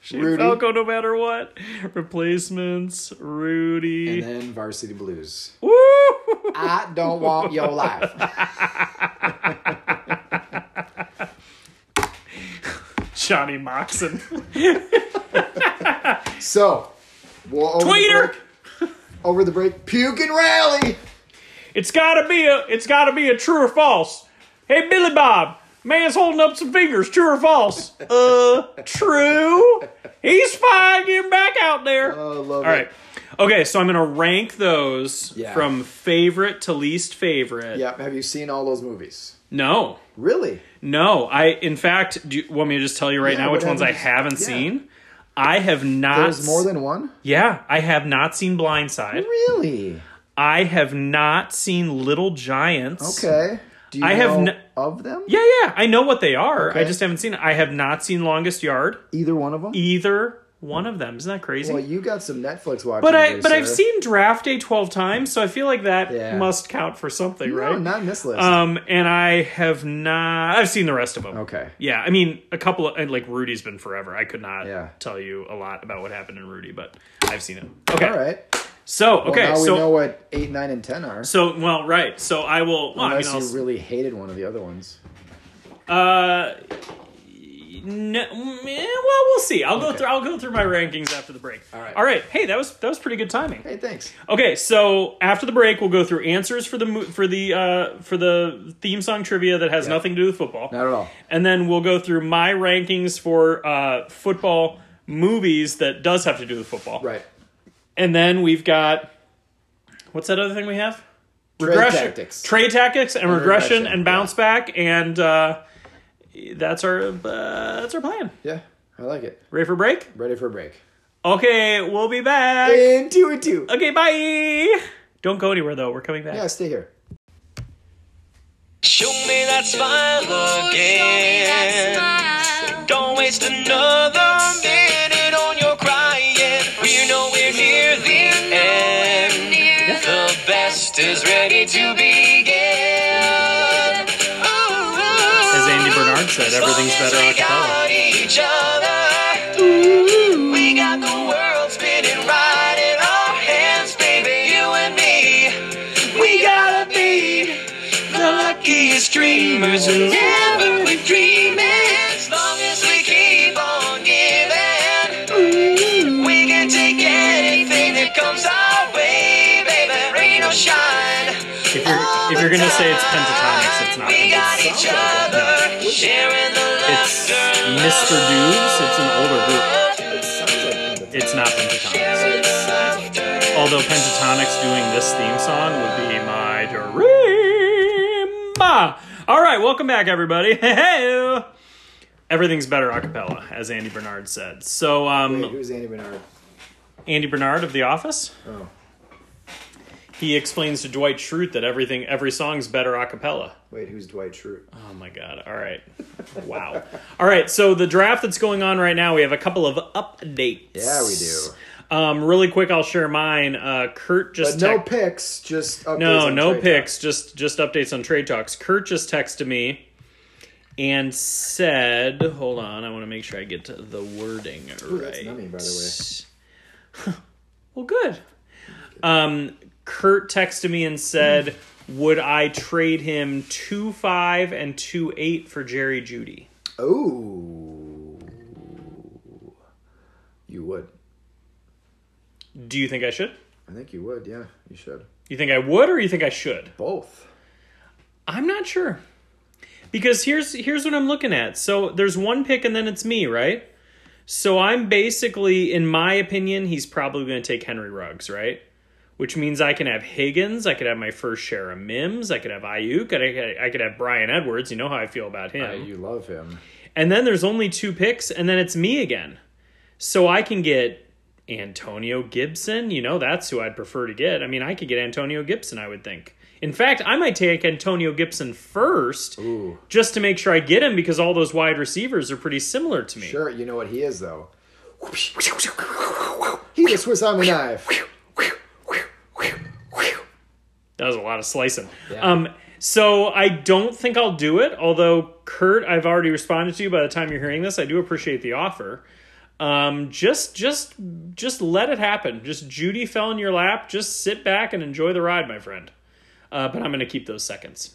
[SPEAKER 4] Shane
[SPEAKER 1] Rudy.
[SPEAKER 4] Falco, no matter what. Replacements, Rudy.
[SPEAKER 1] and then Varsity Blues.
[SPEAKER 4] Woo!
[SPEAKER 1] I don't want your life.
[SPEAKER 4] Johnny Moxon.
[SPEAKER 1] So, we'll over The
[SPEAKER 4] Tweeter!
[SPEAKER 1] break, over the break, puke and rally.
[SPEAKER 4] It's gotta be a it's gotta be a true or false. Hey Billy Bob, man's holding up some fingers, true or false? Uh true. He's fine, get him back out there.
[SPEAKER 1] Oh, I love
[SPEAKER 4] All
[SPEAKER 1] it.
[SPEAKER 4] right. Okay, so I'm gonna rank those
[SPEAKER 1] Yeah.
[SPEAKER 4] from favorite to least favorite.
[SPEAKER 1] Yep. Have you seen all those movies?
[SPEAKER 4] No.
[SPEAKER 1] Really?
[SPEAKER 4] No, I in fact do you want me to just tell you right
[SPEAKER 1] Yeah,
[SPEAKER 4] now which
[SPEAKER 1] what
[SPEAKER 4] ones I
[SPEAKER 1] happens-
[SPEAKER 4] haven't
[SPEAKER 1] yeah.
[SPEAKER 4] seen? I have not
[SPEAKER 1] There's more than one.
[SPEAKER 4] Yeah, I have not seen Blindside.
[SPEAKER 1] Really?
[SPEAKER 4] I have not seen Little Giants.
[SPEAKER 1] Okay. Do you
[SPEAKER 4] I have
[SPEAKER 1] know
[SPEAKER 4] n-
[SPEAKER 1] of them?
[SPEAKER 4] Yeah, yeah, I know what they are. I
[SPEAKER 1] Okay.
[SPEAKER 4] just haven't seen it. I have not seen Longest Yard,
[SPEAKER 1] Either one of them.
[SPEAKER 4] E- either one of them. Isn't that crazy?
[SPEAKER 1] well, you got some Netflix watching.
[SPEAKER 4] but I
[SPEAKER 1] there,
[SPEAKER 4] but I've
[SPEAKER 1] sir.
[SPEAKER 4] seen Draft Day 12 times, so I feel like that
[SPEAKER 1] Yeah.
[SPEAKER 4] must count for something,
[SPEAKER 1] No,
[SPEAKER 4] right?
[SPEAKER 1] not in this list.
[SPEAKER 4] um and I have not I've seen the rest of them.
[SPEAKER 1] okay.
[SPEAKER 4] Yeah, I mean, a couple of and, like Rudy's been forever. I could not
[SPEAKER 1] Yeah.
[SPEAKER 4] tell you a lot about what happened in Rudy, but I've seen it. Okay,
[SPEAKER 1] All right.
[SPEAKER 4] so okay,
[SPEAKER 1] Well, now
[SPEAKER 4] so
[SPEAKER 1] we know what eight, nine, and ten are.
[SPEAKER 4] so well, right? So I will. Well, I mean,
[SPEAKER 1] Unless
[SPEAKER 4] I'll,
[SPEAKER 1] you really hated one of the other ones.
[SPEAKER 4] uh, no, mm, eh, well, we'll see. I'll go
[SPEAKER 1] Okay.
[SPEAKER 4] through. I'll go through my rankings after the break. All
[SPEAKER 1] right.
[SPEAKER 4] All right. Hey, that was that was pretty good timing.
[SPEAKER 1] Hey, thanks.
[SPEAKER 4] Okay, so after the break, we'll go through answers for the mo- for the uh, for the theme song trivia that has nothing to do with football.
[SPEAKER 1] Not at all.
[SPEAKER 4] and then we'll go through my rankings for uh, football movies that does have to do with football.
[SPEAKER 1] Right.
[SPEAKER 4] And then we've got what's that other thing we have?
[SPEAKER 1] Trade tactics.
[SPEAKER 4] trade tactics, and, regression,
[SPEAKER 1] regression,
[SPEAKER 4] and bounce back, and uh, that's our uh, that's our plan.
[SPEAKER 1] Yeah, I like it.
[SPEAKER 4] Ready for break?
[SPEAKER 1] Ready for a break.
[SPEAKER 4] Okay, we'll be back.
[SPEAKER 1] In two and two.
[SPEAKER 4] Okay, bye. Don't go anywhere though. We're coming back.
[SPEAKER 1] Yeah, stay here.
[SPEAKER 5] Show me that smile again. Don't waste another minute on your crying. You know we're near the end. The best is ready to begin. Ooh.
[SPEAKER 4] As Andy Bernard said, everything's better
[SPEAKER 5] we
[SPEAKER 4] a cappella.
[SPEAKER 5] got each other. Ooh. We got the world spinning right in our hands, baby, you and me. We gotta be the luckiest dreamers whenever we're dreaming. As long as we keep on giving, Ooh. we can take anything that comes our way, baby, rain or shine.
[SPEAKER 4] If you're if you're gonna say it's pentatonics, it's not.
[SPEAKER 5] We got
[SPEAKER 4] Pentatonics.
[SPEAKER 5] each other, sharing the
[SPEAKER 4] It's
[SPEAKER 5] laughter.
[SPEAKER 4] Mr. Dudes. It's an older group.
[SPEAKER 1] It sounds like
[SPEAKER 4] It's not pentatonics.
[SPEAKER 5] It's
[SPEAKER 4] Although Pentatonics doing this theme song would be my dream. Ah. All right, welcome back, everybody. Hey-hey. Everything's better a cappella, as Andy Bernard said. So,
[SPEAKER 1] Wait,
[SPEAKER 4] um,
[SPEAKER 1] who's Andy Bernard?
[SPEAKER 4] Andy Bernard of The Office,
[SPEAKER 1] Oh,
[SPEAKER 4] He explains to Dwight Schrute that everything, every song's better a cappella.
[SPEAKER 1] Wait, who's Dwight Schrute?
[SPEAKER 4] Oh my god. All right. Wow. All right, so the draft that's going on right now, we have a couple of updates.
[SPEAKER 1] Yeah, we do.
[SPEAKER 4] Um, really quick, I'll share mine. Uh, Kurt just
[SPEAKER 1] But no
[SPEAKER 4] tec-
[SPEAKER 1] picks, just updates
[SPEAKER 4] no
[SPEAKER 1] on
[SPEAKER 4] no
[SPEAKER 1] trade
[SPEAKER 4] picks, just just updates on trade talks. Kurt just texted me and said, "Hold on, I want to make sure I get the wording
[SPEAKER 1] talks. Ooh,
[SPEAKER 4] right."
[SPEAKER 1] that's nummy, by the
[SPEAKER 4] Well, good. Um, Kurt texted me and said, "Would I trade him two five and two eight for Jerry Judy?"
[SPEAKER 1] way. Oh, you would.
[SPEAKER 4] Do you think I should?
[SPEAKER 1] I think you would. Yeah, you should.
[SPEAKER 4] You think I would, or you think I should?
[SPEAKER 1] Both.
[SPEAKER 4] I'm not sure. Because here's here's what I'm looking at. So there's one pick and then it's me, right? So I'm basically in my opinion, he's probably going to take Henry Ruggs, right? Which means I can have Higgins, I could have my first share of Mims, I could have Ayuk, I could, I could have Brian Edwards. You know how I feel about him.
[SPEAKER 1] You love him.
[SPEAKER 4] And then there's only two picks, and then it's me again. So I can get Antonio Gibson. You know, that's who I'd prefer to get. I mean, I could get Antonio Gibson, I would think. In fact, I might take Antonio Gibson first
[SPEAKER 1] Ooh.
[SPEAKER 4] just to make sure I get him because all those wide receivers are pretty similar to me.
[SPEAKER 1] Sure, you know what he is though. He's a Swiss Army knife.
[SPEAKER 4] That was a lot of slicing.
[SPEAKER 1] Yeah.
[SPEAKER 4] Um, so I don't think I'll do it. Although Kurt, I've already responded to you. By the time you're hearing this, I do appreciate the offer. Um, just, just, just let it happen. Just Judy fell in your lap. Just sit back and enjoy the ride, my friend. Uh, but I'm going to keep those seconds.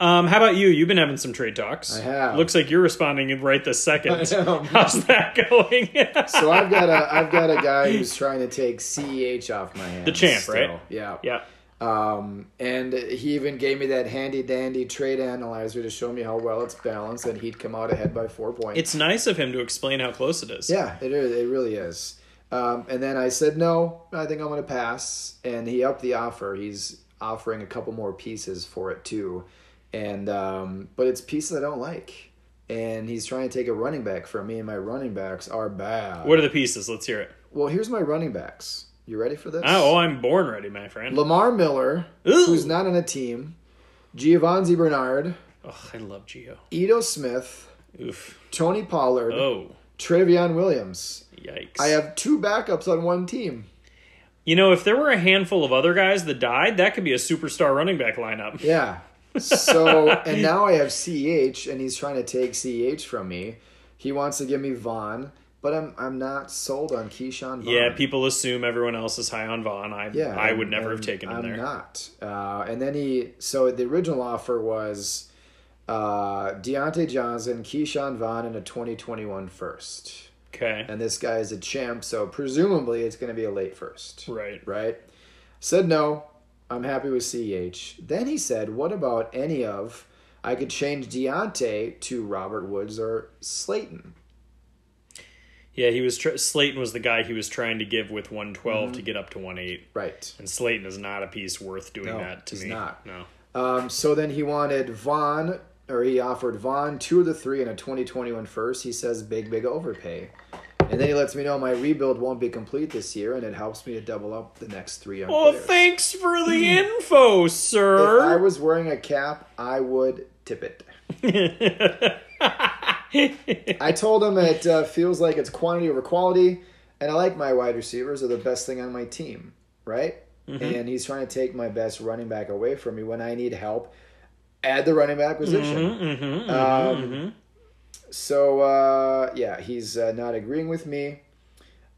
[SPEAKER 4] Um, how about you? You've been having some trade talks.
[SPEAKER 1] I have.
[SPEAKER 4] Looks like you're responding right this second.
[SPEAKER 1] I am.
[SPEAKER 4] How's that going?
[SPEAKER 1] So I've got a I've got a guy who's trying to take Ceh off my hands.
[SPEAKER 4] The champ,
[SPEAKER 1] still.
[SPEAKER 4] right?
[SPEAKER 1] Yeah.
[SPEAKER 4] yeah.
[SPEAKER 1] Um, and he even gave me that handy dandy trade analyzer to show me how well it's balanced, and he'd come out ahead by four points.
[SPEAKER 4] It's nice of him to explain how close it is.
[SPEAKER 1] yeah, it is, it really is. Um, and then I said no, I think I'm gonna pass. And he upped the offer. He's offering a couple more pieces for it too, and um, but it's pieces I don't like. And he's trying to take a running back from me, and my running backs are bad.
[SPEAKER 4] What are the pieces? Let's hear it.
[SPEAKER 1] Well, here's my running backs. You ready for this?
[SPEAKER 4] Oh, I'm born ready, my friend.
[SPEAKER 1] Lamar Miller,
[SPEAKER 4] Ooh.
[SPEAKER 1] who's not on a team, Giovanni Bernard,
[SPEAKER 4] Ugh, I love Geo.
[SPEAKER 1] Edo Smith,
[SPEAKER 4] Oof.
[SPEAKER 1] Tony Pollard,
[SPEAKER 4] Oh,
[SPEAKER 1] Travion Williams.
[SPEAKER 4] yikes.
[SPEAKER 1] I have two backups on one team.
[SPEAKER 4] you know, if there were a handful of other guys that died, that could be a superstar running back lineup.
[SPEAKER 1] Yeah. So and now I have CH and he's trying to take CH from me. He wants to give me Vaughn, but I'm I'm not sold on Keyshawn Vaughn.
[SPEAKER 4] Yeah, people assume everyone else is high on Vaughn. I, I would never have taken him
[SPEAKER 1] I'm
[SPEAKER 4] there.
[SPEAKER 1] not. Uh, and then he, so the original offer was uh, Deontay Johnson, Keyshawn Vaughn, and a 2021 first.
[SPEAKER 4] Okay.
[SPEAKER 1] And this guy is a champ, so presumably it's going to be a late first.
[SPEAKER 4] right.
[SPEAKER 1] Right? Said no. I'm happy with CH. Then he said, what about any of, I could change Deontay to Robert Woods or Slayton.
[SPEAKER 4] Yeah, he was. Tr- Slayton was the guy he was trying to give with
[SPEAKER 1] Mm-hmm.
[SPEAKER 4] 112 to get up to 18.
[SPEAKER 1] Right.
[SPEAKER 4] And Slayton is not a piece worth doing
[SPEAKER 1] No,
[SPEAKER 4] that to
[SPEAKER 1] he's
[SPEAKER 4] me.
[SPEAKER 1] not.
[SPEAKER 4] No.
[SPEAKER 1] Um, so then he wanted Vaughn, or he offered Vaughn two of the three in a 2021 first. He says big, big overpay. And then he lets me know my rebuild won't be complete this year, and it helps me to double up the next three. young
[SPEAKER 4] Well,
[SPEAKER 1] players. Mm.
[SPEAKER 4] thanks for the info,
[SPEAKER 1] If I
[SPEAKER 4] sir.
[SPEAKER 1] was wearing a cap, I would tip it. I told him it uh, feels like it's quantity over quality, and I like my wide receivers are the best thing on my team, right? And he's trying to take my best running back away from me when I need help at the running back position.
[SPEAKER 4] Mm-hmm.
[SPEAKER 1] um, So uh, yeah, he's uh, not agreeing with me.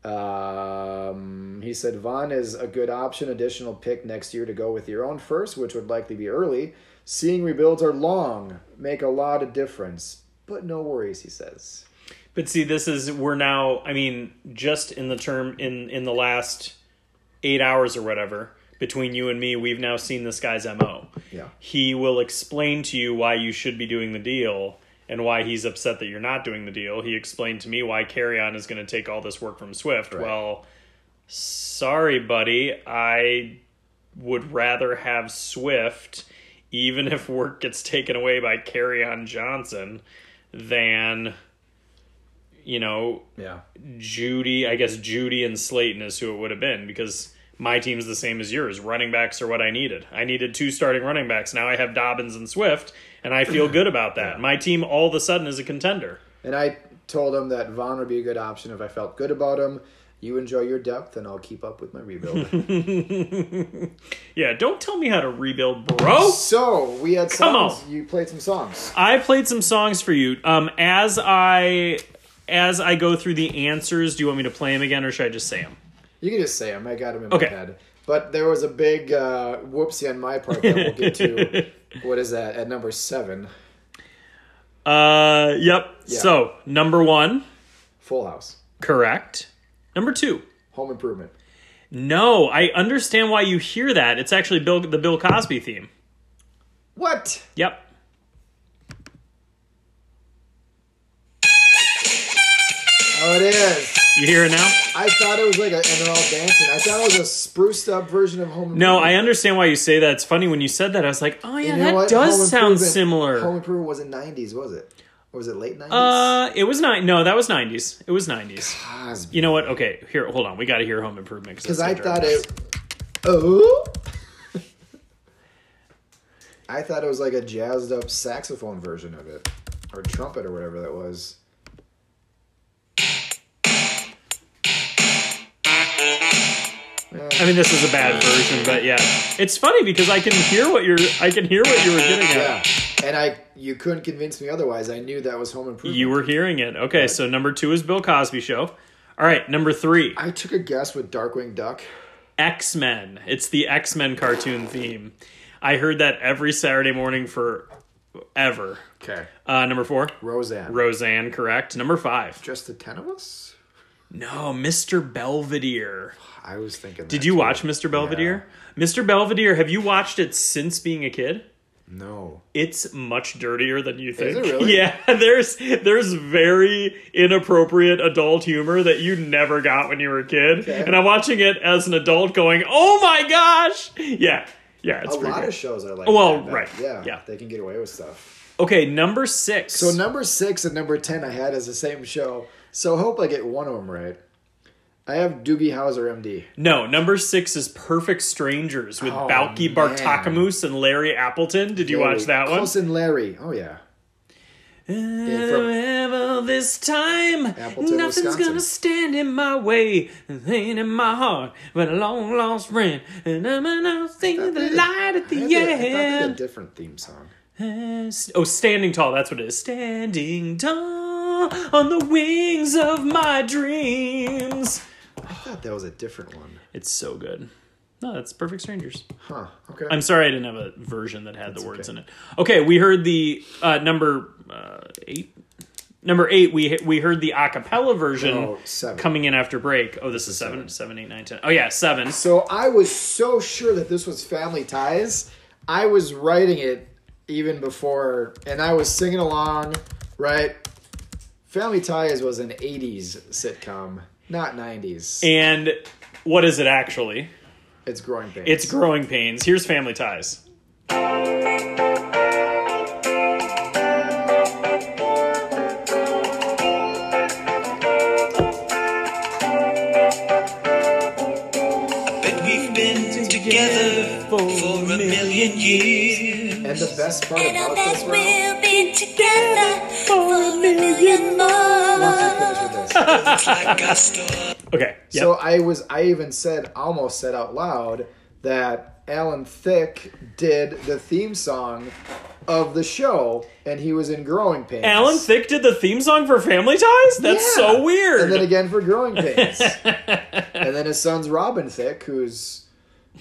[SPEAKER 1] Um, he said Vaughn is a good option, additional pick next year to go with your own first, which would likely be early. Seeing rebuilds are long, make a lot of difference, but no worries, he says.
[SPEAKER 4] But see, this is we're now. I mean, just in the term in in the last eight hours or whatever between you and me, we've now seen this guy's mo.
[SPEAKER 1] Yeah.
[SPEAKER 4] He will explain to you why you should be doing the deal and why he's upset that you're not doing the deal. He explained to me why Carry On is going to take all this work from Swift. Well, sorry, buddy. I would rather have Swift, even if work gets taken away by Carry On Johnson, than you know
[SPEAKER 1] Yeah.
[SPEAKER 4] Judy, I guess Judy and Slayton is who it would have been because my team's the same as yours. Running backs are what I needed. I needed two starting running backs. Now I have Dobbins and Swift, and I feel good about that. My team all of a sudden is a contender.
[SPEAKER 1] And I told him that Vaughn would be a good option if I felt good about him. You enjoy your depth, and I'll keep up with my rebuild.
[SPEAKER 4] Yeah, don't tell me how to rebuild, bro.
[SPEAKER 1] so we had
[SPEAKER 4] Come on.
[SPEAKER 1] songs. You played some songs.
[SPEAKER 4] I played some songs for you. Um, as I as I go through the answers, do you want me to play them again, or should I just say them?
[SPEAKER 1] You can just say them. I got them in
[SPEAKER 4] Okay.
[SPEAKER 1] my head. But there was a big uh, whoopsie on my part that we'll get to. what is that? At number seven,
[SPEAKER 4] Uh, yep.
[SPEAKER 1] Yeah.
[SPEAKER 4] So number one,
[SPEAKER 1] Full House,
[SPEAKER 4] correct. Number two,
[SPEAKER 1] Home Improvement.
[SPEAKER 4] no. I understand why you hear that. It's actually Bill the Bill Cosby theme.
[SPEAKER 1] What?
[SPEAKER 4] Yep.
[SPEAKER 1] Oh, it is.
[SPEAKER 4] You hear it now?
[SPEAKER 1] I thought it was like a, and they're all dancing. I thought it was a spruced up version of Home Improvement.
[SPEAKER 4] No, I understand why you say that. It's funny when you said that. I was like, oh yeah,
[SPEAKER 1] You know
[SPEAKER 4] that
[SPEAKER 1] what? Home
[SPEAKER 4] does sound
[SPEAKER 1] Improvement- Home
[SPEAKER 4] similar.
[SPEAKER 1] Improvement wasn't '90s, was it? Or was it late '90s?
[SPEAKER 4] Uh, it was nine. No, that was nineties. It was nineties.
[SPEAKER 1] Cosby.
[SPEAKER 4] You know what? Okay, here, hold on. We got to hear Home Improvement
[SPEAKER 1] Because
[SPEAKER 4] it's
[SPEAKER 1] I
[SPEAKER 4] gonna drive
[SPEAKER 1] thought
[SPEAKER 4] us.
[SPEAKER 1] it. Oh. I thought it was like a jazzed up saxophone version of it, or trumpet, or whatever that was. uh,
[SPEAKER 4] I mean, this is a bad version, but yeah, it's funny because I can hear what you're. I can hear what you were getting at.
[SPEAKER 1] Yeah, and I you couldn't convince me otherwise. I knew that was Home Improvement.
[SPEAKER 4] You were hearing it. Okay, so number two is Bill Cosby Show. All right, number three,
[SPEAKER 1] I took a guess with Darkwing Duck.
[SPEAKER 4] X Men. It's the X Men cartoon theme. I heard that every Saturday morning for ever.
[SPEAKER 1] Okay,
[SPEAKER 4] Uh, number four,
[SPEAKER 1] Roseanne.
[SPEAKER 4] Roseanne. Correct. Number five.
[SPEAKER 1] Just the ten of us.
[SPEAKER 4] No, Mr. Belvedere.
[SPEAKER 1] I was thinking.
[SPEAKER 4] Did you watch Mr. Belvedere? Mr. Belvedere. Have you watched it since being a kid?
[SPEAKER 1] No.
[SPEAKER 4] it's much dirtier than you think.
[SPEAKER 1] it really?
[SPEAKER 4] Yeah, there's there's very inappropriate adult humor that you never got when you were a kid, and I'm watching it as an adult, going, "Oh my gosh!" Yeah, yeah, it's
[SPEAKER 1] A
[SPEAKER 4] pretty
[SPEAKER 1] lot
[SPEAKER 4] good. Oh,
[SPEAKER 1] of shows are like.
[SPEAKER 4] Well,
[SPEAKER 1] that, but
[SPEAKER 4] right.
[SPEAKER 1] Yeah,
[SPEAKER 4] Yeah.
[SPEAKER 1] They can get away with stuff.
[SPEAKER 4] okay, number six.
[SPEAKER 1] So number six and number ten I had as the same show. So I hope I get one of them right. I have Doogie Howser, MD.
[SPEAKER 4] no, number six is Perfect Strangers with
[SPEAKER 1] Oh,
[SPEAKER 4] Balki
[SPEAKER 1] man.
[SPEAKER 4] Bartakamus and Larry Appleton. Did you watch that one? Uh,
[SPEAKER 1] Close and Larry. Oh yeah.
[SPEAKER 4] Forever this time,
[SPEAKER 1] Appleton,
[SPEAKER 4] nothing's
[SPEAKER 1] Wisconsin.
[SPEAKER 4] gonna stand in my way. Ain't in my heart, but a long lost friend, and I'm not seeing the light at
[SPEAKER 1] I had I
[SPEAKER 4] the
[SPEAKER 1] thought they had a
[SPEAKER 4] end.
[SPEAKER 1] different theme song.
[SPEAKER 4] Oh, standing tall, that's what it is. Standing tall on the wings of my dreams.
[SPEAKER 1] I thought that was a different one.
[SPEAKER 4] It's so good. No, that's Perfect Strangers.
[SPEAKER 1] Huh. Okay.
[SPEAKER 4] I'm sorry I didn't have a version that had the words
[SPEAKER 1] okay.
[SPEAKER 4] in it. Okay, we heard the uh, number uh, eight. Number eight, we we heard the a cappella version
[SPEAKER 1] No, seven.
[SPEAKER 4] coming in after break. Oh, this is seven, seven, eight, nine, ten. Oh yeah, seven.
[SPEAKER 1] so I was so sure that this was Family Ties. I was writing it even before and I was singing along, right? Family Ties was an 80s sitcom, not 90s.
[SPEAKER 4] And what is it actually?
[SPEAKER 1] it's growing pains.
[SPEAKER 4] It's growing pains. Here's Family Ties.
[SPEAKER 5] But we've been together for a million years.
[SPEAKER 1] and the best part
[SPEAKER 7] And I
[SPEAKER 1] about
[SPEAKER 7] bet
[SPEAKER 1] this
[SPEAKER 7] we'll
[SPEAKER 1] round
[SPEAKER 7] be together for a million
[SPEAKER 1] Once you
[SPEAKER 7] more.
[SPEAKER 1] finish with this.
[SPEAKER 5] Like I stole
[SPEAKER 4] Okay. Yep.
[SPEAKER 1] So I was I even said almost said out loud that Alan Thicke did the theme song of the show and he was in Growing Pains.
[SPEAKER 4] Alan Thicke did the theme song for Family Ties? That's
[SPEAKER 1] Yeah.
[SPEAKER 4] so weird.
[SPEAKER 1] And then again for Growing Pains. and then his son's Robin Thicke, who's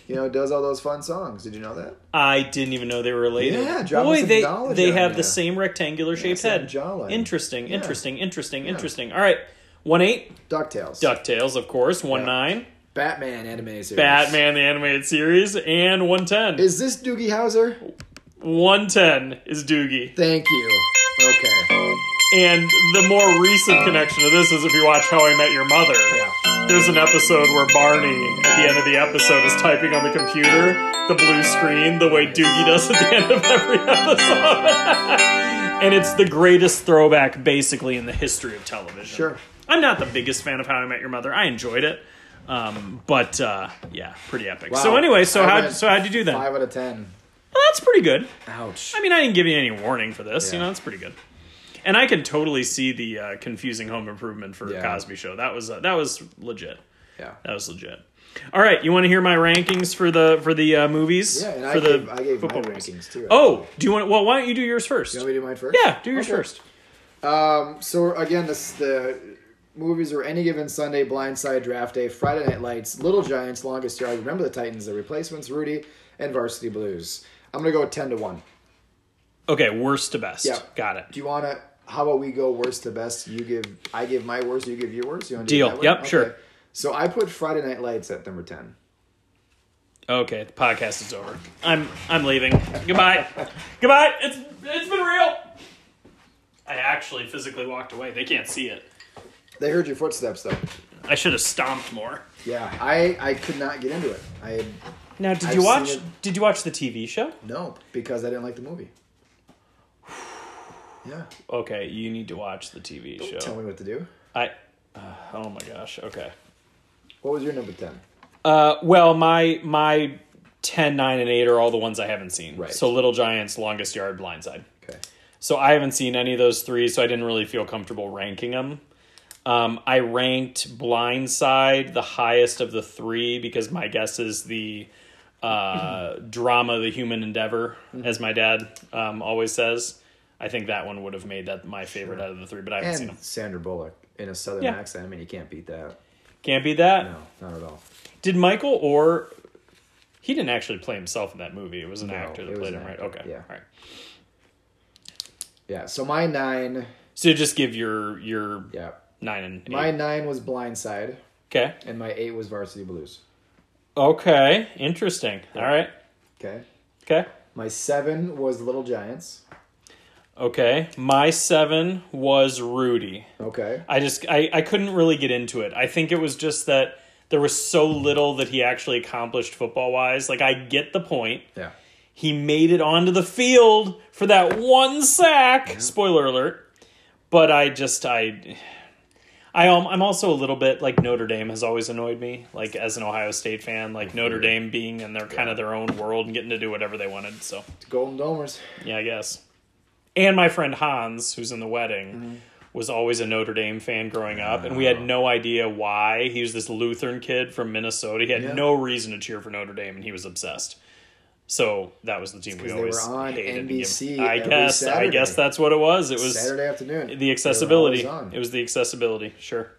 [SPEAKER 1] you know, does all those fun songs. Did you know that?
[SPEAKER 4] I didn't even know they were related.
[SPEAKER 1] Yeah, drop us
[SPEAKER 4] boy,
[SPEAKER 1] some
[SPEAKER 4] they
[SPEAKER 1] knowledge
[SPEAKER 4] they
[SPEAKER 1] on
[SPEAKER 4] have
[SPEAKER 1] ya.
[SPEAKER 4] the same rectangular shaped
[SPEAKER 1] same
[SPEAKER 4] head.
[SPEAKER 1] jawline.
[SPEAKER 4] Interesting,
[SPEAKER 1] Yeah.
[SPEAKER 4] interesting, interesting, interesting. All right, one eight
[SPEAKER 1] DuckTales.
[SPEAKER 4] Ducktales, of course. One nine
[SPEAKER 1] Batman animated series.
[SPEAKER 4] Batman the animated series, and one ten.
[SPEAKER 1] Is this Doogie Howser?
[SPEAKER 4] One ten is Doogie,
[SPEAKER 1] Thank you. Okay.
[SPEAKER 4] and the more recent connection to this is if you watch How I Met Your Mother.
[SPEAKER 1] Uh, Yeah.
[SPEAKER 4] There's an episode where Barney, at the end of the episode, is typing on the computer, the blue screen, the way Doogie does at the end of every episode. and it's the greatest throwback, basically, in the history of television.
[SPEAKER 1] Sure.
[SPEAKER 4] I'm not the biggest fan of How I Met Your Mother. I enjoyed it. Um, but uh, yeah, pretty epic.
[SPEAKER 1] Wow.
[SPEAKER 4] So anyway, so
[SPEAKER 1] I
[SPEAKER 4] how
[SPEAKER 1] went
[SPEAKER 4] so how'd you do then?
[SPEAKER 1] Five out of ten.
[SPEAKER 4] Well, that's pretty good.
[SPEAKER 1] Ouch.
[SPEAKER 4] I mean, I didn't give you any warning for this. You
[SPEAKER 1] Yeah.
[SPEAKER 4] know, that's pretty good. And I can totally see the uh, confusing home improvement for
[SPEAKER 1] Yeah.
[SPEAKER 4] Cosby Show. That was uh, that was legit.
[SPEAKER 1] Yeah.
[SPEAKER 4] That was legit. All right, you want to hear my rankings for the for the uh, movies?
[SPEAKER 1] Yeah, and
[SPEAKER 4] for
[SPEAKER 1] I
[SPEAKER 4] the
[SPEAKER 1] gave, I gave my
[SPEAKER 4] movies.
[SPEAKER 1] rankings too.
[SPEAKER 4] Oh, do you want? Well, why don't you do yours first?
[SPEAKER 1] You want me to do mine first?
[SPEAKER 4] yeah, do yours
[SPEAKER 1] Okay. Um,
[SPEAKER 4] first.
[SPEAKER 1] So again, this the movies were any given Sunday, Blindside, Draft Day, Friday Night Lights, Little Giants, Longest Yard, Remember the Titans, The Replacements, Rudy, and Varsity Blues. I'm gonna go ten to one.
[SPEAKER 4] Okay, worst to best.
[SPEAKER 1] Yeah.
[SPEAKER 4] got it.
[SPEAKER 1] Do you want to? How about we go worst to best? You give, I give my worst. You give your worst. You want to
[SPEAKER 4] Deal.
[SPEAKER 1] Do it that way?
[SPEAKER 4] Yep, sure.
[SPEAKER 1] So I put Friday Night Lights at number ten.
[SPEAKER 4] Okay, the podcast is over. I'm I'm leaving. Goodbye. Goodbye. It's it's been real. I actually physically walked away. They can't see it.
[SPEAKER 1] They heard your footsteps though.
[SPEAKER 4] I should have stomped more.
[SPEAKER 1] Yeah, I I could not get into it. I
[SPEAKER 4] Now, did
[SPEAKER 1] I've
[SPEAKER 4] you watch?
[SPEAKER 1] seen it.
[SPEAKER 4] Did you watch the TV show?
[SPEAKER 1] no because I didn't like the movie. Yeah.
[SPEAKER 4] Okay, you need to watch the TV show.
[SPEAKER 1] Tell me what to do.
[SPEAKER 4] I. Uh, oh my gosh. Okay.
[SPEAKER 1] What was your number ten?
[SPEAKER 4] Uh, well, my my 10, 9, and eight are all the ones I haven't seen.
[SPEAKER 1] Right.
[SPEAKER 4] So Little Giants, Longest Yard, Blindside.
[SPEAKER 1] Okay.
[SPEAKER 4] So I haven't seen any of those three, so I didn't really feel comfortable ranking them. Um, I ranked Blindside the highest of the three because my guess is the uh, drama, the human endeavor,
[SPEAKER 1] Mm-hmm.
[SPEAKER 4] as my dad um, always says. I think that one would have made that my favorite out of the three, but I haven't seen
[SPEAKER 1] And
[SPEAKER 4] them.
[SPEAKER 1] Sandra Bullock in a southern
[SPEAKER 4] Yeah.
[SPEAKER 1] accent. I mean, you can't beat that.
[SPEAKER 4] Can't be that.
[SPEAKER 1] No, not at all.
[SPEAKER 4] Did Michael or he didn't actually play himself in that movie? It was an
[SPEAKER 1] No,
[SPEAKER 4] actor that
[SPEAKER 1] it was
[SPEAKER 4] played
[SPEAKER 1] an
[SPEAKER 4] him, right?
[SPEAKER 1] actor,
[SPEAKER 4] Okay,
[SPEAKER 1] yeah.
[SPEAKER 4] all right.
[SPEAKER 1] Yeah. So my nine.
[SPEAKER 4] So just give your your
[SPEAKER 1] Yeah.
[SPEAKER 4] nine and eight.
[SPEAKER 1] My nine was Blindside,
[SPEAKER 4] Okay,
[SPEAKER 1] and my eight was Varsity Blues.
[SPEAKER 4] okay, interesting. All right,
[SPEAKER 1] Okay.
[SPEAKER 4] okay,
[SPEAKER 1] My seven was Little Giants.
[SPEAKER 4] okay. My seven was Rudy.
[SPEAKER 1] Okay.
[SPEAKER 4] I just I, I couldn't really get into it. I think it was just that there was so little that he actually accomplished football wise. Like I get the point.
[SPEAKER 1] Yeah.
[SPEAKER 4] he made it onto the field for that one sack. Spoiler alert. But I just I I um, I'm also a little bit like Notre Dame has always annoyed me, like as an Ohio State fan, like Notre Dame being in their kind of their own world and getting to do whatever they wanted. So
[SPEAKER 1] Golden Domers.
[SPEAKER 4] yeah, I guess. And my friend Hans, who's in the wedding,
[SPEAKER 1] Mm-hmm.
[SPEAKER 4] was always a Notre Dame fan growing up, and we had no idea why. He was this Lutheran kid from Minnesota. He had
[SPEAKER 1] Yeah.
[SPEAKER 4] no reason to cheer for Notre Dame, and he was obsessed. So that was the team we
[SPEAKER 1] they were
[SPEAKER 4] always
[SPEAKER 1] on
[SPEAKER 4] hated. to
[SPEAKER 1] NBC
[SPEAKER 4] give- I
[SPEAKER 1] every
[SPEAKER 4] guess. I
[SPEAKER 1] Saturday.
[SPEAKER 4] guess that's what it was. It was
[SPEAKER 1] Saturday afternoon. They
[SPEAKER 4] the
[SPEAKER 1] were
[SPEAKER 4] accessibility.
[SPEAKER 1] always on.
[SPEAKER 4] It was the accessibility. Sure.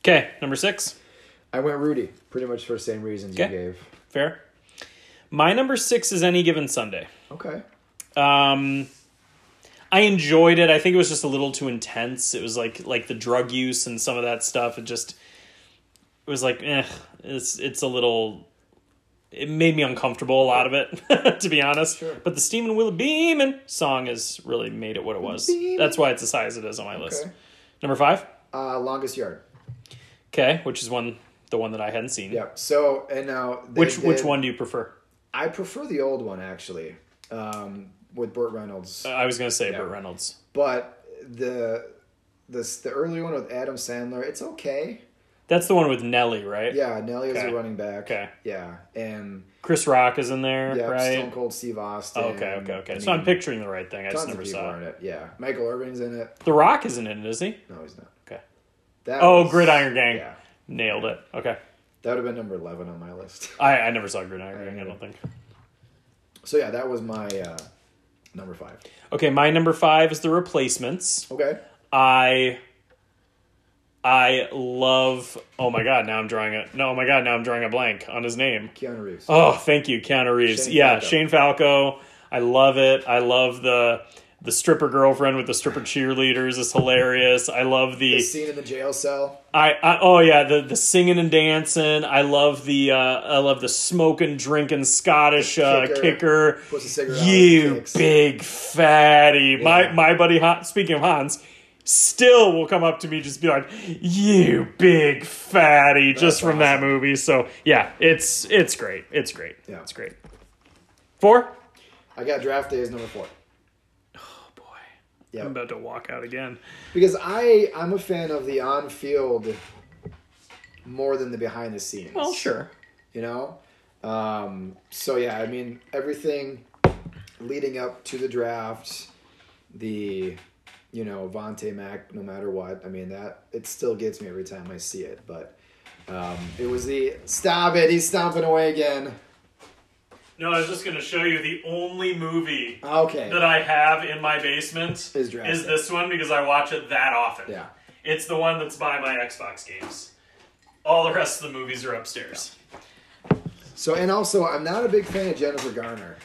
[SPEAKER 4] Okay, number six.
[SPEAKER 1] I went Rudy, pretty much for the same reasons
[SPEAKER 4] Okay.
[SPEAKER 1] you gave.
[SPEAKER 4] Fair. My number six is any given Sunday.
[SPEAKER 1] Okay.
[SPEAKER 4] Um, I enjoyed it. I think it was just a little too intense. It was like like the drug use and some of that stuff. It just it was like eh, it's it's a little. It made me uncomfortable a lot of it, to be honest. But the Steamin' Wheel Beamin' song has really made it what it was.
[SPEAKER 1] Beamin'.
[SPEAKER 4] That's why it's the size it is on my list.
[SPEAKER 1] Okay.
[SPEAKER 4] Number five,
[SPEAKER 1] Uh, longest yard.
[SPEAKER 4] okay, which is one the one that I hadn't seen.
[SPEAKER 1] Yep. So and now they
[SPEAKER 4] Which which
[SPEAKER 1] did-
[SPEAKER 4] one do you prefer?
[SPEAKER 1] I prefer the old one actually, um, with Burt Reynolds.
[SPEAKER 4] I was gonna say Burt Reynolds.
[SPEAKER 1] but the this the earlier one with Adam Sandler, it's okay.
[SPEAKER 4] That's the one with Nelly, right?
[SPEAKER 1] Yeah, Nelly was
[SPEAKER 4] Okay.
[SPEAKER 1] a running back.
[SPEAKER 4] Okay.
[SPEAKER 1] Yeah, and
[SPEAKER 4] Chris Rock is in there,
[SPEAKER 1] yeah,
[SPEAKER 4] right?
[SPEAKER 1] Stone Cold Steve Austin.
[SPEAKER 4] Okay, okay, okay.
[SPEAKER 1] I
[SPEAKER 4] so I'm
[SPEAKER 1] mean,
[SPEAKER 4] picturing the right thing. I just
[SPEAKER 1] Tons of
[SPEAKER 4] never
[SPEAKER 1] people
[SPEAKER 4] saw
[SPEAKER 1] are in
[SPEAKER 4] it.
[SPEAKER 1] it. Yeah, Michael Irvin's in it.
[SPEAKER 4] The Rock isn't in it, is he?
[SPEAKER 1] No, he's not.
[SPEAKER 4] Okay.
[SPEAKER 1] That
[SPEAKER 4] Oh,
[SPEAKER 1] was-
[SPEAKER 4] Gridiron Gang.
[SPEAKER 1] Yeah,
[SPEAKER 4] Nailed it. Okay.
[SPEAKER 1] that would have been number eleven on my list.
[SPEAKER 4] I, I never saw Gridiron Gang, I
[SPEAKER 1] neither.
[SPEAKER 4] don't think.
[SPEAKER 1] So yeah, that was my uh, number five.
[SPEAKER 4] Okay, my number five is The Replacements.
[SPEAKER 1] Okay.
[SPEAKER 4] I. I love. Oh my god! Now I'm drawing a. No, oh my god! Now I'm drawing a blank on his name.
[SPEAKER 1] Keanu Reeves.
[SPEAKER 4] Oh, thank you, Keanu Reeves.
[SPEAKER 1] Shane
[SPEAKER 4] yeah,
[SPEAKER 1] Falco.
[SPEAKER 4] Shane Falco. I love it. I love the the stripper girlfriend with the stripper cheerleaders. It's hilarious. I love
[SPEAKER 1] The scene in the jail cell.
[SPEAKER 4] I, I oh yeah the the singing and dancing I love the uh, I love the smoking drinking Scottish uh,
[SPEAKER 1] Kicker.
[SPEAKER 4] kicker
[SPEAKER 1] Puts a cigarette out and
[SPEAKER 4] you
[SPEAKER 1] kicks.
[SPEAKER 4] big fatty my
[SPEAKER 1] Yeah.
[SPEAKER 4] my buddy Han, speaking of Hans still will come up to me just be like you big fatty just from that movie so yeah it's it's great it's great
[SPEAKER 1] Yeah.
[SPEAKER 4] it's great four
[SPEAKER 1] I got draft day as number four.
[SPEAKER 4] boy
[SPEAKER 1] Yeah.
[SPEAKER 4] I'm about to walk out again
[SPEAKER 1] Because I I'm a fan of the on field more than the behind the scenes.
[SPEAKER 4] Well, sure.
[SPEAKER 1] You know? Um, so, yeah, I mean, everything leading up to the draft, the, you know, Vontae Mac, no matter what, I mean, that, it still gets me every time I see it. But um, it was the, stop it, he's stomping away again.
[SPEAKER 8] No, I was just gonna show you the only movie
[SPEAKER 1] Okay.
[SPEAKER 8] that I have in my basement
[SPEAKER 1] Is Jurassic.
[SPEAKER 8] this one because I watch it that often.
[SPEAKER 1] Yeah.
[SPEAKER 8] It's the one that's by my Xbox games. All the rest of the movies are upstairs.
[SPEAKER 1] So, and also, I'm not a big fan of Jennifer Garner.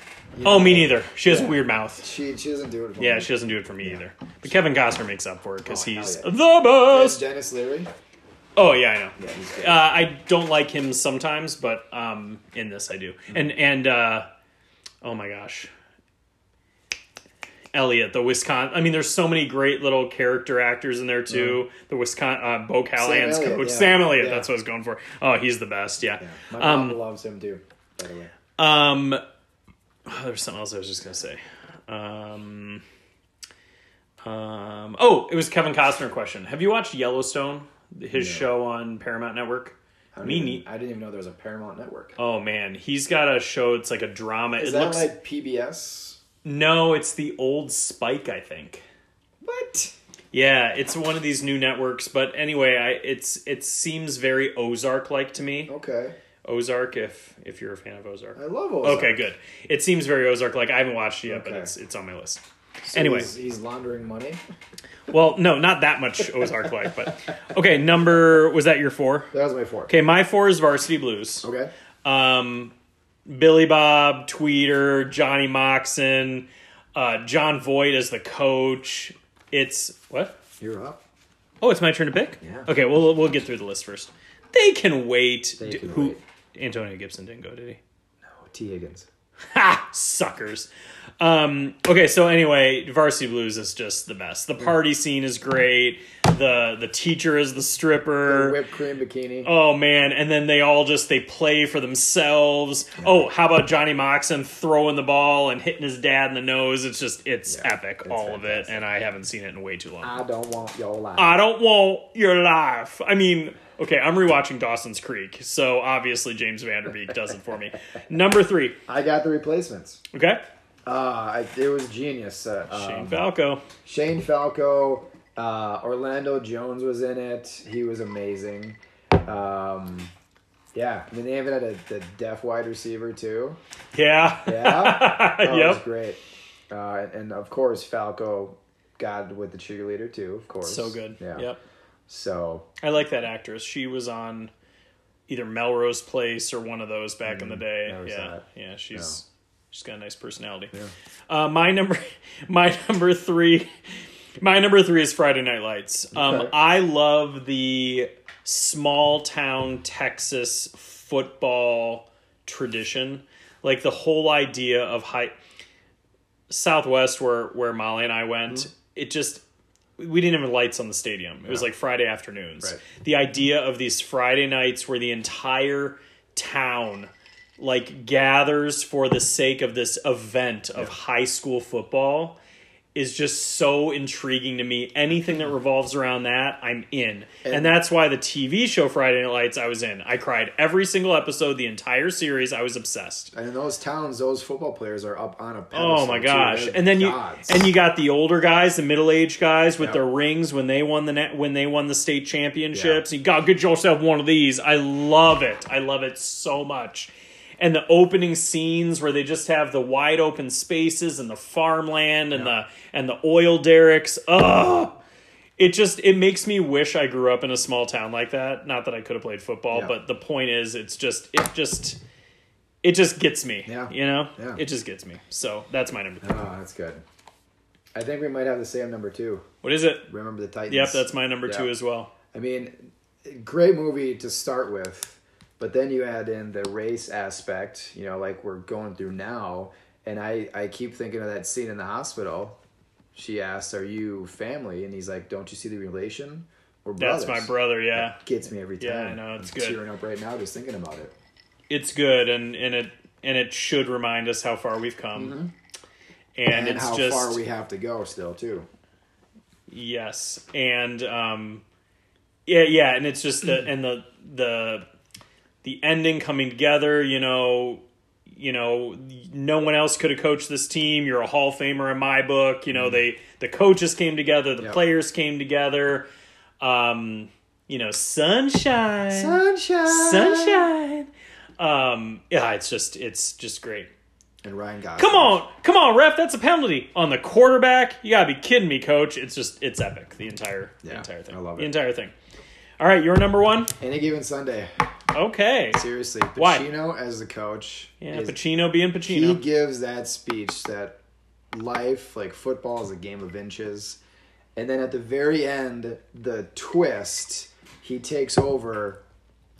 [SPEAKER 4] Oh, me neither. She has a weird mouth.
[SPEAKER 1] She, she doesn't do it for
[SPEAKER 4] Yeah,
[SPEAKER 1] me.
[SPEAKER 4] she doesn't do it for me either. But Kevin Costner makes up for it because
[SPEAKER 1] Oh, hell
[SPEAKER 4] he's
[SPEAKER 1] yeah.
[SPEAKER 4] the
[SPEAKER 1] That's
[SPEAKER 4] best.
[SPEAKER 1] Dennis Leary.
[SPEAKER 4] Oh yeah, I know.
[SPEAKER 1] Yeah, he's good.
[SPEAKER 4] Uh, I don't like him sometimes, but um, in this I do.
[SPEAKER 1] Mm-hmm.
[SPEAKER 4] And and uh, oh my gosh, Elliot, the Wisconsin. I mean, there's so many great little character actors in there too. The Wisconsin uh, Bo Callahan's
[SPEAKER 1] Elliott,
[SPEAKER 4] coach,
[SPEAKER 1] yeah.
[SPEAKER 4] Sam Elliott.
[SPEAKER 1] Yeah.
[SPEAKER 4] That's what I was going for. Oh, he's the best. Yeah.
[SPEAKER 1] Yeah. My mom
[SPEAKER 4] Um,
[SPEAKER 1] loves him too, by the way.
[SPEAKER 4] Um, oh, there's something else I was just gonna say. Um, um, oh, it was Kevin Costner question. Have you watched Yellowstone? His show on Paramount Network.
[SPEAKER 1] I don't
[SPEAKER 4] Me
[SPEAKER 1] even-
[SPEAKER 4] nei-
[SPEAKER 1] I didn't even know there was a Paramount Network.
[SPEAKER 4] Oh man, he's got a show. It's like a drama.
[SPEAKER 1] Is
[SPEAKER 4] it
[SPEAKER 1] that
[SPEAKER 4] looks
[SPEAKER 1] like PBS?
[SPEAKER 4] no, it's the old Spike, I think.
[SPEAKER 1] What?
[SPEAKER 4] Yeah, it's one of these new networks. But anyway, I it's it seems very Ozark like to me.
[SPEAKER 1] Okay.
[SPEAKER 4] Ozark, if if you're a fan of Ozark.
[SPEAKER 1] I love Ozark.
[SPEAKER 4] Okay, good. It seems very Ozark like. I haven't watched it yet, but
[SPEAKER 1] Okay.
[SPEAKER 4] it's it's on my list.
[SPEAKER 1] So
[SPEAKER 4] anyway,
[SPEAKER 1] He's, he's laundering money.
[SPEAKER 4] well, no, not that much Ozark like, but okay. Number was that your four?
[SPEAKER 1] That was my four.
[SPEAKER 4] Okay, my four is Varsity Blues.
[SPEAKER 1] Okay.
[SPEAKER 4] Um, Billy Bob, Tweeter, Johnny Moxon, uh, John Voight as the coach. It's what?
[SPEAKER 1] You're up.
[SPEAKER 4] Oh, it's my turn to pick.
[SPEAKER 1] Yeah.
[SPEAKER 4] Okay, we'll we'll get through the list first. They can wait.
[SPEAKER 1] They
[SPEAKER 4] D-
[SPEAKER 1] can
[SPEAKER 4] who?
[SPEAKER 1] wait.
[SPEAKER 4] Antonio Gibson didn't go, did he?
[SPEAKER 1] Oh, T. Higgins.
[SPEAKER 4] Ha! Suckers. Um, okay, so anyway, Varsity Blues is just the best. The party scene is great. The the teacher is the stripper.
[SPEAKER 1] Whipped cream bikini.
[SPEAKER 4] Er. Oh man, and then they all just they play for themselves. Oh, how about Johnny Moxon throwing the ball and hitting his dad in the nose? It's just it's epic, all of it, and I haven't seen it in way too long.
[SPEAKER 1] I don't want your life.
[SPEAKER 4] I don't want your life. I mean, okay, I'm rewatching Dawson's Creek, so obviously James Vanderbeek does it for me. Number three,
[SPEAKER 1] I got the replacements.
[SPEAKER 4] okay,
[SPEAKER 1] Uh, I, it was genius. Uh, um,
[SPEAKER 4] Shane Falco.
[SPEAKER 1] Shane Falco, uh, Orlando Jones was in it. He was amazing. Um, yeah, I mean, they even had a the deaf wide receiver too.
[SPEAKER 4] Yeah,
[SPEAKER 1] Yeah, oh, it was
[SPEAKER 4] yep.
[SPEAKER 1] great. Uh, and, and of course, Falco got with the cheerleader too. Of course,
[SPEAKER 4] So good.
[SPEAKER 1] Yeah.
[SPEAKER 4] Yep.
[SPEAKER 1] So
[SPEAKER 4] I like that actress. She was on either Melrose Place or one of those back in the day.
[SPEAKER 1] never
[SPEAKER 4] yeah.
[SPEAKER 1] saw it.
[SPEAKER 4] Yeah, she's she's got a nice personality. Uh, my number my number 3 my number 3 is Friday Night Lights. Um
[SPEAKER 1] Okay.
[SPEAKER 4] I love the small town Texas football tradition. Like the whole idea of high Southwest where where Molly and I went,
[SPEAKER 1] Mm-hmm.
[SPEAKER 4] it just we didn't have lights on the stadium. It was like Friday afternoons.
[SPEAKER 1] Right.
[SPEAKER 4] The idea of these Friday nights where the entire town like gathers for the sake of this event of high school football is just so intriguing to me. Anything that revolves around that, I'm in. And, that's why the TV show Friday Night Lights I was in. I cried every single episode, the entire series. I was obsessed.
[SPEAKER 1] and in those towns, those football players are up on a pedestal.
[SPEAKER 4] Oh my
[SPEAKER 1] too.
[SPEAKER 4] gosh!
[SPEAKER 1] They're
[SPEAKER 4] And then you
[SPEAKER 1] gods.
[SPEAKER 4] and you got the older guys, the middle aged guys with
[SPEAKER 1] Yep.
[SPEAKER 4] their rings when they won the net when they won the state championships. You got to get yourself one of these. I love it. I love it so much. And the opening scenes where they just have the wide open spaces and the farmland and the and the oil derricks. Ugh. It just it makes me wish I grew up in a small town like that. Not that I could have played football,
[SPEAKER 1] Yeah.
[SPEAKER 4] but the point is, it's just it just it just gets me.
[SPEAKER 1] Yeah.
[SPEAKER 4] You know?
[SPEAKER 1] Yeah.
[SPEAKER 4] It just gets me. So that's my number three.
[SPEAKER 1] Oh, that's good. I think we might have the same number two.
[SPEAKER 4] What is it?
[SPEAKER 1] Remember the Titans.
[SPEAKER 4] Yep, that's my number two
[SPEAKER 1] Yeah.
[SPEAKER 4] as well.
[SPEAKER 1] I mean, great movie to start with, but then you add in the race aspect, you know, like we're going through now. And I, I keep thinking of that scene in the hospital. She asks, Are you family? And he's like, Don't you see the relation? We're brothers.
[SPEAKER 4] That's my brother, yeah.
[SPEAKER 1] Gets me every time.
[SPEAKER 4] Yeah, I know, it's
[SPEAKER 1] I'm
[SPEAKER 4] good.
[SPEAKER 1] tearing up right now just thinking about it.
[SPEAKER 4] It's good and, and it and it should remind us how far we've come. And,
[SPEAKER 1] Mm-hmm. And,
[SPEAKER 4] it's
[SPEAKER 1] how
[SPEAKER 4] just
[SPEAKER 1] far we have to go still, too.
[SPEAKER 4] yes. And um Yeah, yeah, and it's just the and the the the ending coming together. You know, you know, no one else could have coached this team. You're a Hall of Famer in my book. You know, they the coaches came together, the
[SPEAKER 1] Mm-hmm. Yep.
[SPEAKER 4] players came together. Um, you know, sunshine,
[SPEAKER 1] Sunshine.
[SPEAKER 4] sunshine. Um, yeah, it's just it's just great.
[SPEAKER 1] And Ryan Gosling.
[SPEAKER 4] Come on, come on, ref! That's a penalty on the quarterback. You gotta be kidding me, coach. It's just it's epic. The entire the
[SPEAKER 1] Yeah,
[SPEAKER 4] entire thing.
[SPEAKER 1] I love
[SPEAKER 4] The
[SPEAKER 1] it.
[SPEAKER 4] entire thing. All right, you're number one.
[SPEAKER 1] Any given Sunday.
[SPEAKER 4] Okay.
[SPEAKER 1] Seriously.
[SPEAKER 4] Why?
[SPEAKER 1] Pacino as the coach.
[SPEAKER 4] Yeah,
[SPEAKER 1] is-
[SPEAKER 4] Pacino being
[SPEAKER 1] he
[SPEAKER 4] Pacino.
[SPEAKER 1] gives that speech that life, like football, is a game of inches. And then at the very end, the twist, he takes over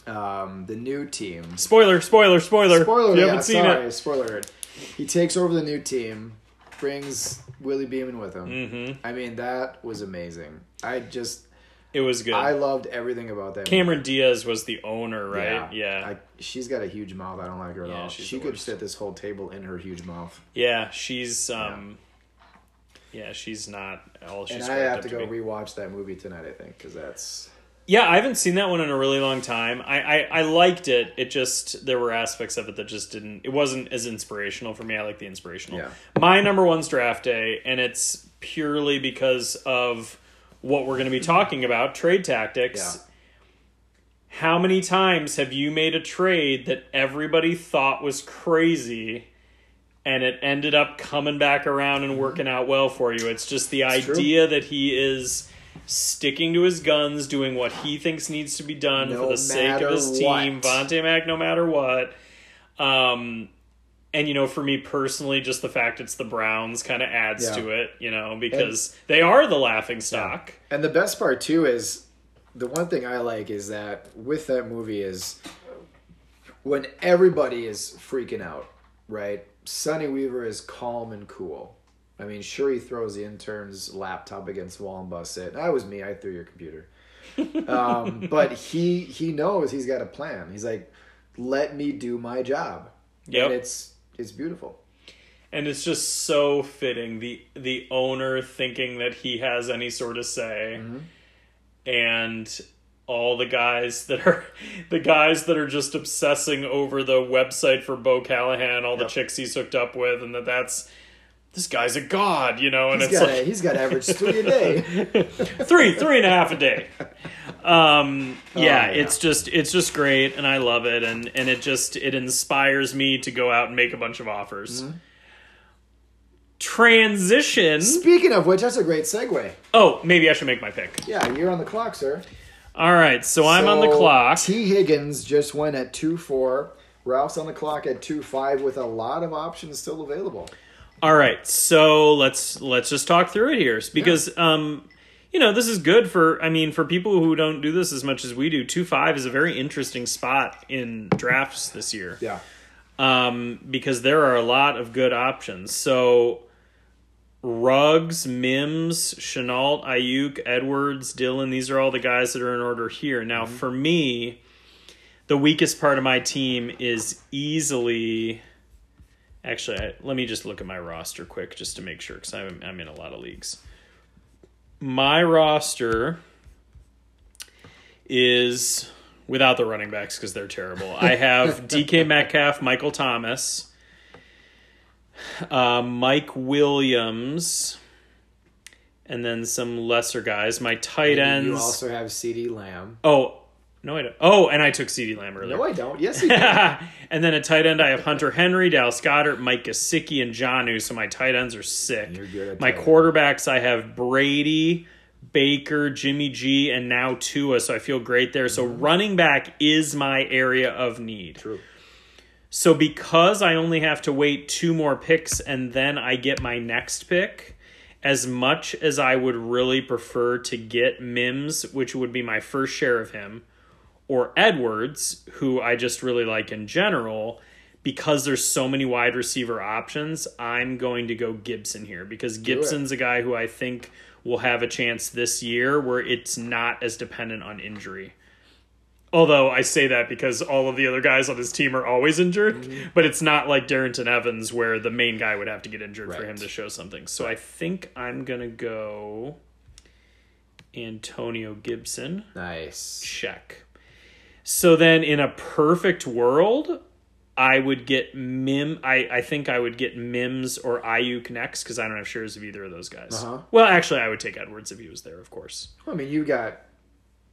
[SPEAKER 1] um, the new team.
[SPEAKER 4] Spoiler, spoiler, spoiler.
[SPEAKER 1] Spoiler
[SPEAKER 4] If you
[SPEAKER 1] alert.
[SPEAKER 4] haven't
[SPEAKER 1] Yeah,
[SPEAKER 4] seen
[SPEAKER 1] sorry,
[SPEAKER 4] it.
[SPEAKER 1] spoiler alert. He takes over the new team, brings Willie Beeman with him.
[SPEAKER 4] Mm-hmm.
[SPEAKER 1] I mean, that was amazing. I just,
[SPEAKER 4] It was good.
[SPEAKER 1] I loved everything about that.
[SPEAKER 4] Cameron Diaz was the owner,
[SPEAKER 1] movie.
[SPEAKER 4] right? Yeah. Yeah,
[SPEAKER 1] I, she's got a huge mouth. I don't like her at
[SPEAKER 4] Yeah,
[SPEAKER 1] all.
[SPEAKER 4] she's
[SPEAKER 1] She
[SPEAKER 4] the
[SPEAKER 1] could
[SPEAKER 4] worst.
[SPEAKER 1] fit this whole table in her huge mouth.
[SPEAKER 4] she's um yeah. she's not all she's
[SPEAKER 1] and I
[SPEAKER 4] cracked
[SPEAKER 1] have
[SPEAKER 4] up
[SPEAKER 1] to go
[SPEAKER 4] be.
[SPEAKER 1] rewatch that movie tonight, I think, because that's
[SPEAKER 4] Yeah, I haven't seen that one in a really long time. I, I, I liked it. It just there were aspects of it that just didn't. It wasn't as inspirational for me. I like the inspirational.
[SPEAKER 1] Yeah.
[SPEAKER 4] My number one's draft day, and it's purely because of what we're going to be talking about trade tactics.
[SPEAKER 1] Yeah.
[SPEAKER 4] How many times have you made a trade that everybody thought was crazy? And it ended up coming back around and working out well for you. It's just the
[SPEAKER 1] true.
[SPEAKER 4] idea that he is sticking to his guns, doing what he thinks needs to be done
[SPEAKER 1] No
[SPEAKER 4] for the sake of
[SPEAKER 1] matter
[SPEAKER 4] his team,
[SPEAKER 1] what.
[SPEAKER 4] Vontae Mack, no matter what. Um, and you know, for me personally, just the fact it's the Browns kind of adds
[SPEAKER 1] Yeah.
[SPEAKER 4] to it, you know, because they are the laughing stock.
[SPEAKER 1] And the best part too is the one thing I like is that with that movie is when everybody is freaking out, right? Sonny Weaver is calm and cool. I mean, sure he throws the intern's laptop against the wall and busts it. That was me. I threw your computer. Um, but he he knows he's got a plan. He's like, let me do my job.
[SPEAKER 4] Yep.
[SPEAKER 1] And it's it's beautiful.
[SPEAKER 4] and it's just so fitting the the owner thinking that he has any sort of say and all the guys that are the guys that are just obsessing over the website for Bo Callahan, all the chicks he's hooked up with, and that that's this guy's a god, you know, and
[SPEAKER 1] He's
[SPEAKER 4] it's
[SPEAKER 1] got
[SPEAKER 4] like
[SPEAKER 1] a, he's got average three a day.
[SPEAKER 4] three three and a half a day um yeah,
[SPEAKER 1] Oh, yeah.
[SPEAKER 4] it's just it's just great and i love it and and it just it inspires me to go out and make a bunch of offers
[SPEAKER 1] Mm-hmm.
[SPEAKER 4] transition
[SPEAKER 1] Speaking of which, that's a great segue.
[SPEAKER 4] oh maybe i should make my pick
[SPEAKER 1] Yeah, you're on the clock, sir.
[SPEAKER 4] all right so i'm on the
[SPEAKER 1] So,
[SPEAKER 4] clock
[SPEAKER 1] T. Higgins just went at 2 4. Ralph's on the clock at 2 5 with a lot of options still available.
[SPEAKER 4] all right so let's let's just talk through it here because um you know this is good for i mean for people who don't do this as much as we do 2-5 is a very interesting spot in drafts this year
[SPEAKER 1] Yeah.
[SPEAKER 4] um, because there are a lot of good options. So Ruggs, Mims, Chenault, Ayuk, Edwards, Dylan, these are all the guys that are in order here. Now, for me, the weakest part of my team is easily. Actually, I, let me just look at my roster quick just to make sure because I'm, I'm in a lot of leagues. My roster is without the running backs because they're terrible. I have DK Metcalf, Michael Thomas, uh, Mike Williams, and then some lesser guys. My tight ends.
[SPEAKER 1] You also have CD Lamb.
[SPEAKER 4] oh, no, I don't. Oh, and I took CD Lamb earlier.
[SPEAKER 1] No, I don't. Yes, he did.
[SPEAKER 4] and then at tight end, I have Hunter Henry, Dallas Goddard, Mike Gesicki, and Janu. So my tight ends are sick.
[SPEAKER 1] You're good at
[SPEAKER 4] my
[SPEAKER 1] tight end.
[SPEAKER 4] quarterbacks, I have Brady, Baker, Jimmy G, and now Tua. So I feel great there. So running back is my area of need.
[SPEAKER 1] Mm-hmm. True.
[SPEAKER 4] So because I only have to wait two more picks and then I get my next pick, as much as I would really prefer to get Mims, which would be my first share of him, or Edwards, who I just really like in general, because there's so many wide receiver options, I'm going to go Gibson here because Gibson's a guy who I think will have a chance this year where it's not as dependent on injury. Although I say that because all of the other guys on his team are always injured, but it's not like Darrington Evans where the main guy would have to get injured for
[SPEAKER 1] Right.
[SPEAKER 4] him to show something. So I think I'm going to go Antonio Gibson.
[SPEAKER 1] Nice.
[SPEAKER 4] Check. So then in a perfect world, I would get Mim I, I think I would get Mims or Ayuk next because I don't have shares of either of those guys.
[SPEAKER 1] Uh-huh.
[SPEAKER 4] Well, actually I would take Edwards if he was there, of course.
[SPEAKER 1] I mean, you got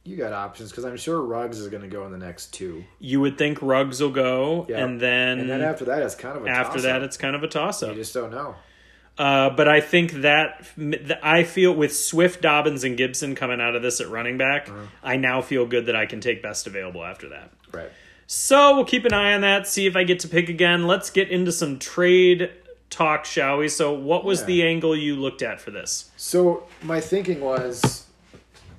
[SPEAKER 1] you got options because I'm sure Ruggs is going to go in the next two,
[SPEAKER 4] You would think Ruggs will go
[SPEAKER 1] Yeah.
[SPEAKER 4] and then,
[SPEAKER 1] and then after that, it's kind of a
[SPEAKER 4] Mm. after
[SPEAKER 1] toss-up.
[SPEAKER 4] that it's kind of a toss up.
[SPEAKER 1] you just don't know.
[SPEAKER 4] Uh, but I think that I feel with Swift, Dobbins, and Gibson coming out of this at running back,
[SPEAKER 1] Uh-huh.
[SPEAKER 4] I now feel good that I can take best available after that.
[SPEAKER 1] Right.
[SPEAKER 4] So we'll keep an eye on that, see if I get to pick again. Let's get into some trade talk, shall we? So, what was
[SPEAKER 1] Yeah.
[SPEAKER 4] the angle you looked at for this?
[SPEAKER 1] So my thinking was,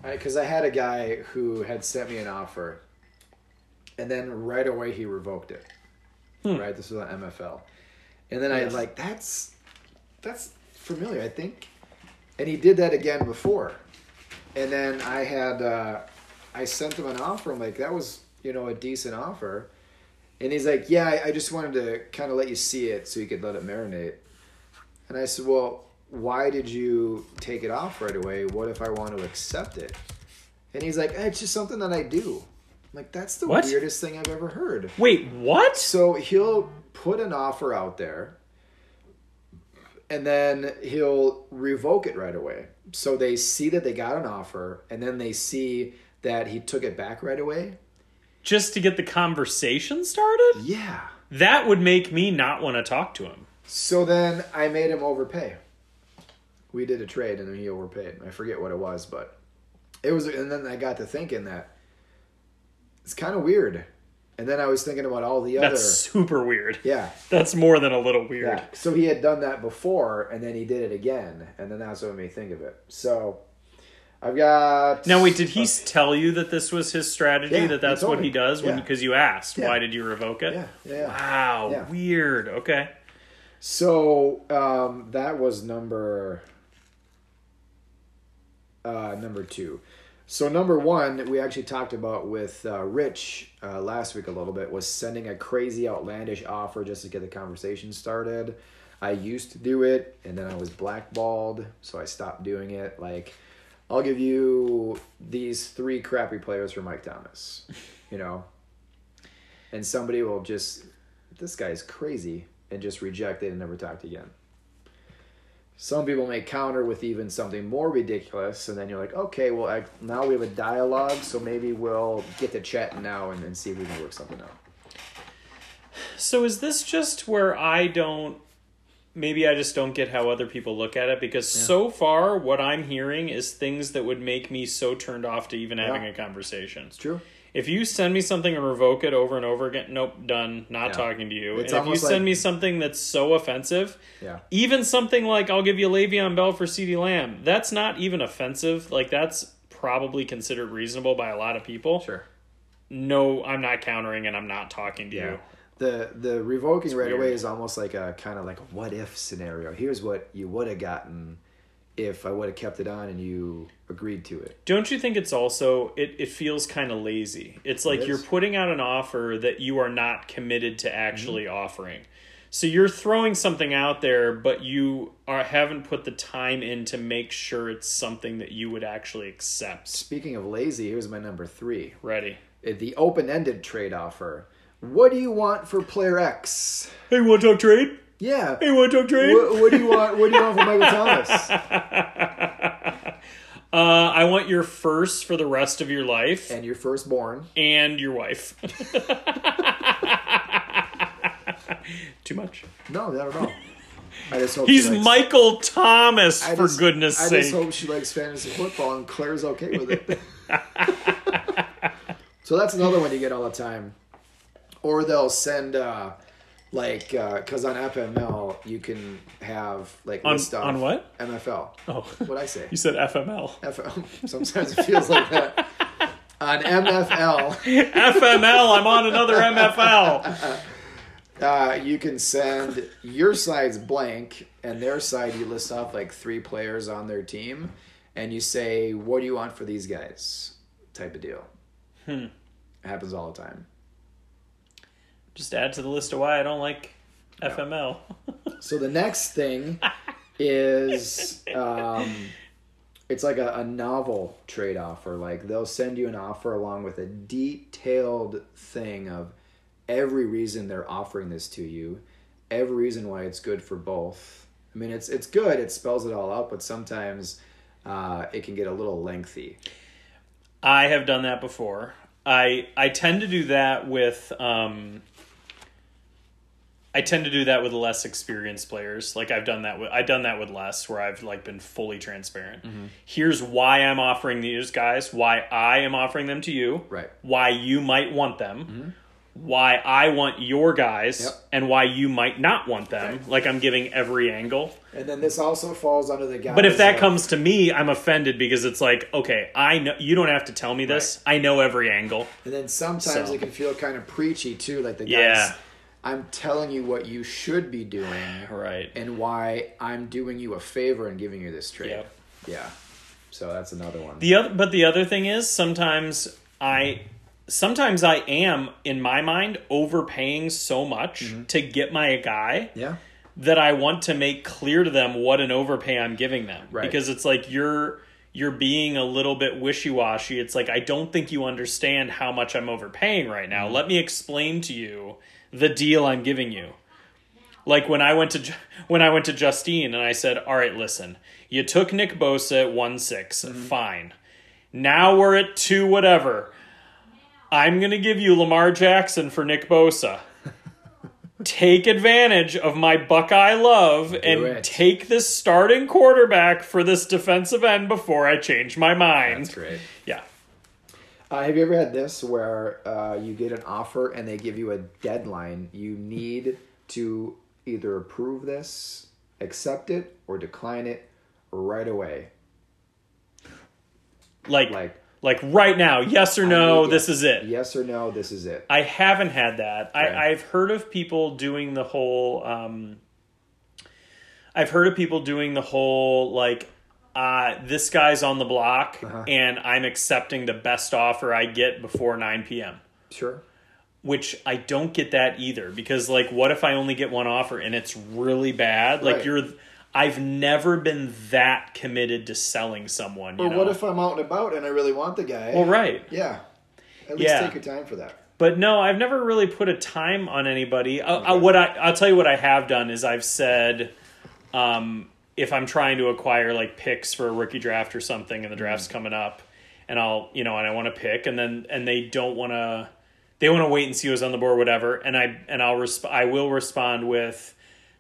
[SPEAKER 1] because I, had a guy who had sent me an offer, and then right away he revoked it. Right, this was on MFL, and then I like that's that's familiar, I think, and he did that again before, and then I had uh, I sent him an offer. I'm like that was you know a decent offer, and he's like, yeah, I, I just wanted to kind of let you see it so you could let it marinate. And I said, Well, why did you take it off right away? What if I want to accept it? And he's like, eh, It's just something that I do. I'm like, that's the
[SPEAKER 4] What?
[SPEAKER 1] weirdest thing I've ever heard.
[SPEAKER 4] Wait, what?
[SPEAKER 1] So he'll put an offer out there and then he'll revoke it right away. So they see that they got an offer and then they see that he took it back right away.
[SPEAKER 4] Just to get the conversation started?
[SPEAKER 1] Yeah.
[SPEAKER 4] That would make me not want to talk to him.
[SPEAKER 1] So then I made him overpay. We did a trade and then he overpaid. I forget what it was, but it was and then I got to thinking that it's kind of weird. And then I was thinking about all the
[SPEAKER 4] That's
[SPEAKER 1] other
[SPEAKER 4] super weird.
[SPEAKER 1] yeah,
[SPEAKER 4] That's more than a little weird.
[SPEAKER 1] yeah. So he had done that before and then he did it again and then that's what made me think of it. So I've got Oh,
[SPEAKER 4] Now, wait, did he tell you that this was his strategy?
[SPEAKER 1] Yeah, he
[SPEAKER 4] that that's
[SPEAKER 1] told
[SPEAKER 4] what
[SPEAKER 1] me.
[SPEAKER 4] he does when
[SPEAKER 1] Yeah.
[SPEAKER 4] because you asked
[SPEAKER 1] Yeah.
[SPEAKER 4] why did you revoke it?
[SPEAKER 1] Yeah, yeah, yeah.
[SPEAKER 4] Wow,
[SPEAKER 1] Yeah.
[SPEAKER 4] weird. Okay,
[SPEAKER 1] So um, that was number uh, number two. So number one, that we actually talked about with uh, Rich uh, last week a little bit was sending a crazy, outlandish offer just to get the conversation started. I used to do it, and then I was blackballed, so I stopped doing it. Like, I'll give you these three crappy players for Mike Thomas, you know, and somebody will just this guy's crazy and just reject it and never talked again. Some people may counter with even something more ridiculous, and then you're like, okay, well, I, now we have a dialogue, so maybe we'll get to chatting now and, and see if we can work something out.
[SPEAKER 4] so is this just where I don't? Maybe I just don't get how other people look at it because so far what I'm hearing is things that would make me so turned off to even having
[SPEAKER 1] Yeah.
[SPEAKER 4] a conversation.
[SPEAKER 1] True?
[SPEAKER 4] If you send me something and revoke it over and over again, nope, done, not
[SPEAKER 1] Yeah.
[SPEAKER 4] talking to you.
[SPEAKER 1] It's
[SPEAKER 4] and if you
[SPEAKER 1] almost
[SPEAKER 4] send
[SPEAKER 1] like-
[SPEAKER 4] me something that's so offensive,
[SPEAKER 1] Yeah.
[SPEAKER 4] even something like I'll give you Le'Veon Bell for CeeDee Lamb, that's not even offensive. Like that's probably considered reasonable by a lot of people.
[SPEAKER 1] Sure.
[SPEAKER 4] No, I'm not countering and I'm not talking to you.
[SPEAKER 1] The the revoking right
[SPEAKER 4] weird.
[SPEAKER 1] away is almost like a kind of like a what if scenario. Here's what you would have gotten if I would have kept it on and you agreed to it.
[SPEAKER 4] Don't you think it's also it, it feels kind of lazy. It's like
[SPEAKER 1] is.
[SPEAKER 4] you're putting out an offer that you are not committed to actually offering. So you're throwing something out there but you are haven't put the time in to make sure it's something that you would actually accept.
[SPEAKER 1] Speaking of lazy, here's my number three.
[SPEAKER 4] Ready?
[SPEAKER 1] the open-ended trade offer. What do you want for player X?
[SPEAKER 4] Hey, want to talk trade?
[SPEAKER 1] Yeah.
[SPEAKER 4] Hey, want to talk trade?
[SPEAKER 1] What, what do you want? What do you want for Michael Thomas?
[SPEAKER 4] Uh, I want your first for the rest of your life
[SPEAKER 1] And your firstborn.
[SPEAKER 4] and your wife. Too much.
[SPEAKER 1] No, not at all. I just hope
[SPEAKER 4] He's
[SPEAKER 1] she likes,
[SPEAKER 4] Michael Thomas,
[SPEAKER 1] I
[SPEAKER 4] for
[SPEAKER 1] just-
[SPEAKER 4] goodness
[SPEAKER 1] I
[SPEAKER 4] sake.
[SPEAKER 1] just hope she likes fantasy football and Claire's okay with it. so that's another one you get all the time. Or they'll send uh, like because on FML you can have like
[SPEAKER 4] On-
[SPEAKER 1] list of
[SPEAKER 4] on what?
[SPEAKER 1] MFL.
[SPEAKER 4] oh,
[SPEAKER 1] What I say?
[SPEAKER 4] you said FML.
[SPEAKER 1] FM. Sometimes it feels like that. On MFL,
[SPEAKER 4] FML, I'm on another MFL.
[SPEAKER 1] uh, you can send your side's blank, and their side you list off like three players on their team, and you say, "What do you want for these guys?" Type of deal. It happens all the time.
[SPEAKER 4] Just add to the list of why I don't like FML.
[SPEAKER 1] So the next thing is um, it's like a, a novel trade offer. Like they'll send you an offer along with a detailed thing of every reason they're offering this to you, every reason why it's good for both. I mean, it's it's good. It spells it all out, but sometimes uh, it can get a little lengthy.
[SPEAKER 4] I have done that before. I I tend to do that with um I tend to do that with less experienced players. Like I've done that with I've done that with less where I've like been fully transparent.
[SPEAKER 1] Mm-hmm.
[SPEAKER 4] Here's why I'm offering these guys, why I am offering them to you,
[SPEAKER 1] Right. Mm-hmm.
[SPEAKER 4] why you might want them. Why I want your guys
[SPEAKER 1] Yep.
[SPEAKER 4] and why you might not want them. Like I'm giving every angle.
[SPEAKER 1] And then this also falls under the guise.
[SPEAKER 4] But if that
[SPEAKER 1] of-
[SPEAKER 4] comes to me, I'm offended because it's like, okay, I know you don't have to tell me this. I know every angle.
[SPEAKER 1] And then sometimes
[SPEAKER 4] So.
[SPEAKER 1] it can feel kind of preachy too, like the guys.
[SPEAKER 4] Yeah.
[SPEAKER 1] I'm telling you what you should be doing,
[SPEAKER 4] Right.
[SPEAKER 1] and why I'm doing you a favor and giving you this trade.
[SPEAKER 4] Yep.
[SPEAKER 1] Yeah. So that's another one.
[SPEAKER 4] The other, but the other thing is sometimes I, sometimes I am in my mind overpaying so much to get my guy
[SPEAKER 1] yeah.
[SPEAKER 4] that I want to make clear to them what an overpay I'm giving them
[SPEAKER 1] Right.
[SPEAKER 4] because it's like you're you're being a little bit wishy-washy. It's like I don't think you understand how much I'm overpaying right now. Let me explain to you the deal I'm giving you. Like when I went to Ju- when I went to Justine and I said, "All right, listen. You took Nick Bosa at 1-6. Fine. Now we're at 2 whatever. I'm going to give you Lamar Jackson for Nick Bosa." take advantage of my Buckeye love and
[SPEAKER 1] it.
[SPEAKER 4] take this starting quarterback for this defensive end before I change my mind.
[SPEAKER 1] That's great.
[SPEAKER 4] Yeah.
[SPEAKER 1] Uh, have you ever had this where uh, you get an offer and they give you a deadline? You need to either approve this, accept it, or decline it right away.
[SPEAKER 4] Like, like
[SPEAKER 1] Like-
[SPEAKER 4] right now, yes or
[SPEAKER 1] I
[SPEAKER 4] no,
[SPEAKER 1] need-
[SPEAKER 4] this is it. Uh,
[SPEAKER 1] Yes or no, this is it.
[SPEAKER 4] I haven't had that.
[SPEAKER 1] Right.
[SPEAKER 4] I, I've heard of people doing the whole. Um, I've heard of people doing the whole like, uh, this guy's on the block
[SPEAKER 1] Uh-huh.
[SPEAKER 4] and I'm accepting the best offer I get before 9 p.m.
[SPEAKER 1] Sure.
[SPEAKER 4] which I don't get that either because like what if I only get one offer and it's really bad? Like
[SPEAKER 1] Right.
[SPEAKER 4] you're I've never been that committed to selling someone, you
[SPEAKER 1] But
[SPEAKER 4] know.
[SPEAKER 1] what if I'm out and about and I really want the guy?
[SPEAKER 4] well, right.
[SPEAKER 1] Yeah. At least
[SPEAKER 4] Yeah.
[SPEAKER 1] take your time for that.
[SPEAKER 4] But no, I've never really put a time on anybody. Uh, uh, what I, I'll tell you what I have done is I've said, um, if I'm trying to acquire like picks for a rookie draft or something, and the draft's coming up, and I'll you know, and I want to pick, and then and they don't want to, they want to wait and see who's on the board, whatever, and I and I'll resp- I will respond with,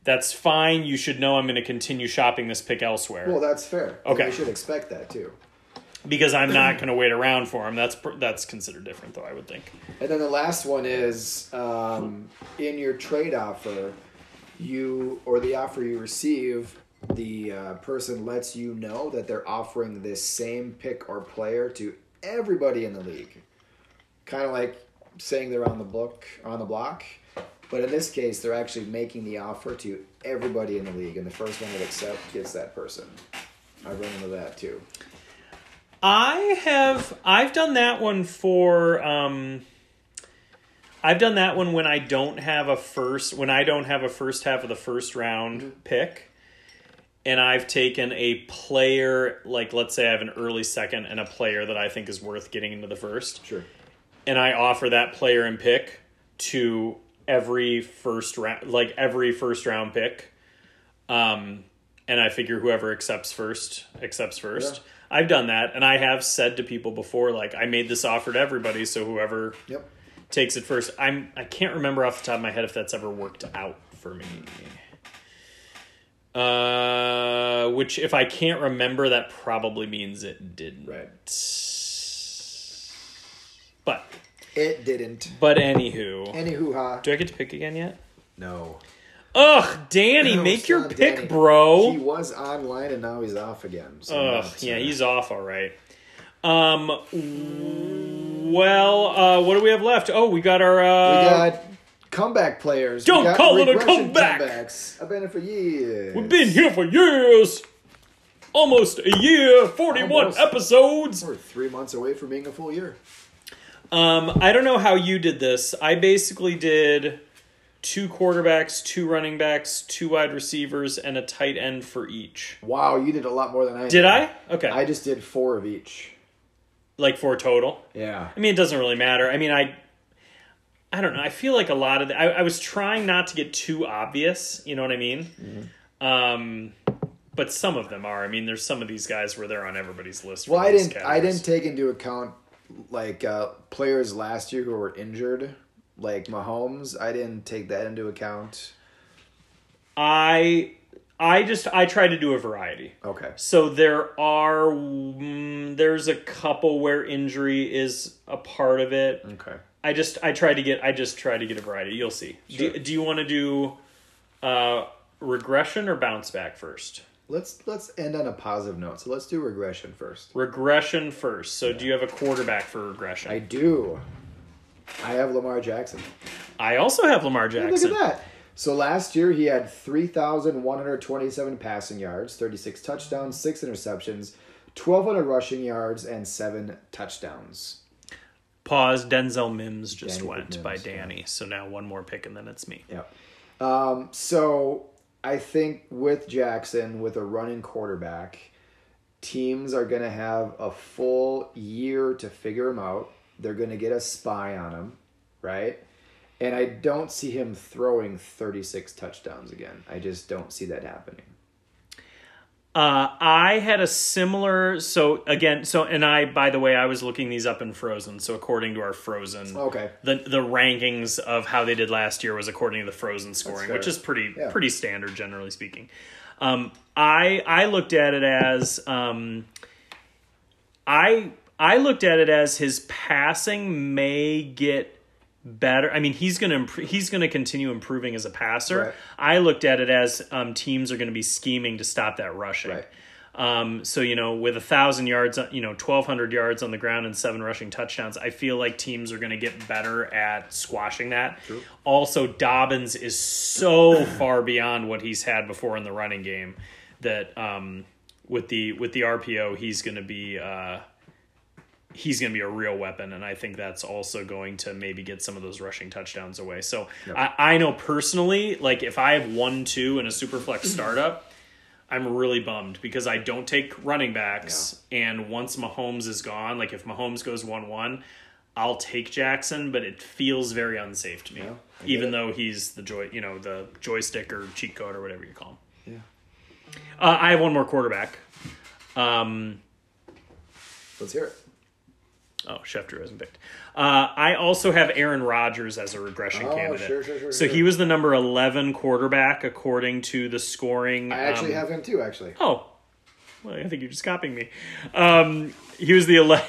[SPEAKER 4] that's fine. You should know I'm going to continue shopping this pick elsewhere
[SPEAKER 1] Well, that's fair.
[SPEAKER 4] Okay.
[SPEAKER 1] You should expect that too.
[SPEAKER 4] because I'm not going to wait around for him. That's pr- that's considered different though, I would think.
[SPEAKER 1] And then the last one is um, in your trade offer, you or the offer you receive, the uh, person lets you know that they're offering this same pick or player to everybody in the league. Kind of like saying they're on the book on the block, but in this case, they're actually making the offer to everybody in the league, and the first one that accepts gets that person. I run into that too.
[SPEAKER 4] I have I've done that one for um I've done that one when I don't have a first when I don't have a first half of the first round pick and I've taken a player like let's say I have an early second and a player that I think is worth getting into the first
[SPEAKER 1] Sure.
[SPEAKER 4] and I offer that player and pick to every first round, like every first round pick. Um, and I figure whoever accepts first accepts first. I've done that, and I have said to people before, like I made this offer to everybody, so whoever
[SPEAKER 1] Yep.
[SPEAKER 4] takes it first. I'm I can't remember off the top of my head if that's ever worked out for me. Uh, which if I can't remember, that probably means it didn't.
[SPEAKER 1] Right.
[SPEAKER 4] But
[SPEAKER 1] It didn't.
[SPEAKER 4] but anywho,
[SPEAKER 1] Any hoo ha.
[SPEAKER 4] do I get to pick again yet?
[SPEAKER 1] No.
[SPEAKER 4] Ugh, Danny,
[SPEAKER 1] No,
[SPEAKER 4] make
[SPEAKER 1] it's
[SPEAKER 4] your
[SPEAKER 1] not
[SPEAKER 4] pick,
[SPEAKER 1] Danny. He
[SPEAKER 4] bro.
[SPEAKER 1] was online and now he's off again. So
[SPEAKER 4] Ugh,
[SPEAKER 1] that's,
[SPEAKER 4] yeah,
[SPEAKER 1] uh,
[SPEAKER 4] he's off. All right. Um. Well, uh, what do we have left? Oh, we got our.
[SPEAKER 1] We
[SPEAKER 4] Uh,
[SPEAKER 1] got comeback players. We
[SPEAKER 4] Don't
[SPEAKER 1] got
[SPEAKER 4] call it a
[SPEAKER 1] regression
[SPEAKER 4] comeback.
[SPEAKER 1] comebacks. I've been here for years.
[SPEAKER 4] We've been here for years, almost a year, forty-one
[SPEAKER 1] Almost.
[SPEAKER 4] episodes.
[SPEAKER 1] We're three months away from being a full year.
[SPEAKER 4] Um, I don't know how you did this. I basically did two quarterbacks, two running backs, two wide receivers, and a tight end for each.
[SPEAKER 1] Wow, you did a lot more than I did.
[SPEAKER 4] Did I? Okay.
[SPEAKER 1] I just did four of each.
[SPEAKER 4] like four total.
[SPEAKER 1] Yeah.
[SPEAKER 4] I mean, it doesn't really matter. I mean, I, I don't know. I feel like a lot of the, I, I was trying not to get too obvious. You know what I mean?
[SPEAKER 1] Mm-hmm.
[SPEAKER 4] Um, but some of them are. I mean, there's some of these guys where they're on everybody's list. for
[SPEAKER 1] Well, I
[SPEAKER 4] those
[SPEAKER 1] didn't. I
[SPEAKER 4] categories.
[SPEAKER 1] didn't take into account like uh, players last year who were injured, like Mahomes. I didn't take that into account.
[SPEAKER 4] I I just I try to do a variety.
[SPEAKER 1] Okay.
[SPEAKER 4] So there are mm, there's a couple where injury is a part of it.
[SPEAKER 1] Okay.
[SPEAKER 4] I just I try to get I just try to get a variety. You'll see. Do, do you want to do uh, regression or bounce back first?
[SPEAKER 1] Let's let's end on a positive note. So let's do regression first.
[SPEAKER 4] Regression first. So do you have a quarterback for regression?
[SPEAKER 1] I
[SPEAKER 4] I,
[SPEAKER 1] do. I have Lamar Jackson.
[SPEAKER 4] also have Lamar
[SPEAKER 1] Hey,
[SPEAKER 4] Jackson.
[SPEAKER 1] Look at that. So last year he had 3,127 passing yards, 36 touchdowns, 6 interceptions, 1,200 rushing yards, and 7 touchdowns.
[SPEAKER 4] Pause. Denzel Mims just
[SPEAKER 1] Danny
[SPEAKER 4] went
[SPEAKER 1] Mims,
[SPEAKER 4] by
[SPEAKER 1] yeah.
[SPEAKER 4] Danny. So now one more pick and then it's me.
[SPEAKER 1] Yep. Um, so I think with Jackson, with a running quarterback, teams are going to have a full year to figure him out. They're going to get a spy on him, right? And I don't see him throwing 36 touchdowns again. I just don't see that happening.
[SPEAKER 4] Uh, I had a similar. So again, so and I. By the way, I was looking these up in Frozen. So according to our Frozen,
[SPEAKER 1] Okay.
[SPEAKER 4] the the rankings of how they did last year was according to the Frozen scoring,
[SPEAKER 1] fair.
[SPEAKER 4] which is pretty
[SPEAKER 1] Yeah.
[SPEAKER 4] pretty standard generally speaking. Um, I I looked at it as um, I I looked at it as his passing may get better. I mean, he's gonna improve, he's gonna continue improving as a passer.
[SPEAKER 1] Right.
[SPEAKER 4] I looked at it as um, teams are gonna be scheming to stop that rushing.
[SPEAKER 1] Right.
[SPEAKER 4] Um, so you know, with a thousand yards, you know, twelve hundred yards on the ground and seven rushing touchdowns, I feel like teams are going to get better at squashing that. Also, Dobbins is so far beyond what he's had before in the running game that um, with the with the RPO, he's going to be uh, he's going to be a real weapon, and I think that's also going to maybe get some of those rushing touchdowns away. So I, I know personally, like if I have one two in a super flex startup. I'm really bummed because I don't take running backs. And once Mahomes is gone, like if Mahomes goes 1 1, I'll take Jackson, but it feels very unsafe to me. even though he's the joy, you know, the joystick or cheat code or whatever you call him. Yeah. Uh, I have one more quarterback. Um,
[SPEAKER 1] Let's hear it.
[SPEAKER 4] Oh, Schefter isn't picked. Uh, I also have Aaron Rodgers as a regression
[SPEAKER 1] Oh,
[SPEAKER 4] candidate.
[SPEAKER 1] sure, sure, sure,
[SPEAKER 4] so
[SPEAKER 1] sure.
[SPEAKER 4] he was the number eleven quarterback according to the scoring.
[SPEAKER 1] I actually
[SPEAKER 4] um,
[SPEAKER 1] have him too, actually.
[SPEAKER 4] Oh, well, I think you're just copying me. Um, he was the 11.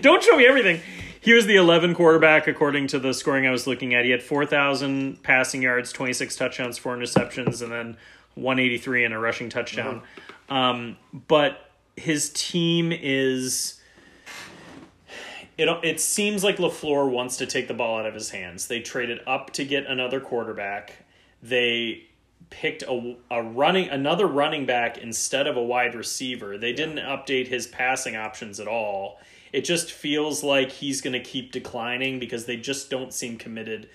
[SPEAKER 4] Don't show me everything. He was the 11 quarterback according to the scoring I was looking at. He had 4,000 passing yards, 26 touchdowns, four interceptions, and then 183 and a rushing touchdown. Um, but his team is. It, it seems like LaFleur wants to take the ball out of his hands. They traded up to get another quarterback. They picked a, a running another running back instead of a wide receiver. They didn't update his passing options at all. It just feels like he's going to keep declining because they just don't seem committed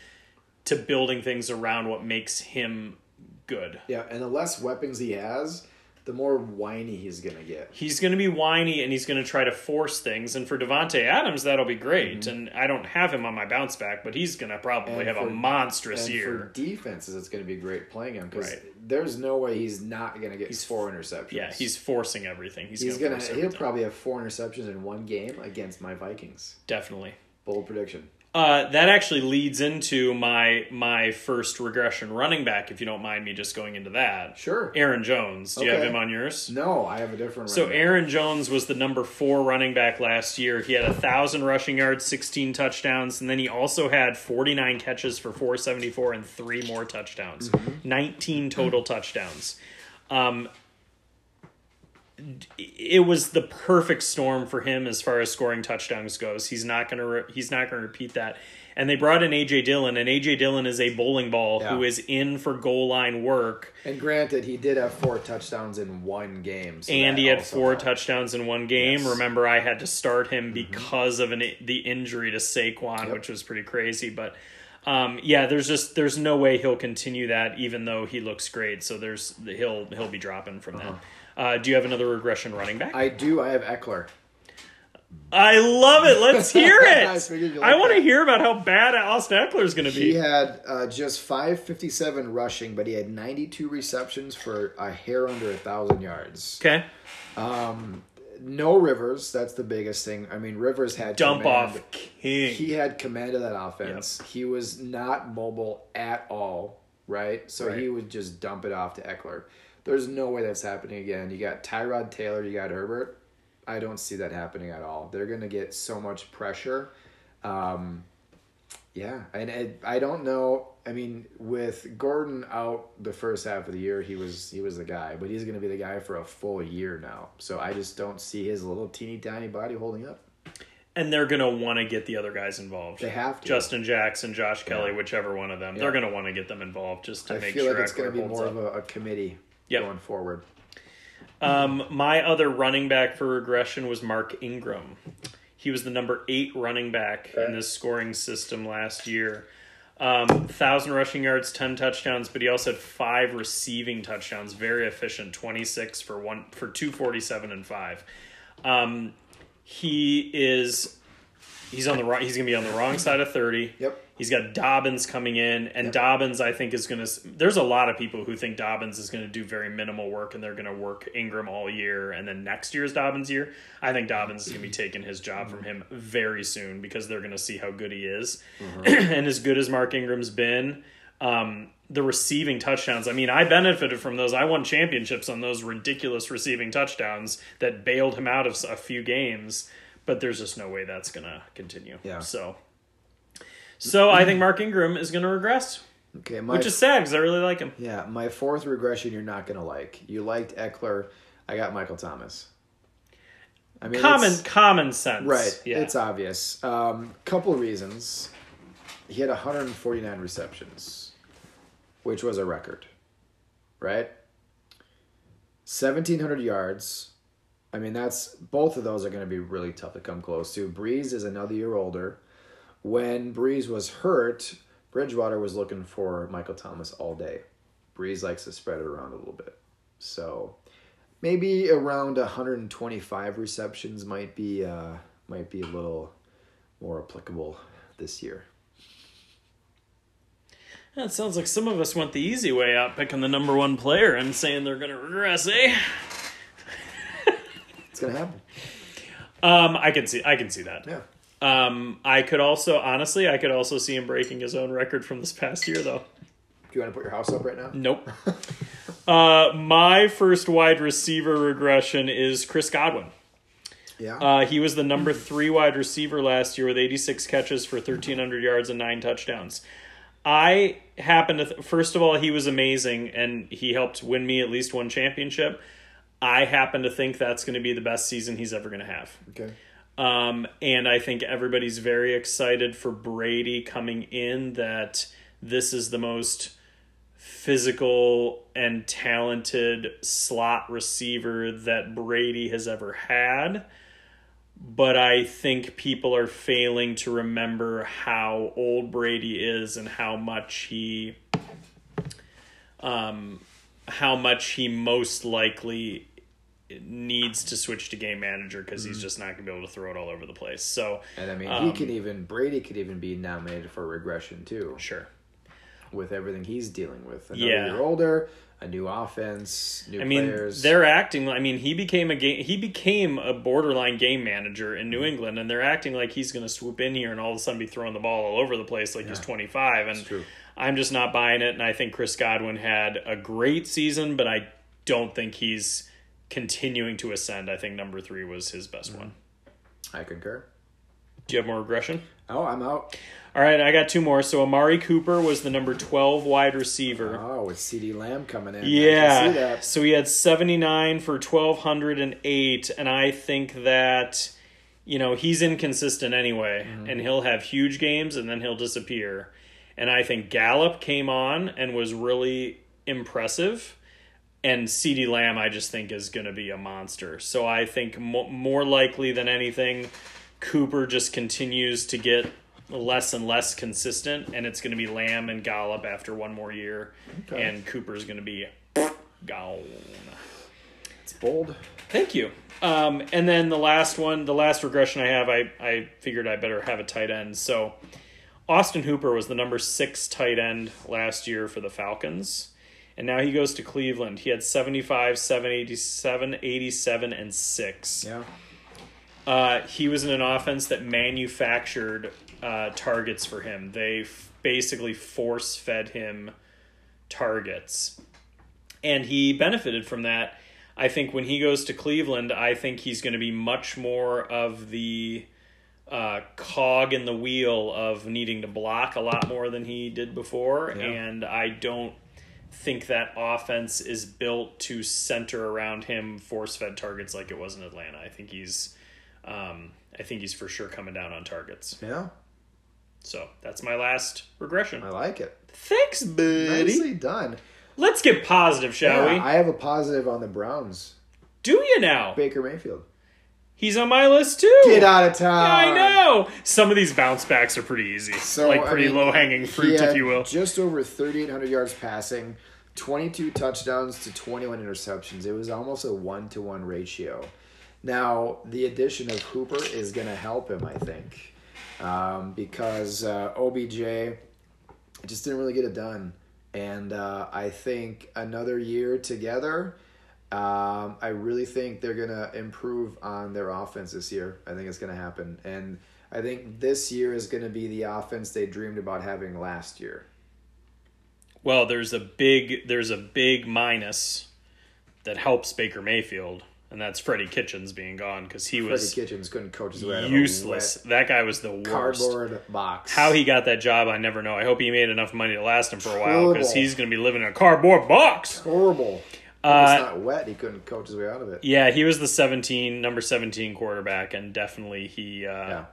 [SPEAKER 4] to building things around what makes him good.
[SPEAKER 1] Yeah, and the less weapons he has, the more whiny he's going to get.
[SPEAKER 4] He's going to be whiny and he's going to try to force things. And for Devonte Adams, that'll be great. And I don't have him on my bounce back, but he's going to probably
[SPEAKER 1] Mm-hmm. And
[SPEAKER 4] have
[SPEAKER 1] for-
[SPEAKER 4] a monstrous
[SPEAKER 1] And
[SPEAKER 4] year.
[SPEAKER 1] for defenses, it's going to be great playing him because
[SPEAKER 4] Right.
[SPEAKER 1] there's no way he's not going to get four interceptions.
[SPEAKER 4] yeah, he's forcing everything. He's,
[SPEAKER 1] he's
[SPEAKER 4] going
[SPEAKER 1] gonna
[SPEAKER 4] to force
[SPEAKER 1] he'll
[SPEAKER 4] everything.
[SPEAKER 1] probably have four interceptions in one game against my Vikings.
[SPEAKER 4] definitely.
[SPEAKER 1] Bold prediction.
[SPEAKER 4] Uh, that actually leads into my my first regression running back, if you don't mind me just going into that.
[SPEAKER 1] Sure.
[SPEAKER 4] Aaron Jones. Do you have
[SPEAKER 1] Okay.
[SPEAKER 4] him on yours?
[SPEAKER 1] No, I have a different.
[SPEAKER 4] So
[SPEAKER 1] running back.
[SPEAKER 4] Aaron Jones was the number four running back last year. He had a thousand rushing yards, sixteen touchdowns, and then he also had forty nine catches for four seventy four and three more touchdowns, nineteen total touchdowns. Um, d- it was the perfect storm for him as far as scoring touchdowns goes. He's not gonna re- he's not gonna repeat that. And they brought in AJ Dillon, and AJ Dillon is a bowling ball who
[SPEAKER 1] Yeah.
[SPEAKER 4] is in for goal line work.
[SPEAKER 1] and granted, he did have four touchdowns in one game. So
[SPEAKER 4] and
[SPEAKER 1] that
[SPEAKER 4] he had
[SPEAKER 1] also
[SPEAKER 4] four
[SPEAKER 1] helped. Mm-hmm.
[SPEAKER 4] touchdowns in one game. Remember, I had to start him because of an the injury to Saquon, which was pretty crazy. But Um, yeah, there's just there's no way he'll continue that, even though he looks great. So there's he'll he'll be dropping from that. Uh, do you have another regression running back? I,
[SPEAKER 1] Uh-huh. I do. I have Eckler.
[SPEAKER 4] love it. Let's hear it.
[SPEAKER 1] I figured you
[SPEAKER 4] I
[SPEAKER 1] liked
[SPEAKER 4] want to
[SPEAKER 1] that.
[SPEAKER 4] hear about how bad Austin Eckler is going to
[SPEAKER 1] He
[SPEAKER 4] be.
[SPEAKER 1] had uh, just 557 rushing, but he had 92 receptions for a hair under a thousand yards.
[SPEAKER 4] okay,
[SPEAKER 1] No Rivers. That's the biggest thing. I mean, Rivers had
[SPEAKER 4] dump
[SPEAKER 1] command-
[SPEAKER 4] off king.
[SPEAKER 1] He had command of that offense. He was not mobile at all, right? So he
[SPEAKER 4] Right.
[SPEAKER 1] would just dump it off to Eckler. There's no way that's happening again. You got Tyrod Taylor, you got Herbert. I don't see that happening at all. They're going to get so much pressure. Um, yeah, and it, I don't know. I mean, with Gordon out the first half of the year, he was he was the guy, but he's going to be the guy for a full year now. So I just don't see his little teeny tiny body holding up.
[SPEAKER 4] and they're gonna want to get the other guys involved.
[SPEAKER 1] They have to.
[SPEAKER 4] Justin Jackson, Josh Kelly, whichever one of them. They're
[SPEAKER 1] Yeah.
[SPEAKER 4] gonna want to get them involved just to
[SPEAKER 1] I
[SPEAKER 4] make
[SPEAKER 1] feel
[SPEAKER 4] sure
[SPEAKER 1] like it's going
[SPEAKER 4] Eckler
[SPEAKER 1] to be
[SPEAKER 4] holds
[SPEAKER 1] more
[SPEAKER 4] up.
[SPEAKER 1] of a, a committee
[SPEAKER 4] Yep.
[SPEAKER 1] going forward.
[SPEAKER 4] Um, my other running back for regression was Mark Ingram. He was the number eight running back in this scoring system last year. Um, thousand rushing yards, ten touchdowns, but he also had five receiving touchdowns. Very efficient, twenty six for one for two forty seven and five. Um, he is he's on the wrong. He's gonna be on the wrong side of thirty.
[SPEAKER 1] Yep.
[SPEAKER 4] He's got Dobbins coming in, and Dobbins, I think, is going to. There's a lot of people who think Dobbins is going to do very minimal work, and they're going to work Ingram all year, and then next year is Dobbins' year. I think Dobbins is going to be taking his job from him very soon because they're going to see how good he is, and as good as Mark Ingram's been, um, the receiving touchdowns. I mean, I benefited from those. I won championships on those ridiculous receiving touchdowns that bailed him out of s- a few games. But there's just no way that's going to continue.
[SPEAKER 1] Yeah.
[SPEAKER 4] So. So I think Mark Ingram is going to regress,
[SPEAKER 1] Okay, my
[SPEAKER 4] which is sad because I really like him.
[SPEAKER 1] yeah, my fourth regression you're not gonna like. You liked Eckler. I got Michael Thomas. I mean,
[SPEAKER 4] Common
[SPEAKER 1] it's-
[SPEAKER 4] common sense,
[SPEAKER 1] right?
[SPEAKER 4] Yeah,
[SPEAKER 1] It's obvious. Um, couple reasons. He had 149 receptions, which was a record, right? 1700 yards. I mean, that's both of those are going to be really tough to come close to. Breeze is another year older. When Breeze was hurt, Bridgewater was looking for Michael Thomas all day. Breeze likes to spread it around a little bit. So maybe around 125 receptions might be uh, might be a little more applicable this year.
[SPEAKER 4] that sounds like some of us went the easy way out, picking the number one player and saying they're going to regress. Eh?
[SPEAKER 1] It's gonna happen.
[SPEAKER 4] Um, I can see, I can see that.
[SPEAKER 1] Yeah.
[SPEAKER 4] Um, I could also, honestly, I could also see him breaking his own record from this past year, though.
[SPEAKER 1] Do you want to put your house up right now?
[SPEAKER 4] Nope. uh, my first wide receiver regression is Chris Godwin.
[SPEAKER 1] Yeah.
[SPEAKER 4] Uh, he was the number three wide receiver last year with 86 catches for 1,300 yards and nine touchdowns. I happen to, th- first of all, he was amazing and he helped win me at least one championship. I happen to think that's going to be the best season he's ever going to have.
[SPEAKER 1] okay.
[SPEAKER 4] Um, and I think everybody's very excited for Brady coming in that this is the most physical and talented slot receiver that Brady has ever had. But I think people are failing to remember how old Brady is and how much he um how much he most likely needs to switch to game manager because
[SPEAKER 1] Mm-hmm.
[SPEAKER 4] he's just not gonna be able to throw it all over the place. So
[SPEAKER 1] And I mean, he
[SPEAKER 4] um,
[SPEAKER 1] could even Brady could even be nominated for regression too,
[SPEAKER 4] sure.
[SPEAKER 1] with everything he's dealing with. Another
[SPEAKER 4] Yeah.
[SPEAKER 1] year older, a new offense, new
[SPEAKER 4] I mean,
[SPEAKER 1] players.
[SPEAKER 4] they're acting. I mean, he became a game. He became a borderline game manager in
[SPEAKER 1] Mm-hmm.
[SPEAKER 4] New England, and they're acting like he's going to swoop in here and all of a sudden be throwing the ball all over the place like he's twenty five. And
[SPEAKER 1] true.
[SPEAKER 4] I'm just not buying it. And I think Chris Godwin had a great season, but I don't think he's continuing to ascend. I think number three was his best
[SPEAKER 1] Mm-hmm.
[SPEAKER 4] one.
[SPEAKER 1] I concur.
[SPEAKER 4] Do you have more regression?
[SPEAKER 1] Oh, I'm out.
[SPEAKER 4] All right, I got two more. So Amari Cooper was the number twelve wide receiver.
[SPEAKER 1] Oh, with CD Lamb coming in. I can see
[SPEAKER 4] Yeah.
[SPEAKER 1] that.
[SPEAKER 4] So he had 79 for 1,208. And I think that, you know, he's inconsistent anyway.
[SPEAKER 1] Mm-hmm.
[SPEAKER 4] And he'll have huge games and then he'll disappear. And I think Gallup came on and was really impressive. And CeeDee Lamb, I just think, is going to be a monster. So I think mo- more likely than anything, Cooper just continues to get less and less consistent, and it's going to be Lamb and Gollop after one more year,
[SPEAKER 1] Okay.
[SPEAKER 4] and Cooper's going to be gone.
[SPEAKER 1] It's bold.
[SPEAKER 4] Thank you. Um, and then the last one, the last regression I have, I, I figured I better have a tight end. So Austin Hooper was the number six tight end last year for the Falcons. And now he goes to Cleveland. He had 75, 787, 87, and 6.
[SPEAKER 1] Yeah.
[SPEAKER 4] Uh, he was in an offense that manufactured uh, targets for him. They f- basically force fed him targets. And he benefited from that. I think when he goes to Cleveland, I think he's going to be much more of the uh, cog in the wheel of needing to block a lot more than he did before. And I don't think that offense is built to center around him force fed targets like it was in Atlanta. I think he's. Um, I think he's for sure coming down on targets.
[SPEAKER 1] Yeah.
[SPEAKER 4] So that's my last regression.
[SPEAKER 1] I like it.
[SPEAKER 4] Thanks, buddy.
[SPEAKER 1] Nicely done.
[SPEAKER 4] Let's get positive, shall
[SPEAKER 1] Yeah,
[SPEAKER 4] we?
[SPEAKER 1] I have a positive on the Browns.
[SPEAKER 4] Do you now?
[SPEAKER 1] Baker Mayfield.
[SPEAKER 4] He's on my list too.
[SPEAKER 1] Get out of town.
[SPEAKER 4] I know. Some of these bounce backs are pretty easy,
[SPEAKER 1] So,
[SPEAKER 4] like
[SPEAKER 1] I
[SPEAKER 4] pretty
[SPEAKER 1] mean,
[SPEAKER 4] low hanging
[SPEAKER 1] he
[SPEAKER 4] fruit,
[SPEAKER 1] had
[SPEAKER 4] if you will.
[SPEAKER 1] Just over 3,800 yards passing, 22 touchdowns to 21 interceptions. It was almost a one to one ratio. Now, the addition of Hooper is going to help him, I think, um, because uh, OBJ just didn't really get it done. And uh, I think another year together, um, I really think they're going to improve on their offense this year. I think it's going to happen. And I think this year is going to be the offense they dreamed about having last year.
[SPEAKER 4] Well, there's a big there's a big minus that helps Baker Mayfield, and that's Freddie Kitchens being gone because he
[SPEAKER 1] Freddie
[SPEAKER 4] was
[SPEAKER 1] Kitchens couldn't coach his way out of a
[SPEAKER 4] useless. That guy was the worst.
[SPEAKER 1] wet cardboard box.
[SPEAKER 4] How he got that job, I never know. I hope he made enough money to last him for a while because
[SPEAKER 1] Terrible.
[SPEAKER 4] he's going to be living in a cardboard box.
[SPEAKER 1] horrible.
[SPEAKER 4] Uh,
[SPEAKER 1] it's not wet. He couldn't coach his way out of it.
[SPEAKER 4] Yeah, he was the 17, number 17 quarterback, and definitely he, uh,
[SPEAKER 1] Yeah.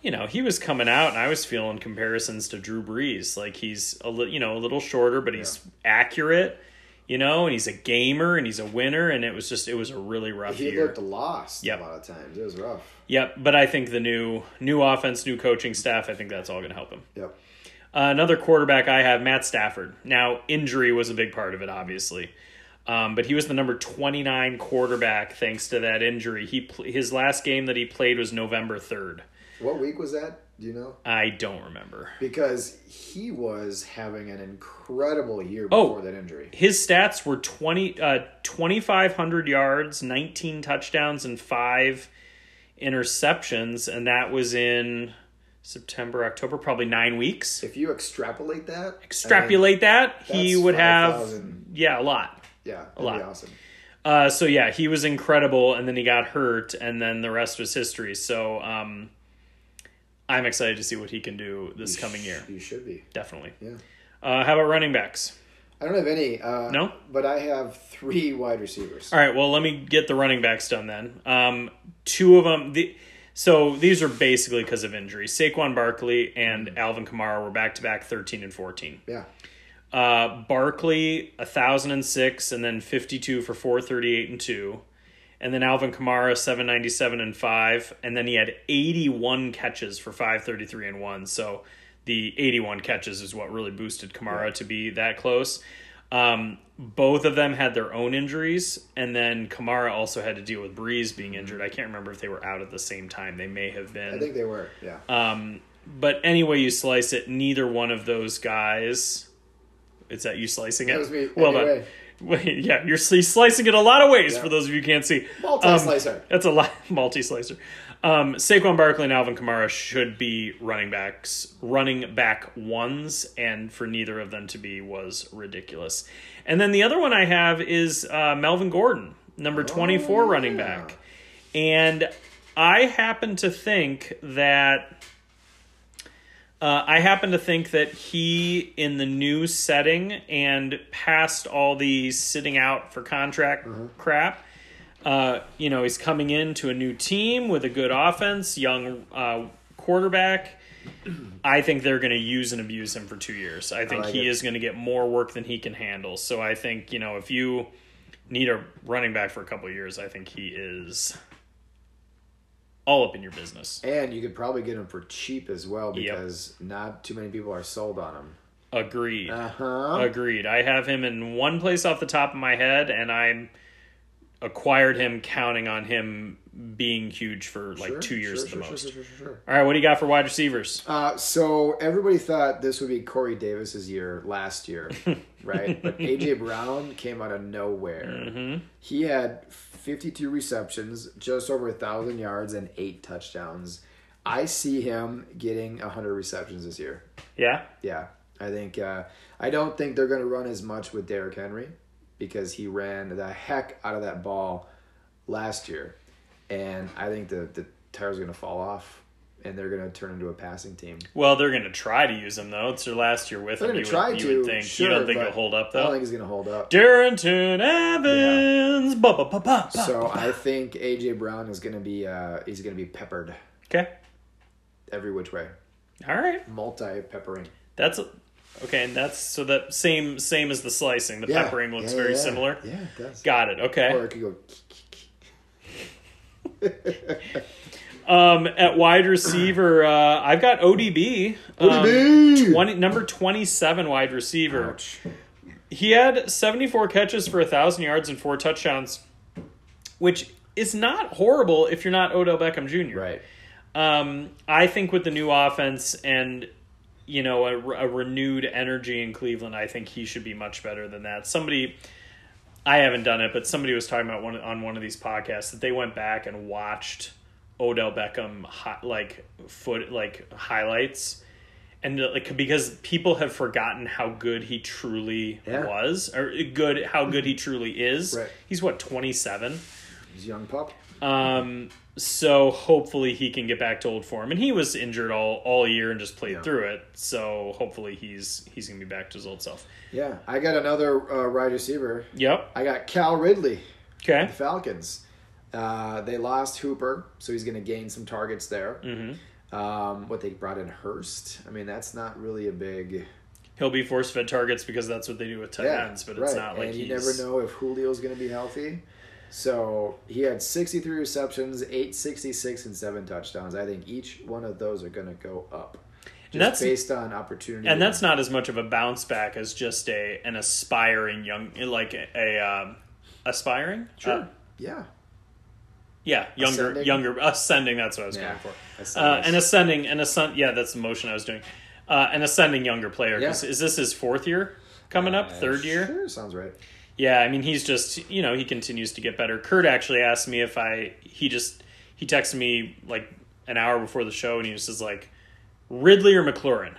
[SPEAKER 4] you know, he was coming out, and I was feeling comparisons to Drew Brees. Like he's a li- you know a little shorter, but he's accurate, you know, and he's a gamer and he's a winner, and it was just it was a really rough
[SPEAKER 1] He
[SPEAKER 4] year.
[SPEAKER 1] looked lost
[SPEAKER 4] Yep.
[SPEAKER 1] a lot of times. It was rough.
[SPEAKER 4] Yep, but I think the new new offense, new coaching staff, I think that's all going to help him.
[SPEAKER 1] Yep.
[SPEAKER 4] Uh, another quarterback I have, Matt Stafford. Now, injury was a big part of it, obviously. Um, but he was the number 29 quarterback thanks to that injury. He pl- His last game that he played was November 3rd.
[SPEAKER 1] What week was that? Do you know?
[SPEAKER 4] I don't remember.
[SPEAKER 1] Because he was having an incredible year
[SPEAKER 4] Oh.
[SPEAKER 1] before that injury.
[SPEAKER 4] His stats were 20, uh, 2,500 yards, 19 touchdowns, and five interceptions. And that was in September, October, probably nine weeks.
[SPEAKER 1] If you extrapolate that, I mean,
[SPEAKER 4] Extrapolate that, he
[SPEAKER 1] that's
[SPEAKER 4] would have,
[SPEAKER 1] 5,000.
[SPEAKER 4] yeah, a lot.
[SPEAKER 1] yeah, that'd
[SPEAKER 4] lot.
[SPEAKER 1] be awesome.
[SPEAKER 4] Uh, so yeah, he was incredible, and then he got hurt, and then the rest was history. So um, I'm excited to see what he can do this coming year.
[SPEAKER 1] You should be.
[SPEAKER 4] Definitely.
[SPEAKER 1] Yeah.
[SPEAKER 4] Uh, how about running backs?
[SPEAKER 1] I don't have any. Uh,
[SPEAKER 4] No?
[SPEAKER 1] But I have three wide receivers.
[SPEAKER 4] All right. Well, let me get the running backs done then. Um, two of them. The, so these are basically because of injury. Saquon Barkley and Alvin Kamara were back to back 13 and 14.
[SPEAKER 1] Mm-hmm. Yeah.
[SPEAKER 4] Uh, Barkley, 1,006, and then 52 for 438 and 2. And then Alvin Kamara, 797 and 5. And then he had 81 catches for 533 and 1. So the 81 catches is what really boosted Kamara to be that close. Um, both of them had their own injuries. And then Kamara also had to deal with Breeze being injured. I can't remember if they were out at the same time. They may have been
[SPEAKER 1] Mm-hmm. I think they were. Yeah.
[SPEAKER 4] Uh, but any way you slice it, neither one of those guys. Is that you slicing it?
[SPEAKER 1] That was me.
[SPEAKER 4] Well
[SPEAKER 1] Anyway.
[SPEAKER 4] done. Wait, yeah, you're sli- slicing it a lot of ways
[SPEAKER 1] Yeah.
[SPEAKER 4] for those of you who can't see.
[SPEAKER 1] Multi-slicer.
[SPEAKER 4] Um, that's a lot. Multi slicer. Um, Saquon Barkley and Alvin Kamara should be running backs, running back ones, and for neither of them to be was ridiculous. And then the other one I have is uh, Melvin Gordon,
[SPEAKER 1] Oh,
[SPEAKER 4] number 24 running back. And I happen to think that. Uh, I happen to think that he, in the new setting and past all the sitting out for contract
[SPEAKER 1] Mm-hmm.
[SPEAKER 4] crap, uh, you know, he's coming into a new team with a good offense, young uh, quarterback. I think they're going to use and abuse him for two years. I think
[SPEAKER 1] like
[SPEAKER 4] he
[SPEAKER 1] it.
[SPEAKER 4] is going to get more work than he can handle. So I think, you know, if you need a running back for a couple of years, I think he is all up in your business.
[SPEAKER 1] And you could probably get them for cheap as well
[SPEAKER 4] Yep.
[SPEAKER 1] because not too many people are sold on them.
[SPEAKER 4] Agreed.
[SPEAKER 1] Uh
[SPEAKER 4] Uh-huh.
[SPEAKER 1] huh.
[SPEAKER 4] Agreed. I have him in one place off the top of my head, and I acquired him counting on him being huge for like two years at the most.
[SPEAKER 1] Sure, sure, sure, sure.
[SPEAKER 4] All right, what do you got for wide receivers?
[SPEAKER 1] Uh, so everybody thought this would be Corey Davis's year last year, right? But AJ Brown came out of nowhere.
[SPEAKER 4] Mm-hmm.
[SPEAKER 1] He had 52 receptions, just over a thousand yards, and eight touchdowns. I see him getting 100 receptions this year.
[SPEAKER 4] yeah.
[SPEAKER 1] Yeah, I think uh, I don't think they're going to run as much with Derrick Henry because he ran the heck out of that ball last year, and I think the the tires are going to fall off, and they're going to turn into a passing team.
[SPEAKER 4] Well, they're going to try to use him though. It's their last year with
[SPEAKER 1] They're going
[SPEAKER 4] him. you
[SPEAKER 1] to try
[SPEAKER 4] would,
[SPEAKER 1] to.
[SPEAKER 4] You would think.
[SPEAKER 1] sure,
[SPEAKER 4] you don't think
[SPEAKER 1] but
[SPEAKER 4] he'll hold up
[SPEAKER 1] I don't
[SPEAKER 4] though.
[SPEAKER 1] think he's going to hold up.
[SPEAKER 4] Darrington Evans. Ba, ba, ba, ba, ba.
[SPEAKER 1] So I think AJ Brown is going to be uh, he's going to be peppered
[SPEAKER 4] okay.
[SPEAKER 1] every which way,
[SPEAKER 4] All right.
[SPEAKER 1] multi peppering.
[SPEAKER 4] That's okay, and that's so that same same as the slicing. The peppering looks very similar.
[SPEAKER 1] Yeah, it does.
[SPEAKER 4] Got it. Okay.
[SPEAKER 1] Or it could go.
[SPEAKER 4] Um, at wide receiver, uh, I've got ODB. Um,
[SPEAKER 1] ODB!
[SPEAKER 4] 20, number 27 wide receiver.
[SPEAKER 1] Ouch.
[SPEAKER 4] He had 74 catches for 1,000 yards and four touchdowns, which is not horrible if you're not Odell Beckham Jr.
[SPEAKER 1] Right.
[SPEAKER 4] Um, I think with the new offense and, you know, a, a renewed energy in Cleveland, I think he should be much better than that. Somebody. I haven't done it, but somebody was talking about one on one of these podcasts that they went back and watched Odell Beckham hi, like foot like highlights, and like because people have forgotten how good he truly
[SPEAKER 1] Yeah.
[SPEAKER 4] was or good how good he truly is.
[SPEAKER 1] Right.
[SPEAKER 4] He's what twenty seven.
[SPEAKER 1] He's a young pup.
[SPEAKER 4] Um, so hopefully he can get back to old form, and he was injured all all year and just played
[SPEAKER 1] Yeah.
[SPEAKER 4] through it. So hopefully he's he's gonna be back to his old self.
[SPEAKER 1] Yeah, I got another uh, wide receiver.
[SPEAKER 4] Yep.
[SPEAKER 1] I got Cal Ridley,
[SPEAKER 4] Okay.
[SPEAKER 1] the Falcons. Uh, they lost Hooper, so he's going to gain some targets there. Mm-hmm. Um, what they brought in Hurst. I mean, that's not really a big.
[SPEAKER 4] he'll be force fed targets because that's what they do with tight
[SPEAKER 1] Yeah,
[SPEAKER 4] ends. But
[SPEAKER 1] right.
[SPEAKER 4] it's not like
[SPEAKER 1] and
[SPEAKER 4] he's
[SPEAKER 1] you never know if Julio's going to be healthy. So he had 63 receptions, 866, and seven touchdowns. I think each one of those are going to go up. Just
[SPEAKER 4] that's-
[SPEAKER 1] based on opportunity.
[SPEAKER 4] and that's not as much of a bounce back as just a an aspiring young like a um, aspiring
[SPEAKER 1] Sure.
[SPEAKER 4] Uh,
[SPEAKER 1] yeah.
[SPEAKER 4] yeah younger
[SPEAKER 1] Ascending?
[SPEAKER 4] younger ascending that's what I was
[SPEAKER 1] Yeah.
[SPEAKER 4] going for
[SPEAKER 1] That's
[SPEAKER 4] uh,
[SPEAKER 1] nice.
[SPEAKER 4] an ascending an ascend yeah that's the motion I was doing uh, an ascending younger player 'Cause
[SPEAKER 1] Yeah. Uh,
[SPEAKER 4] is this his fourth year coming up third year
[SPEAKER 1] Sure, sounds right.
[SPEAKER 4] Yeah, I mean he's just you know he continues to get better. Kurt actually asked me if I he just he texted me like an hour before the show and he was just like Ridley or McLaurin,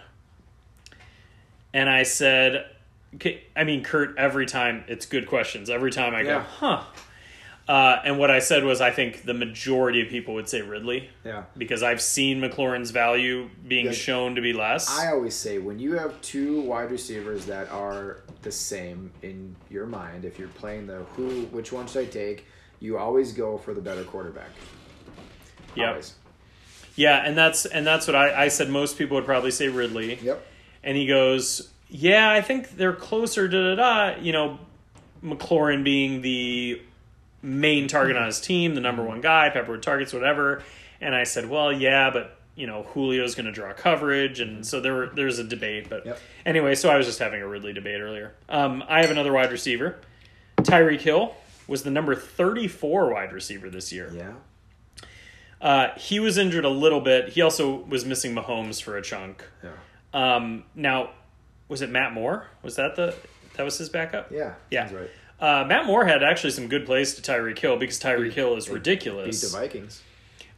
[SPEAKER 4] and I said, "Okay," I mean Kurt every time it's good questions every time I go
[SPEAKER 1] Yeah.
[SPEAKER 4] huh, uh, and what I said was I think the majority of people would say Ridley
[SPEAKER 1] Yeah.
[SPEAKER 4] because I've seen McLaurin's value being
[SPEAKER 1] Yeah.
[SPEAKER 4] shown to be less.
[SPEAKER 1] I always say when you have two wide receivers that are the same in your mind, if you're playing the who, which one should I take, you always go for the better quarterback.
[SPEAKER 4] Yep.
[SPEAKER 1] Always.
[SPEAKER 4] Yeah, and that's and that's what I, I said. Most people would probably say Ridley.
[SPEAKER 1] Yep.
[SPEAKER 4] and he goes, "Yeah, I think they're closer." Da da da. You know, McLaurin being the main target on his team, the number one guy, Pepperwood targets, whatever. And I said, "Well, yeah, but you know, Julio's going to draw coverage," and so there were- there's a debate. But
[SPEAKER 1] Yep.
[SPEAKER 4] anyway, so I was just having a Ridley debate earlier. Um, I have another wide receiver, Tyreek Hill. Was the number 34 wide receiver this year.
[SPEAKER 1] Yeah.
[SPEAKER 4] Uh, he was injured a little bit. He also was missing Mahomes for a chunk.
[SPEAKER 1] Yeah.
[SPEAKER 4] Um, now, was it Matt Moore? Was that the that was his backup?
[SPEAKER 1] Yeah.
[SPEAKER 4] yeah.
[SPEAKER 1] Sounds right.
[SPEAKER 4] Uh, Matt Moore had actually some good plays to Tyreek Hill because Tyreek Hill is
[SPEAKER 1] Beat the
[SPEAKER 4] ridiculous.
[SPEAKER 1] Vikings.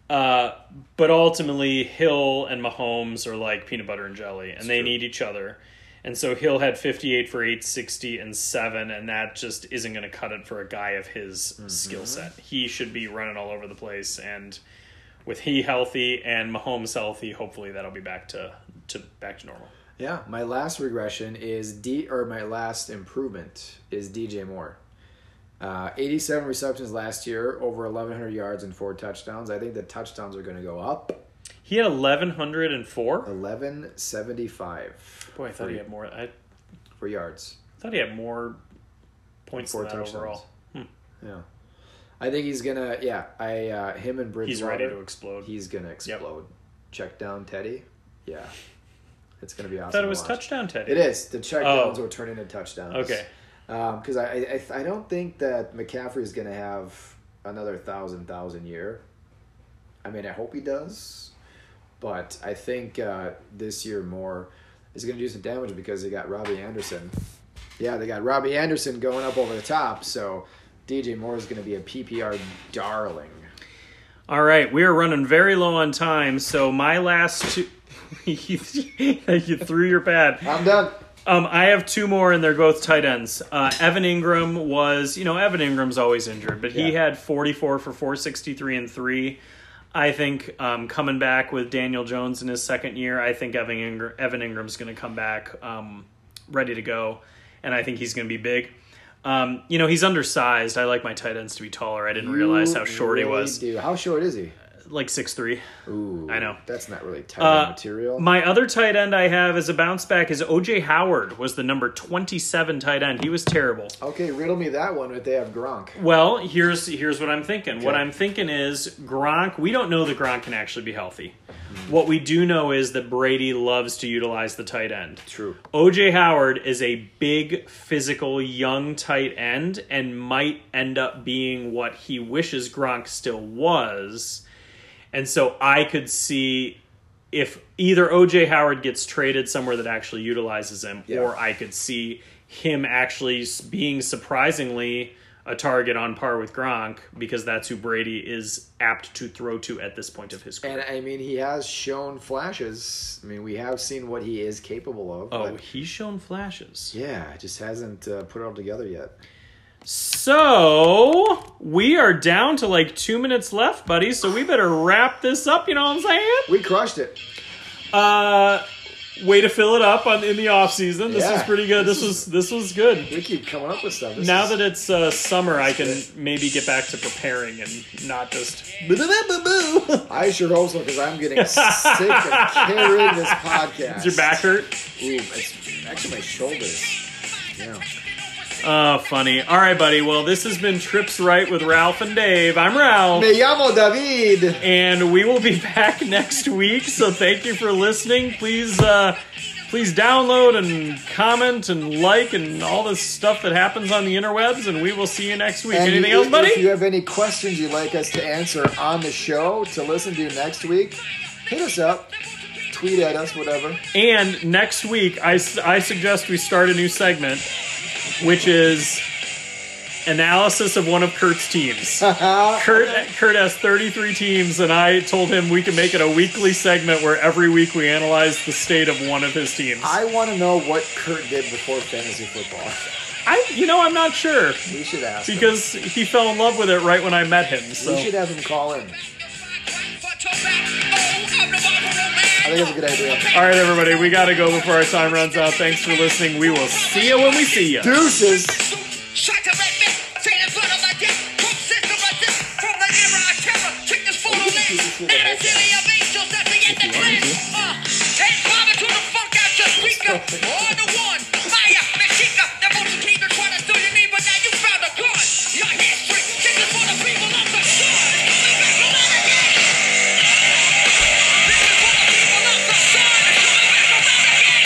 [SPEAKER 4] Uh, but ultimately, Hill and Mahomes are like peanut butter and jelly, and they
[SPEAKER 1] true.
[SPEAKER 4] need each other. And so Hill had 58 for 860 and 7, and that just isn't going to cut it for a guy of his
[SPEAKER 1] Mm-hmm.
[SPEAKER 4] skill set. He should be running all over the place, and with he healthy and Mahomes healthy, hopefully that'll be back to, to back to normal.
[SPEAKER 1] Yeah. My last regression is D, or my last improvement is DJ Moore. Uh, 87 receptions last year, over 1,100 yards and four touchdowns. I think the touchdowns are going to go up.
[SPEAKER 4] He had eleven hundred and four.
[SPEAKER 1] 1175
[SPEAKER 4] Boy, I thought he had more. I
[SPEAKER 1] for yards.
[SPEAKER 4] thought he had more points
[SPEAKER 1] Four
[SPEAKER 4] than that Hmm.
[SPEAKER 1] touchdowns.
[SPEAKER 4] overall.
[SPEAKER 1] Yeah. I think he's gonna. Yeah, I uh, him and Bridgewater.
[SPEAKER 4] He's ready to explode.
[SPEAKER 1] He's gonna explode. Check down Teddy. Yeah, it's gonna be awesome.
[SPEAKER 4] I thought
[SPEAKER 1] to
[SPEAKER 4] it was
[SPEAKER 1] watch.
[SPEAKER 4] touchdown Teddy.
[SPEAKER 1] It is the check downs
[SPEAKER 4] Oh.
[SPEAKER 1] will turn into touchdowns.
[SPEAKER 4] Okay.
[SPEAKER 1] Because Um, I I, I I don't think that McCaffrey is gonna have another thousand thousand year. I mean, I hope he does, but I think uh, this year more is gonna do some damage because they got Robbie Anderson. Yeah, they got Robbie Anderson going up over the top, so DJ Moore is gonna be a PPR darling.
[SPEAKER 4] All right, we are running very low on time, so my last two. you threw your pad.
[SPEAKER 1] I'm done.
[SPEAKER 4] Um, I have two more, and they're both tight ends. Uh, Evan Ingram was, you know, Evan Ingram's always injured, but he
[SPEAKER 1] Yeah.
[SPEAKER 4] had 44 for 463 and three. I think um, coming back with Daniel Jones in his second year, I think Evan, Ingr- Evan Ingram's going to come back um, ready to go, and I think he's going to be big. Um, you know, he's undersized. I like my tight ends to be taller. I didn't realize how short he
[SPEAKER 1] Really
[SPEAKER 4] was.
[SPEAKER 1] do. How short is he?
[SPEAKER 4] Like six three.
[SPEAKER 1] Ooh,
[SPEAKER 4] I know.
[SPEAKER 1] That's not really tight
[SPEAKER 4] Uh,
[SPEAKER 1] end material.
[SPEAKER 4] My other tight end I have as a bounce back is OJ Howard was the number 27 tight end. He was terrible.
[SPEAKER 1] okay, riddle me that one. If they have Gronk.
[SPEAKER 4] Well, here's here's what I'm thinking. What
[SPEAKER 1] Okay.
[SPEAKER 4] I'm thinking is Gronk, we don't know that Gronk can actually be healthy. What we do know is that Brady loves to utilize the tight end.
[SPEAKER 1] True.
[SPEAKER 4] OJ Howard is a big, physical, young tight end and might end up being what he wishes Gronk still was. And so I could see if either OJ Howard gets traded somewhere that actually utilizes him,
[SPEAKER 1] Yeah.
[SPEAKER 4] or I could see him actually s- being surprisingly a target on par with Gronk because that's who Brady is apt to throw to at this point of his career.
[SPEAKER 1] And I mean, he has shown flashes. I mean, we have seen what he is capable of.
[SPEAKER 4] Oh,
[SPEAKER 1] but
[SPEAKER 4] he's shown flashes.
[SPEAKER 1] yeah, just hasn't uh, put it all together yet.
[SPEAKER 4] So we are down to like two minutes left, buddy. So we better wrap this up. You know what I'm saying?
[SPEAKER 1] We crushed it.
[SPEAKER 4] Uh, way to fill it up on in the off season. This
[SPEAKER 1] Yeah.
[SPEAKER 4] was pretty good. This was this was good.
[SPEAKER 1] We keep coming up with stuff. This
[SPEAKER 4] Now
[SPEAKER 1] is-
[SPEAKER 4] that it's uh, summer, I can maybe get back to preparing and not just.
[SPEAKER 1] I sure hope so, because I'm getting sick of carrying this podcast.
[SPEAKER 4] Does your back hurt?
[SPEAKER 1] Ooh, it's actually my shoulders. Yeah.
[SPEAKER 4] Oh, funny. All right, buddy. Well, this has been Trips Right with Ralph and Dave. I'm Ralph.
[SPEAKER 1] Me llamo David.
[SPEAKER 4] and we will be back next week. So thank you for listening. Please, uh, please download and comment and like and all this stuff that happens on the interwebs. And we will see you next week.
[SPEAKER 1] And
[SPEAKER 4] Anything
[SPEAKER 1] if-
[SPEAKER 4] else, buddy?
[SPEAKER 1] If you have any questions you'd like us to answer on the show to listen to next week, hit us up, tweet at us, whatever.
[SPEAKER 4] And next week, I, s- I suggest we start a new segment, which is analysis of one of Kurt's teams. Kurt, Kurt has 33 teams, and I told him we can make it a weekly segment where every week we analyze the state of one of his teams.
[SPEAKER 1] I want to know what Kurt did before fantasy football.
[SPEAKER 4] I you know, I'm not sure.
[SPEAKER 1] We should ask. him.
[SPEAKER 4] because he fell in love with it right when I met him. So
[SPEAKER 1] we should have him call in.
[SPEAKER 2] I
[SPEAKER 1] think it's a good idea.
[SPEAKER 4] all right, everybody, we got to go before our time runs out. Thanks for listening. We will see you when we see you.
[SPEAKER 1] Deuces.
[SPEAKER 2] Shot the red man, taking blood on my dick. Come sit to my dick. From the era of terror, kick this photo lens. Now the city of angels at the end of class. Uh, and bobbing to the funk out your speaker. On the one, fire,